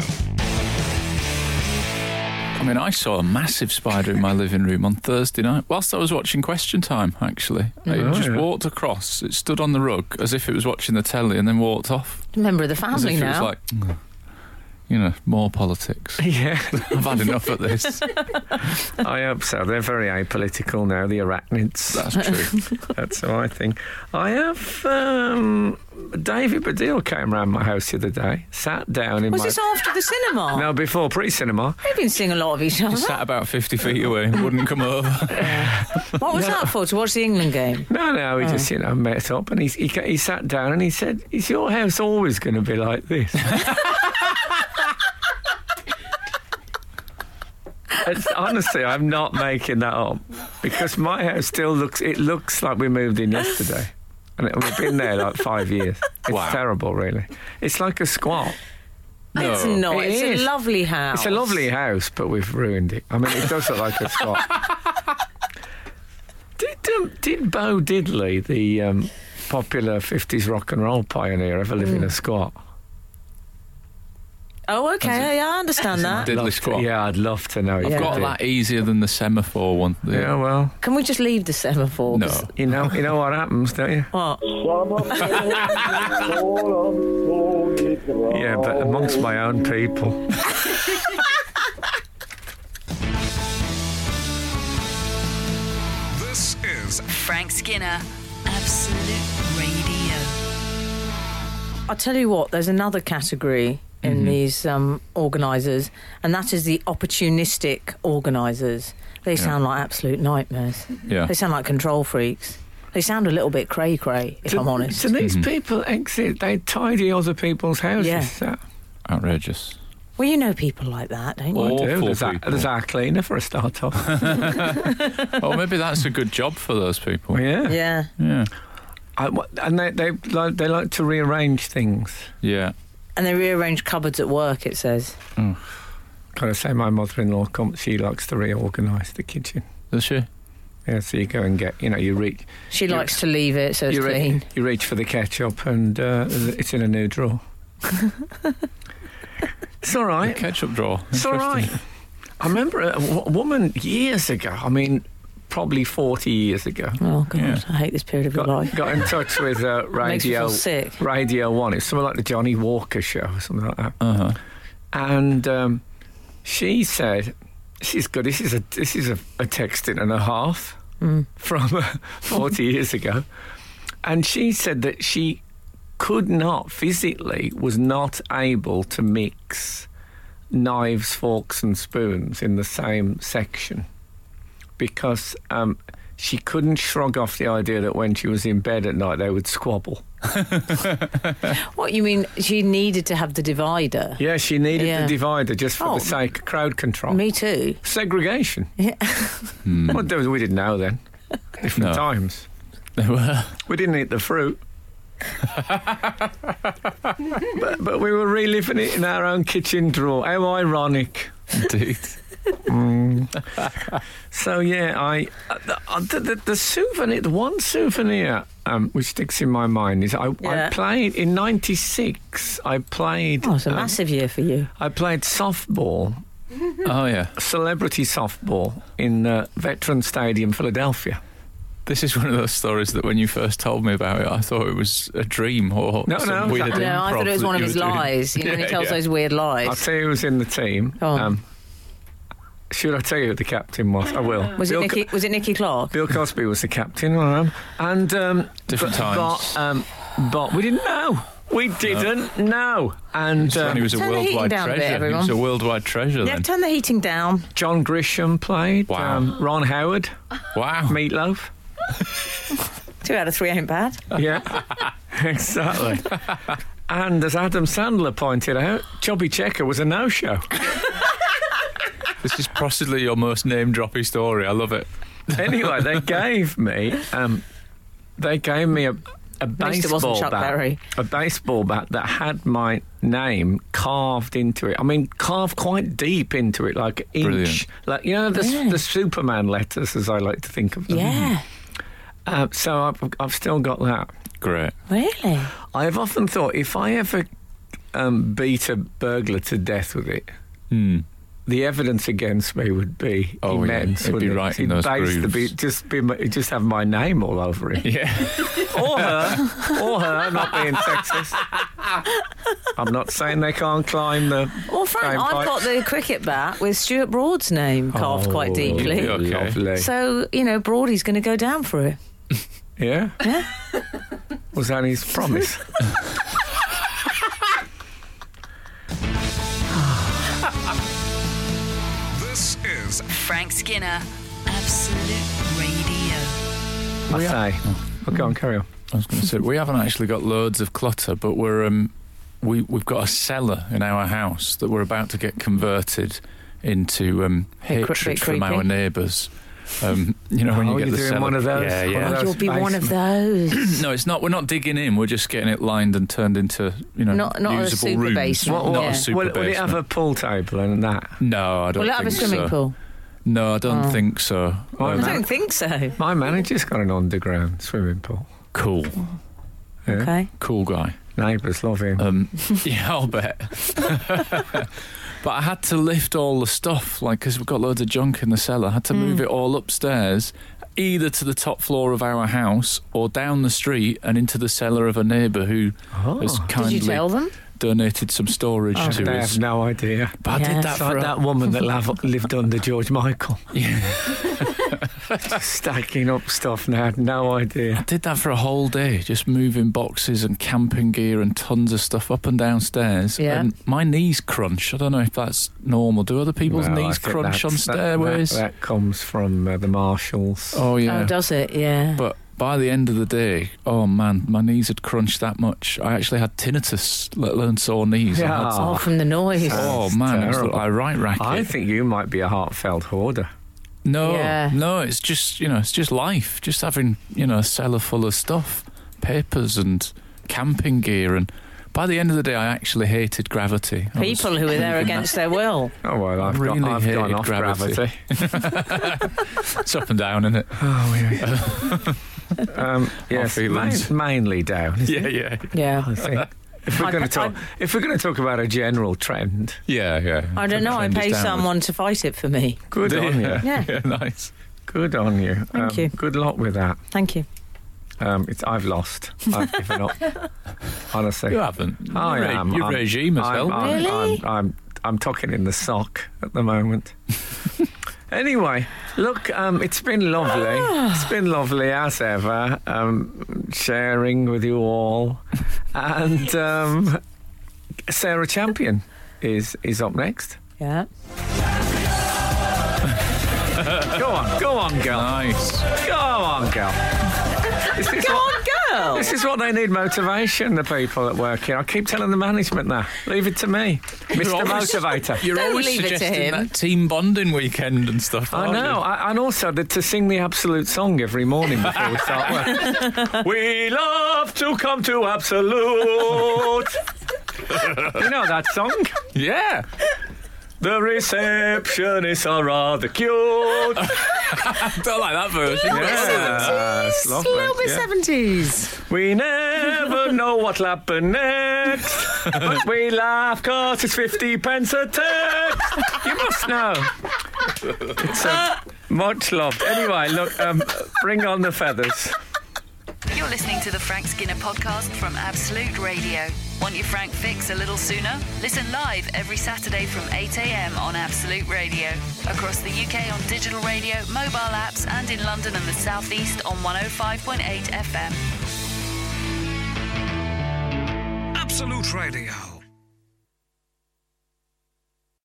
[SPEAKER 4] I mean, I saw a massive spider in my living room on Thursday night whilst I was watching Question Time, actually.
[SPEAKER 2] Oh,
[SPEAKER 4] It just
[SPEAKER 2] yeah.
[SPEAKER 4] walked across, it stood on the rug as if it was watching the telly and then walked off.
[SPEAKER 3] Member of the
[SPEAKER 4] As
[SPEAKER 3] family
[SPEAKER 4] if it
[SPEAKER 3] now.
[SPEAKER 4] was like, "Mm, you know, more politics.
[SPEAKER 2] Yeah,
[SPEAKER 4] I've had enough of this.
[SPEAKER 2] I hope so. They're very apolitical now, the arachnids.
[SPEAKER 4] That's true.
[SPEAKER 2] That's how I think. I have. Um, David Baddiel came round my house the other day, sat down in
[SPEAKER 3] was
[SPEAKER 2] my.
[SPEAKER 3] this after the cinema?
[SPEAKER 2] no, before pre cinema.
[SPEAKER 3] They've been seeing a lot of each other.
[SPEAKER 4] He sat about 50 feet away and wouldn't come over.
[SPEAKER 3] What was that for? To watch the England game?
[SPEAKER 2] No, no, he just, you know, met up and he, he, ca- he sat down and he said, Is your house always going to be like this? It's, honestly, I'm not making that up because my house still looks, it looks like we moved in yesterday. And it, we've been there like five years. It's
[SPEAKER 4] Wow.
[SPEAKER 2] terrible, really. It's like a squat.
[SPEAKER 4] No.
[SPEAKER 3] It's not.
[SPEAKER 2] It
[SPEAKER 3] it's
[SPEAKER 2] is.
[SPEAKER 3] a lovely house.
[SPEAKER 2] It's a lovely house, but we've ruined it. I mean, it does look like a spot. did um, did Bo Diddley, the um, popular fifties rock and roll pioneer, ever live in a squat?
[SPEAKER 3] Oh, okay. Yeah, I understand that.
[SPEAKER 4] Diddley
[SPEAKER 2] Love to-
[SPEAKER 4] squat.
[SPEAKER 2] yeah, I'd love to know.
[SPEAKER 4] I've
[SPEAKER 2] if he
[SPEAKER 4] got
[SPEAKER 2] did.
[SPEAKER 4] that easier than the semaphore one. The-
[SPEAKER 2] Yeah, well,
[SPEAKER 3] Can we just leave the semaphore?
[SPEAKER 4] No.
[SPEAKER 3] 'Cause-
[SPEAKER 2] you know, you know what happens, don't you?
[SPEAKER 3] What?
[SPEAKER 2] Yeah, but amongst my own people.
[SPEAKER 5] This is
[SPEAKER 1] Frank Skinner, Absolute Radio.
[SPEAKER 3] I'll tell you what, there's another category in
[SPEAKER 4] Mm-hmm.
[SPEAKER 3] these um, organisers, and that is the opportunistic organisers. They sound like absolute nightmares.
[SPEAKER 4] Yeah.
[SPEAKER 3] They sound like control freaks. They sound a little bit cray cray, if I'm honest.
[SPEAKER 2] do these
[SPEAKER 4] Mm-hmm.
[SPEAKER 2] people exit? They tidy other people's houses.
[SPEAKER 3] Yeah.
[SPEAKER 2] Is that-
[SPEAKER 4] Outrageous.
[SPEAKER 3] Well, you know people like that, don't you?
[SPEAKER 4] Well,
[SPEAKER 2] I do.
[SPEAKER 4] Awful
[SPEAKER 2] There's our,
[SPEAKER 4] people.
[SPEAKER 2] there's our cleaner for a start off.
[SPEAKER 4] Oh, maybe that's a good job for those people.
[SPEAKER 2] yeah.
[SPEAKER 3] Yeah.
[SPEAKER 4] Yeah.
[SPEAKER 2] I, what- and they they like, they like to rearrange things.
[SPEAKER 4] Yeah.
[SPEAKER 3] And they rearrange cupboards at work, it says.
[SPEAKER 2] Gotta say, my mother-in-law comes. She likes to reorganise the kitchen.
[SPEAKER 4] Does she?
[SPEAKER 2] Yeah, so you go and get, you know, you reach,
[SPEAKER 3] She
[SPEAKER 2] You-
[SPEAKER 3] likes to leave it so it's
[SPEAKER 2] you, re-
[SPEAKER 3] clean.
[SPEAKER 2] you reach for the ketchup, and uh, it's in a new drawer. it's all
[SPEAKER 4] The
[SPEAKER 2] right.
[SPEAKER 4] ketchup drawer.
[SPEAKER 2] It's all right. I remember a w- woman years ago. I mean, probably forty years ago.
[SPEAKER 3] Oh, God,
[SPEAKER 4] Yeah.
[SPEAKER 3] I hate this period of your
[SPEAKER 2] Got,
[SPEAKER 3] life.
[SPEAKER 2] got in touch with uh,
[SPEAKER 3] Makes me
[SPEAKER 2] radio,
[SPEAKER 3] feel sick.
[SPEAKER 2] radio One. It's something like the Johnny Walker Show, or something like that.
[SPEAKER 4] Uh huh.
[SPEAKER 2] and um, she said, "She's good. This is a this is a, a texting and a half
[SPEAKER 3] Mm.
[SPEAKER 2] from uh, forty years ago," and she said that she could not physically was not able to mix knives, forks, and spoons in the same section because. Um, she couldn't shrug off the idea that when she was in bed at night they would squabble.
[SPEAKER 3] What, you mean she needed to have the divider?
[SPEAKER 2] Yeah, she needed
[SPEAKER 3] Yeah.
[SPEAKER 2] the divider just for
[SPEAKER 3] Oh.
[SPEAKER 2] the sake of crowd control.
[SPEAKER 3] Me too.
[SPEAKER 2] segregation.
[SPEAKER 3] Yeah.
[SPEAKER 2] Well, there was- we didn't know then. Different
[SPEAKER 4] No.
[SPEAKER 2] times.
[SPEAKER 4] They were.
[SPEAKER 2] We didn't eat the fruit. but, but we were reliving it in our own kitchen drawer. How ironic.
[SPEAKER 4] Indeed.
[SPEAKER 2] So, yeah, I. Uh, the, uh, the, the, the souvenir, the one souvenir um, which sticks in my mind is I, I
[SPEAKER 3] Yeah.
[SPEAKER 2] played in 96, I played.
[SPEAKER 3] Oh, it's a
[SPEAKER 2] um,
[SPEAKER 3] massive year for you.
[SPEAKER 2] I played softball,
[SPEAKER 4] Oh, yeah.
[SPEAKER 2] celebrity softball, in uh, Veteran Stadium, Philadelphia.
[SPEAKER 4] This is one of those stories that when you first told me about it, I thought it was a dream or
[SPEAKER 2] No,
[SPEAKER 4] some
[SPEAKER 2] no,
[SPEAKER 4] weird
[SPEAKER 2] no,
[SPEAKER 3] No, I thought
[SPEAKER 4] improv
[SPEAKER 3] it was
[SPEAKER 4] that
[SPEAKER 3] one of
[SPEAKER 4] you
[SPEAKER 3] his
[SPEAKER 4] were doing.
[SPEAKER 3] lies. You know, when he
[SPEAKER 4] Yeah,
[SPEAKER 3] tells
[SPEAKER 4] yeah.
[SPEAKER 3] those weird
[SPEAKER 2] I'll
[SPEAKER 3] lies.
[SPEAKER 2] tell you who was in the team. Um,
[SPEAKER 3] Go on.
[SPEAKER 2] should I tell you who the captain was? I will.
[SPEAKER 3] Was it
[SPEAKER 2] Bill, Co-
[SPEAKER 3] Nicky? Was it Nicky Clark?
[SPEAKER 2] Bill Cosby was the captain, I am. and um,
[SPEAKER 4] Different
[SPEAKER 2] but,
[SPEAKER 4] times.
[SPEAKER 2] But, um, but we didn't know. We didn't know. And
[SPEAKER 4] And he
[SPEAKER 2] um,
[SPEAKER 4] was a
[SPEAKER 3] Turn the heating
[SPEAKER 4] worldwide
[SPEAKER 3] down a bit,
[SPEAKER 4] treasure. He was
[SPEAKER 3] everyone.
[SPEAKER 4] a worldwide treasure
[SPEAKER 3] Yeah,
[SPEAKER 4] then.
[SPEAKER 3] turn the heating down.
[SPEAKER 2] John Grisham played.
[SPEAKER 4] Wow.
[SPEAKER 2] Um, Ron Howard,
[SPEAKER 4] Wow.
[SPEAKER 2] Meatloaf.
[SPEAKER 3] Two out of three ain't bad.
[SPEAKER 2] Yeah, exactly. And as Adam Sandler pointed out, Chubby Checker was a no-show.
[SPEAKER 4] This is possibly your most name droppy story. I love it.
[SPEAKER 2] anyway, they gave me um, they gave me a, a
[SPEAKER 3] At least it wasn't
[SPEAKER 2] baseball
[SPEAKER 3] Chuck
[SPEAKER 2] bat,
[SPEAKER 3] Berry.
[SPEAKER 2] a baseball bat that had my name carved into it. I mean, carved quite deep into it, like an inch.
[SPEAKER 4] Brilliant.
[SPEAKER 2] Like you know, the,
[SPEAKER 3] Yeah.
[SPEAKER 2] the Superman letters, as I like to think of them.
[SPEAKER 3] Yeah.
[SPEAKER 2] Uh, so I've, I've still got that.
[SPEAKER 4] Great.
[SPEAKER 3] Really?
[SPEAKER 2] I have often thought if I ever um, beat a burglar to death with it,
[SPEAKER 4] Hmm.
[SPEAKER 2] the evidence against me would be
[SPEAKER 4] Oh, yeah.
[SPEAKER 2] immense.
[SPEAKER 4] He'd be
[SPEAKER 2] wouldn't it?
[SPEAKER 4] right in
[SPEAKER 2] He'd
[SPEAKER 4] those
[SPEAKER 2] base the
[SPEAKER 4] grooves.
[SPEAKER 2] beat- just be, my- just have my name all over it,
[SPEAKER 4] Yeah.
[SPEAKER 2] or her, or her. Not being sexist. I'm not saying they can't climb the.
[SPEAKER 3] Well, Oh, Frank,
[SPEAKER 2] Same
[SPEAKER 3] I've
[SPEAKER 2] pipe.
[SPEAKER 3] got the cricket bat with Stuart Broad's name carved quite deeply.
[SPEAKER 4] Oh, yeah. Okay.
[SPEAKER 2] Lovely.
[SPEAKER 3] So, you know, Broadie's going to go down for it.
[SPEAKER 2] yeah. Was that his promise?
[SPEAKER 5] This is
[SPEAKER 1] Frank Skinner, Absolute Radio.
[SPEAKER 2] I say. Well, go on, carry on.
[SPEAKER 4] I was going to say we haven't actually got loads of clutter, but we're um, we we've got a cellar in our house that we're about to get converted into um,
[SPEAKER 3] Bit cre-
[SPEAKER 4] hatred
[SPEAKER 3] bit
[SPEAKER 4] from
[SPEAKER 3] creepy.
[SPEAKER 4] our neighbours. Um, you know when
[SPEAKER 2] Oh,
[SPEAKER 4] you get
[SPEAKER 2] you're
[SPEAKER 4] the
[SPEAKER 2] doing
[SPEAKER 4] cellar.
[SPEAKER 2] one of those?
[SPEAKER 4] Yeah,
[SPEAKER 2] One
[SPEAKER 4] yeah.
[SPEAKER 2] of those
[SPEAKER 3] You'll be one of
[SPEAKER 2] basement-
[SPEAKER 3] those.
[SPEAKER 4] No, it's not. We're not digging in. We're just getting it lined and turned into you know
[SPEAKER 3] Not- not a
[SPEAKER 4] usable
[SPEAKER 3] super
[SPEAKER 4] rooms.
[SPEAKER 3] basement,
[SPEAKER 4] not
[SPEAKER 3] yeah.
[SPEAKER 4] a super
[SPEAKER 2] will, will it have
[SPEAKER 4] basement.
[SPEAKER 2] a pool table and that?
[SPEAKER 4] No, I don't.
[SPEAKER 3] Will it have
[SPEAKER 4] think
[SPEAKER 3] a swimming
[SPEAKER 4] so.
[SPEAKER 3] pool?
[SPEAKER 4] No, I don't
[SPEAKER 3] Oh.
[SPEAKER 4] think so.
[SPEAKER 2] Why
[SPEAKER 4] Um,
[SPEAKER 3] I
[SPEAKER 2] not?
[SPEAKER 3] don't think so.
[SPEAKER 2] My manager's got an underground swimming pool.
[SPEAKER 4] cool,
[SPEAKER 2] Yeah.
[SPEAKER 3] Okay.
[SPEAKER 4] cool guy.
[SPEAKER 2] Neighbours love him.
[SPEAKER 4] Um, yeah, I'll bet. but I had to lift all the stuff, like, because we've got loads of junk in the cellar. I had to
[SPEAKER 2] Hmm.
[SPEAKER 4] move it all upstairs, either to the top floor of our house or down the street and into the cellar of a neighbour who
[SPEAKER 2] Oh.
[SPEAKER 4] has
[SPEAKER 3] Did
[SPEAKER 4] kindly
[SPEAKER 3] you tell them?
[SPEAKER 4] donated some storage
[SPEAKER 2] Oh,
[SPEAKER 4] to
[SPEAKER 2] they
[SPEAKER 4] us.
[SPEAKER 2] have no idea.
[SPEAKER 4] But I
[SPEAKER 3] Yeah.
[SPEAKER 4] did that
[SPEAKER 2] It's
[SPEAKER 4] for
[SPEAKER 2] like
[SPEAKER 4] a-
[SPEAKER 2] that woman that lav- lived under George Michael. Just Stacking up stuff and had no
[SPEAKER 4] I
[SPEAKER 2] idea.
[SPEAKER 4] did that for a whole day, just moving boxes and camping gear and tons of stuff up and downstairs.
[SPEAKER 3] Yeah.
[SPEAKER 4] And my knees crunch. I don't know if that's normal. Do other people's
[SPEAKER 2] Well, I
[SPEAKER 4] knees
[SPEAKER 2] think
[SPEAKER 4] crunch on
[SPEAKER 2] that's- that-
[SPEAKER 4] stairways?
[SPEAKER 2] That, that comes from uh, the Marshalls.
[SPEAKER 4] Oh yeah.
[SPEAKER 3] Oh, does it? Yeah.
[SPEAKER 4] But by the end of the day, oh man, my knees had crunched that much. I actually had tinnitus, let alone sore knees. I had-
[SPEAKER 3] Oh, from the noise.
[SPEAKER 4] oh man, it was
[SPEAKER 2] terrible.
[SPEAKER 4] like a right racket.
[SPEAKER 2] I think you might be a heartfelt hoarder.
[SPEAKER 4] no,
[SPEAKER 3] Yeah.
[SPEAKER 4] no, it's just you know, it's just life. Just having you know a cellar full of stuff, papers and camping gear, and by the end of the day, I actually hated gravity. I was-
[SPEAKER 3] People who are there against their will.
[SPEAKER 2] Oh well, I've
[SPEAKER 4] Really
[SPEAKER 2] got, I've
[SPEAKER 4] hated
[SPEAKER 2] gone off
[SPEAKER 4] gravity.
[SPEAKER 2] gravity.
[SPEAKER 4] it's up and down, isn't it?
[SPEAKER 2] Oh, yeah. um, yes,
[SPEAKER 4] feelings.
[SPEAKER 2] main- mainly down. isn't
[SPEAKER 4] Yeah,
[SPEAKER 2] it?
[SPEAKER 4] yeah,
[SPEAKER 3] Yeah.
[SPEAKER 2] I think. If we're
[SPEAKER 3] I-
[SPEAKER 2] going
[SPEAKER 3] I-
[SPEAKER 2] to talk, if we're going to talk about a general trend,
[SPEAKER 4] yeah, yeah.
[SPEAKER 3] I don't know. I
[SPEAKER 4] Trend is
[SPEAKER 3] pay
[SPEAKER 4] downward.
[SPEAKER 3] someone to fight it for me.
[SPEAKER 2] good
[SPEAKER 4] Yeah.
[SPEAKER 2] on you.
[SPEAKER 3] Yeah.
[SPEAKER 4] yeah, nice.
[SPEAKER 2] Good on you. Um,
[SPEAKER 3] Thank you.
[SPEAKER 2] Good luck with that.
[SPEAKER 3] Thank you.
[SPEAKER 2] Um, it's, I've lost. I've given up. Honestly,
[SPEAKER 4] You haven't.
[SPEAKER 2] I
[SPEAKER 4] Your re-
[SPEAKER 2] am.
[SPEAKER 4] Your
[SPEAKER 2] I'm-
[SPEAKER 4] regime has
[SPEAKER 2] I'm,
[SPEAKER 4] helped.
[SPEAKER 2] I'm,
[SPEAKER 3] Really?
[SPEAKER 2] I'm, I'm, I'm talking in the sock at the moment. anyway, look, um, it's been lovely.
[SPEAKER 4] Ah.
[SPEAKER 2] it's been lovely as ever, um, sharing with you all. And um, Sarah Champion is is up next.
[SPEAKER 3] Yeah.
[SPEAKER 2] Go on, go on, girl.
[SPEAKER 4] Nice.
[SPEAKER 2] Go on, girl. This is
[SPEAKER 3] Go
[SPEAKER 2] what-
[SPEAKER 3] on, girl.
[SPEAKER 2] This is what they need motivation, the people at work here. I keep telling the management that. Leave it to me, Mr.
[SPEAKER 4] always-
[SPEAKER 2] Motivator.
[SPEAKER 4] You're
[SPEAKER 3] Don't
[SPEAKER 4] always
[SPEAKER 3] leave it to
[SPEAKER 4] suggesting
[SPEAKER 3] him.
[SPEAKER 4] that team bonding weekend and stuff.
[SPEAKER 2] I
[SPEAKER 4] aren't you?
[SPEAKER 2] know, I, and also the, to sing the absolute song every morning before we start work. we love to come to absolute. you know that song?
[SPEAKER 4] Yeah.
[SPEAKER 2] The receptionists are rather cute.
[SPEAKER 4] I don't like that version.
[SPEAKER 2] Yes, lovely, yeah.
[SPEAKER 3] 70s.
[SPEAKER 2] We never know what'll happen next. but we laugh 'cause it's 50 pence a text. You must know. It's uh, much loved. Anyway, look, um, bring on the feathers.
[SPEAKER 1] You're listening to the Frank Skinner podcast from Absolute Radio. Want your Frank fix a little sooner? Listen live every Saturday from 8 a.m. on Absolute Radio. Across the UK on digital radio, mobile apps, and in London and the South East on 105.8 FM.
[SPEAKER 5] Absolute Radio.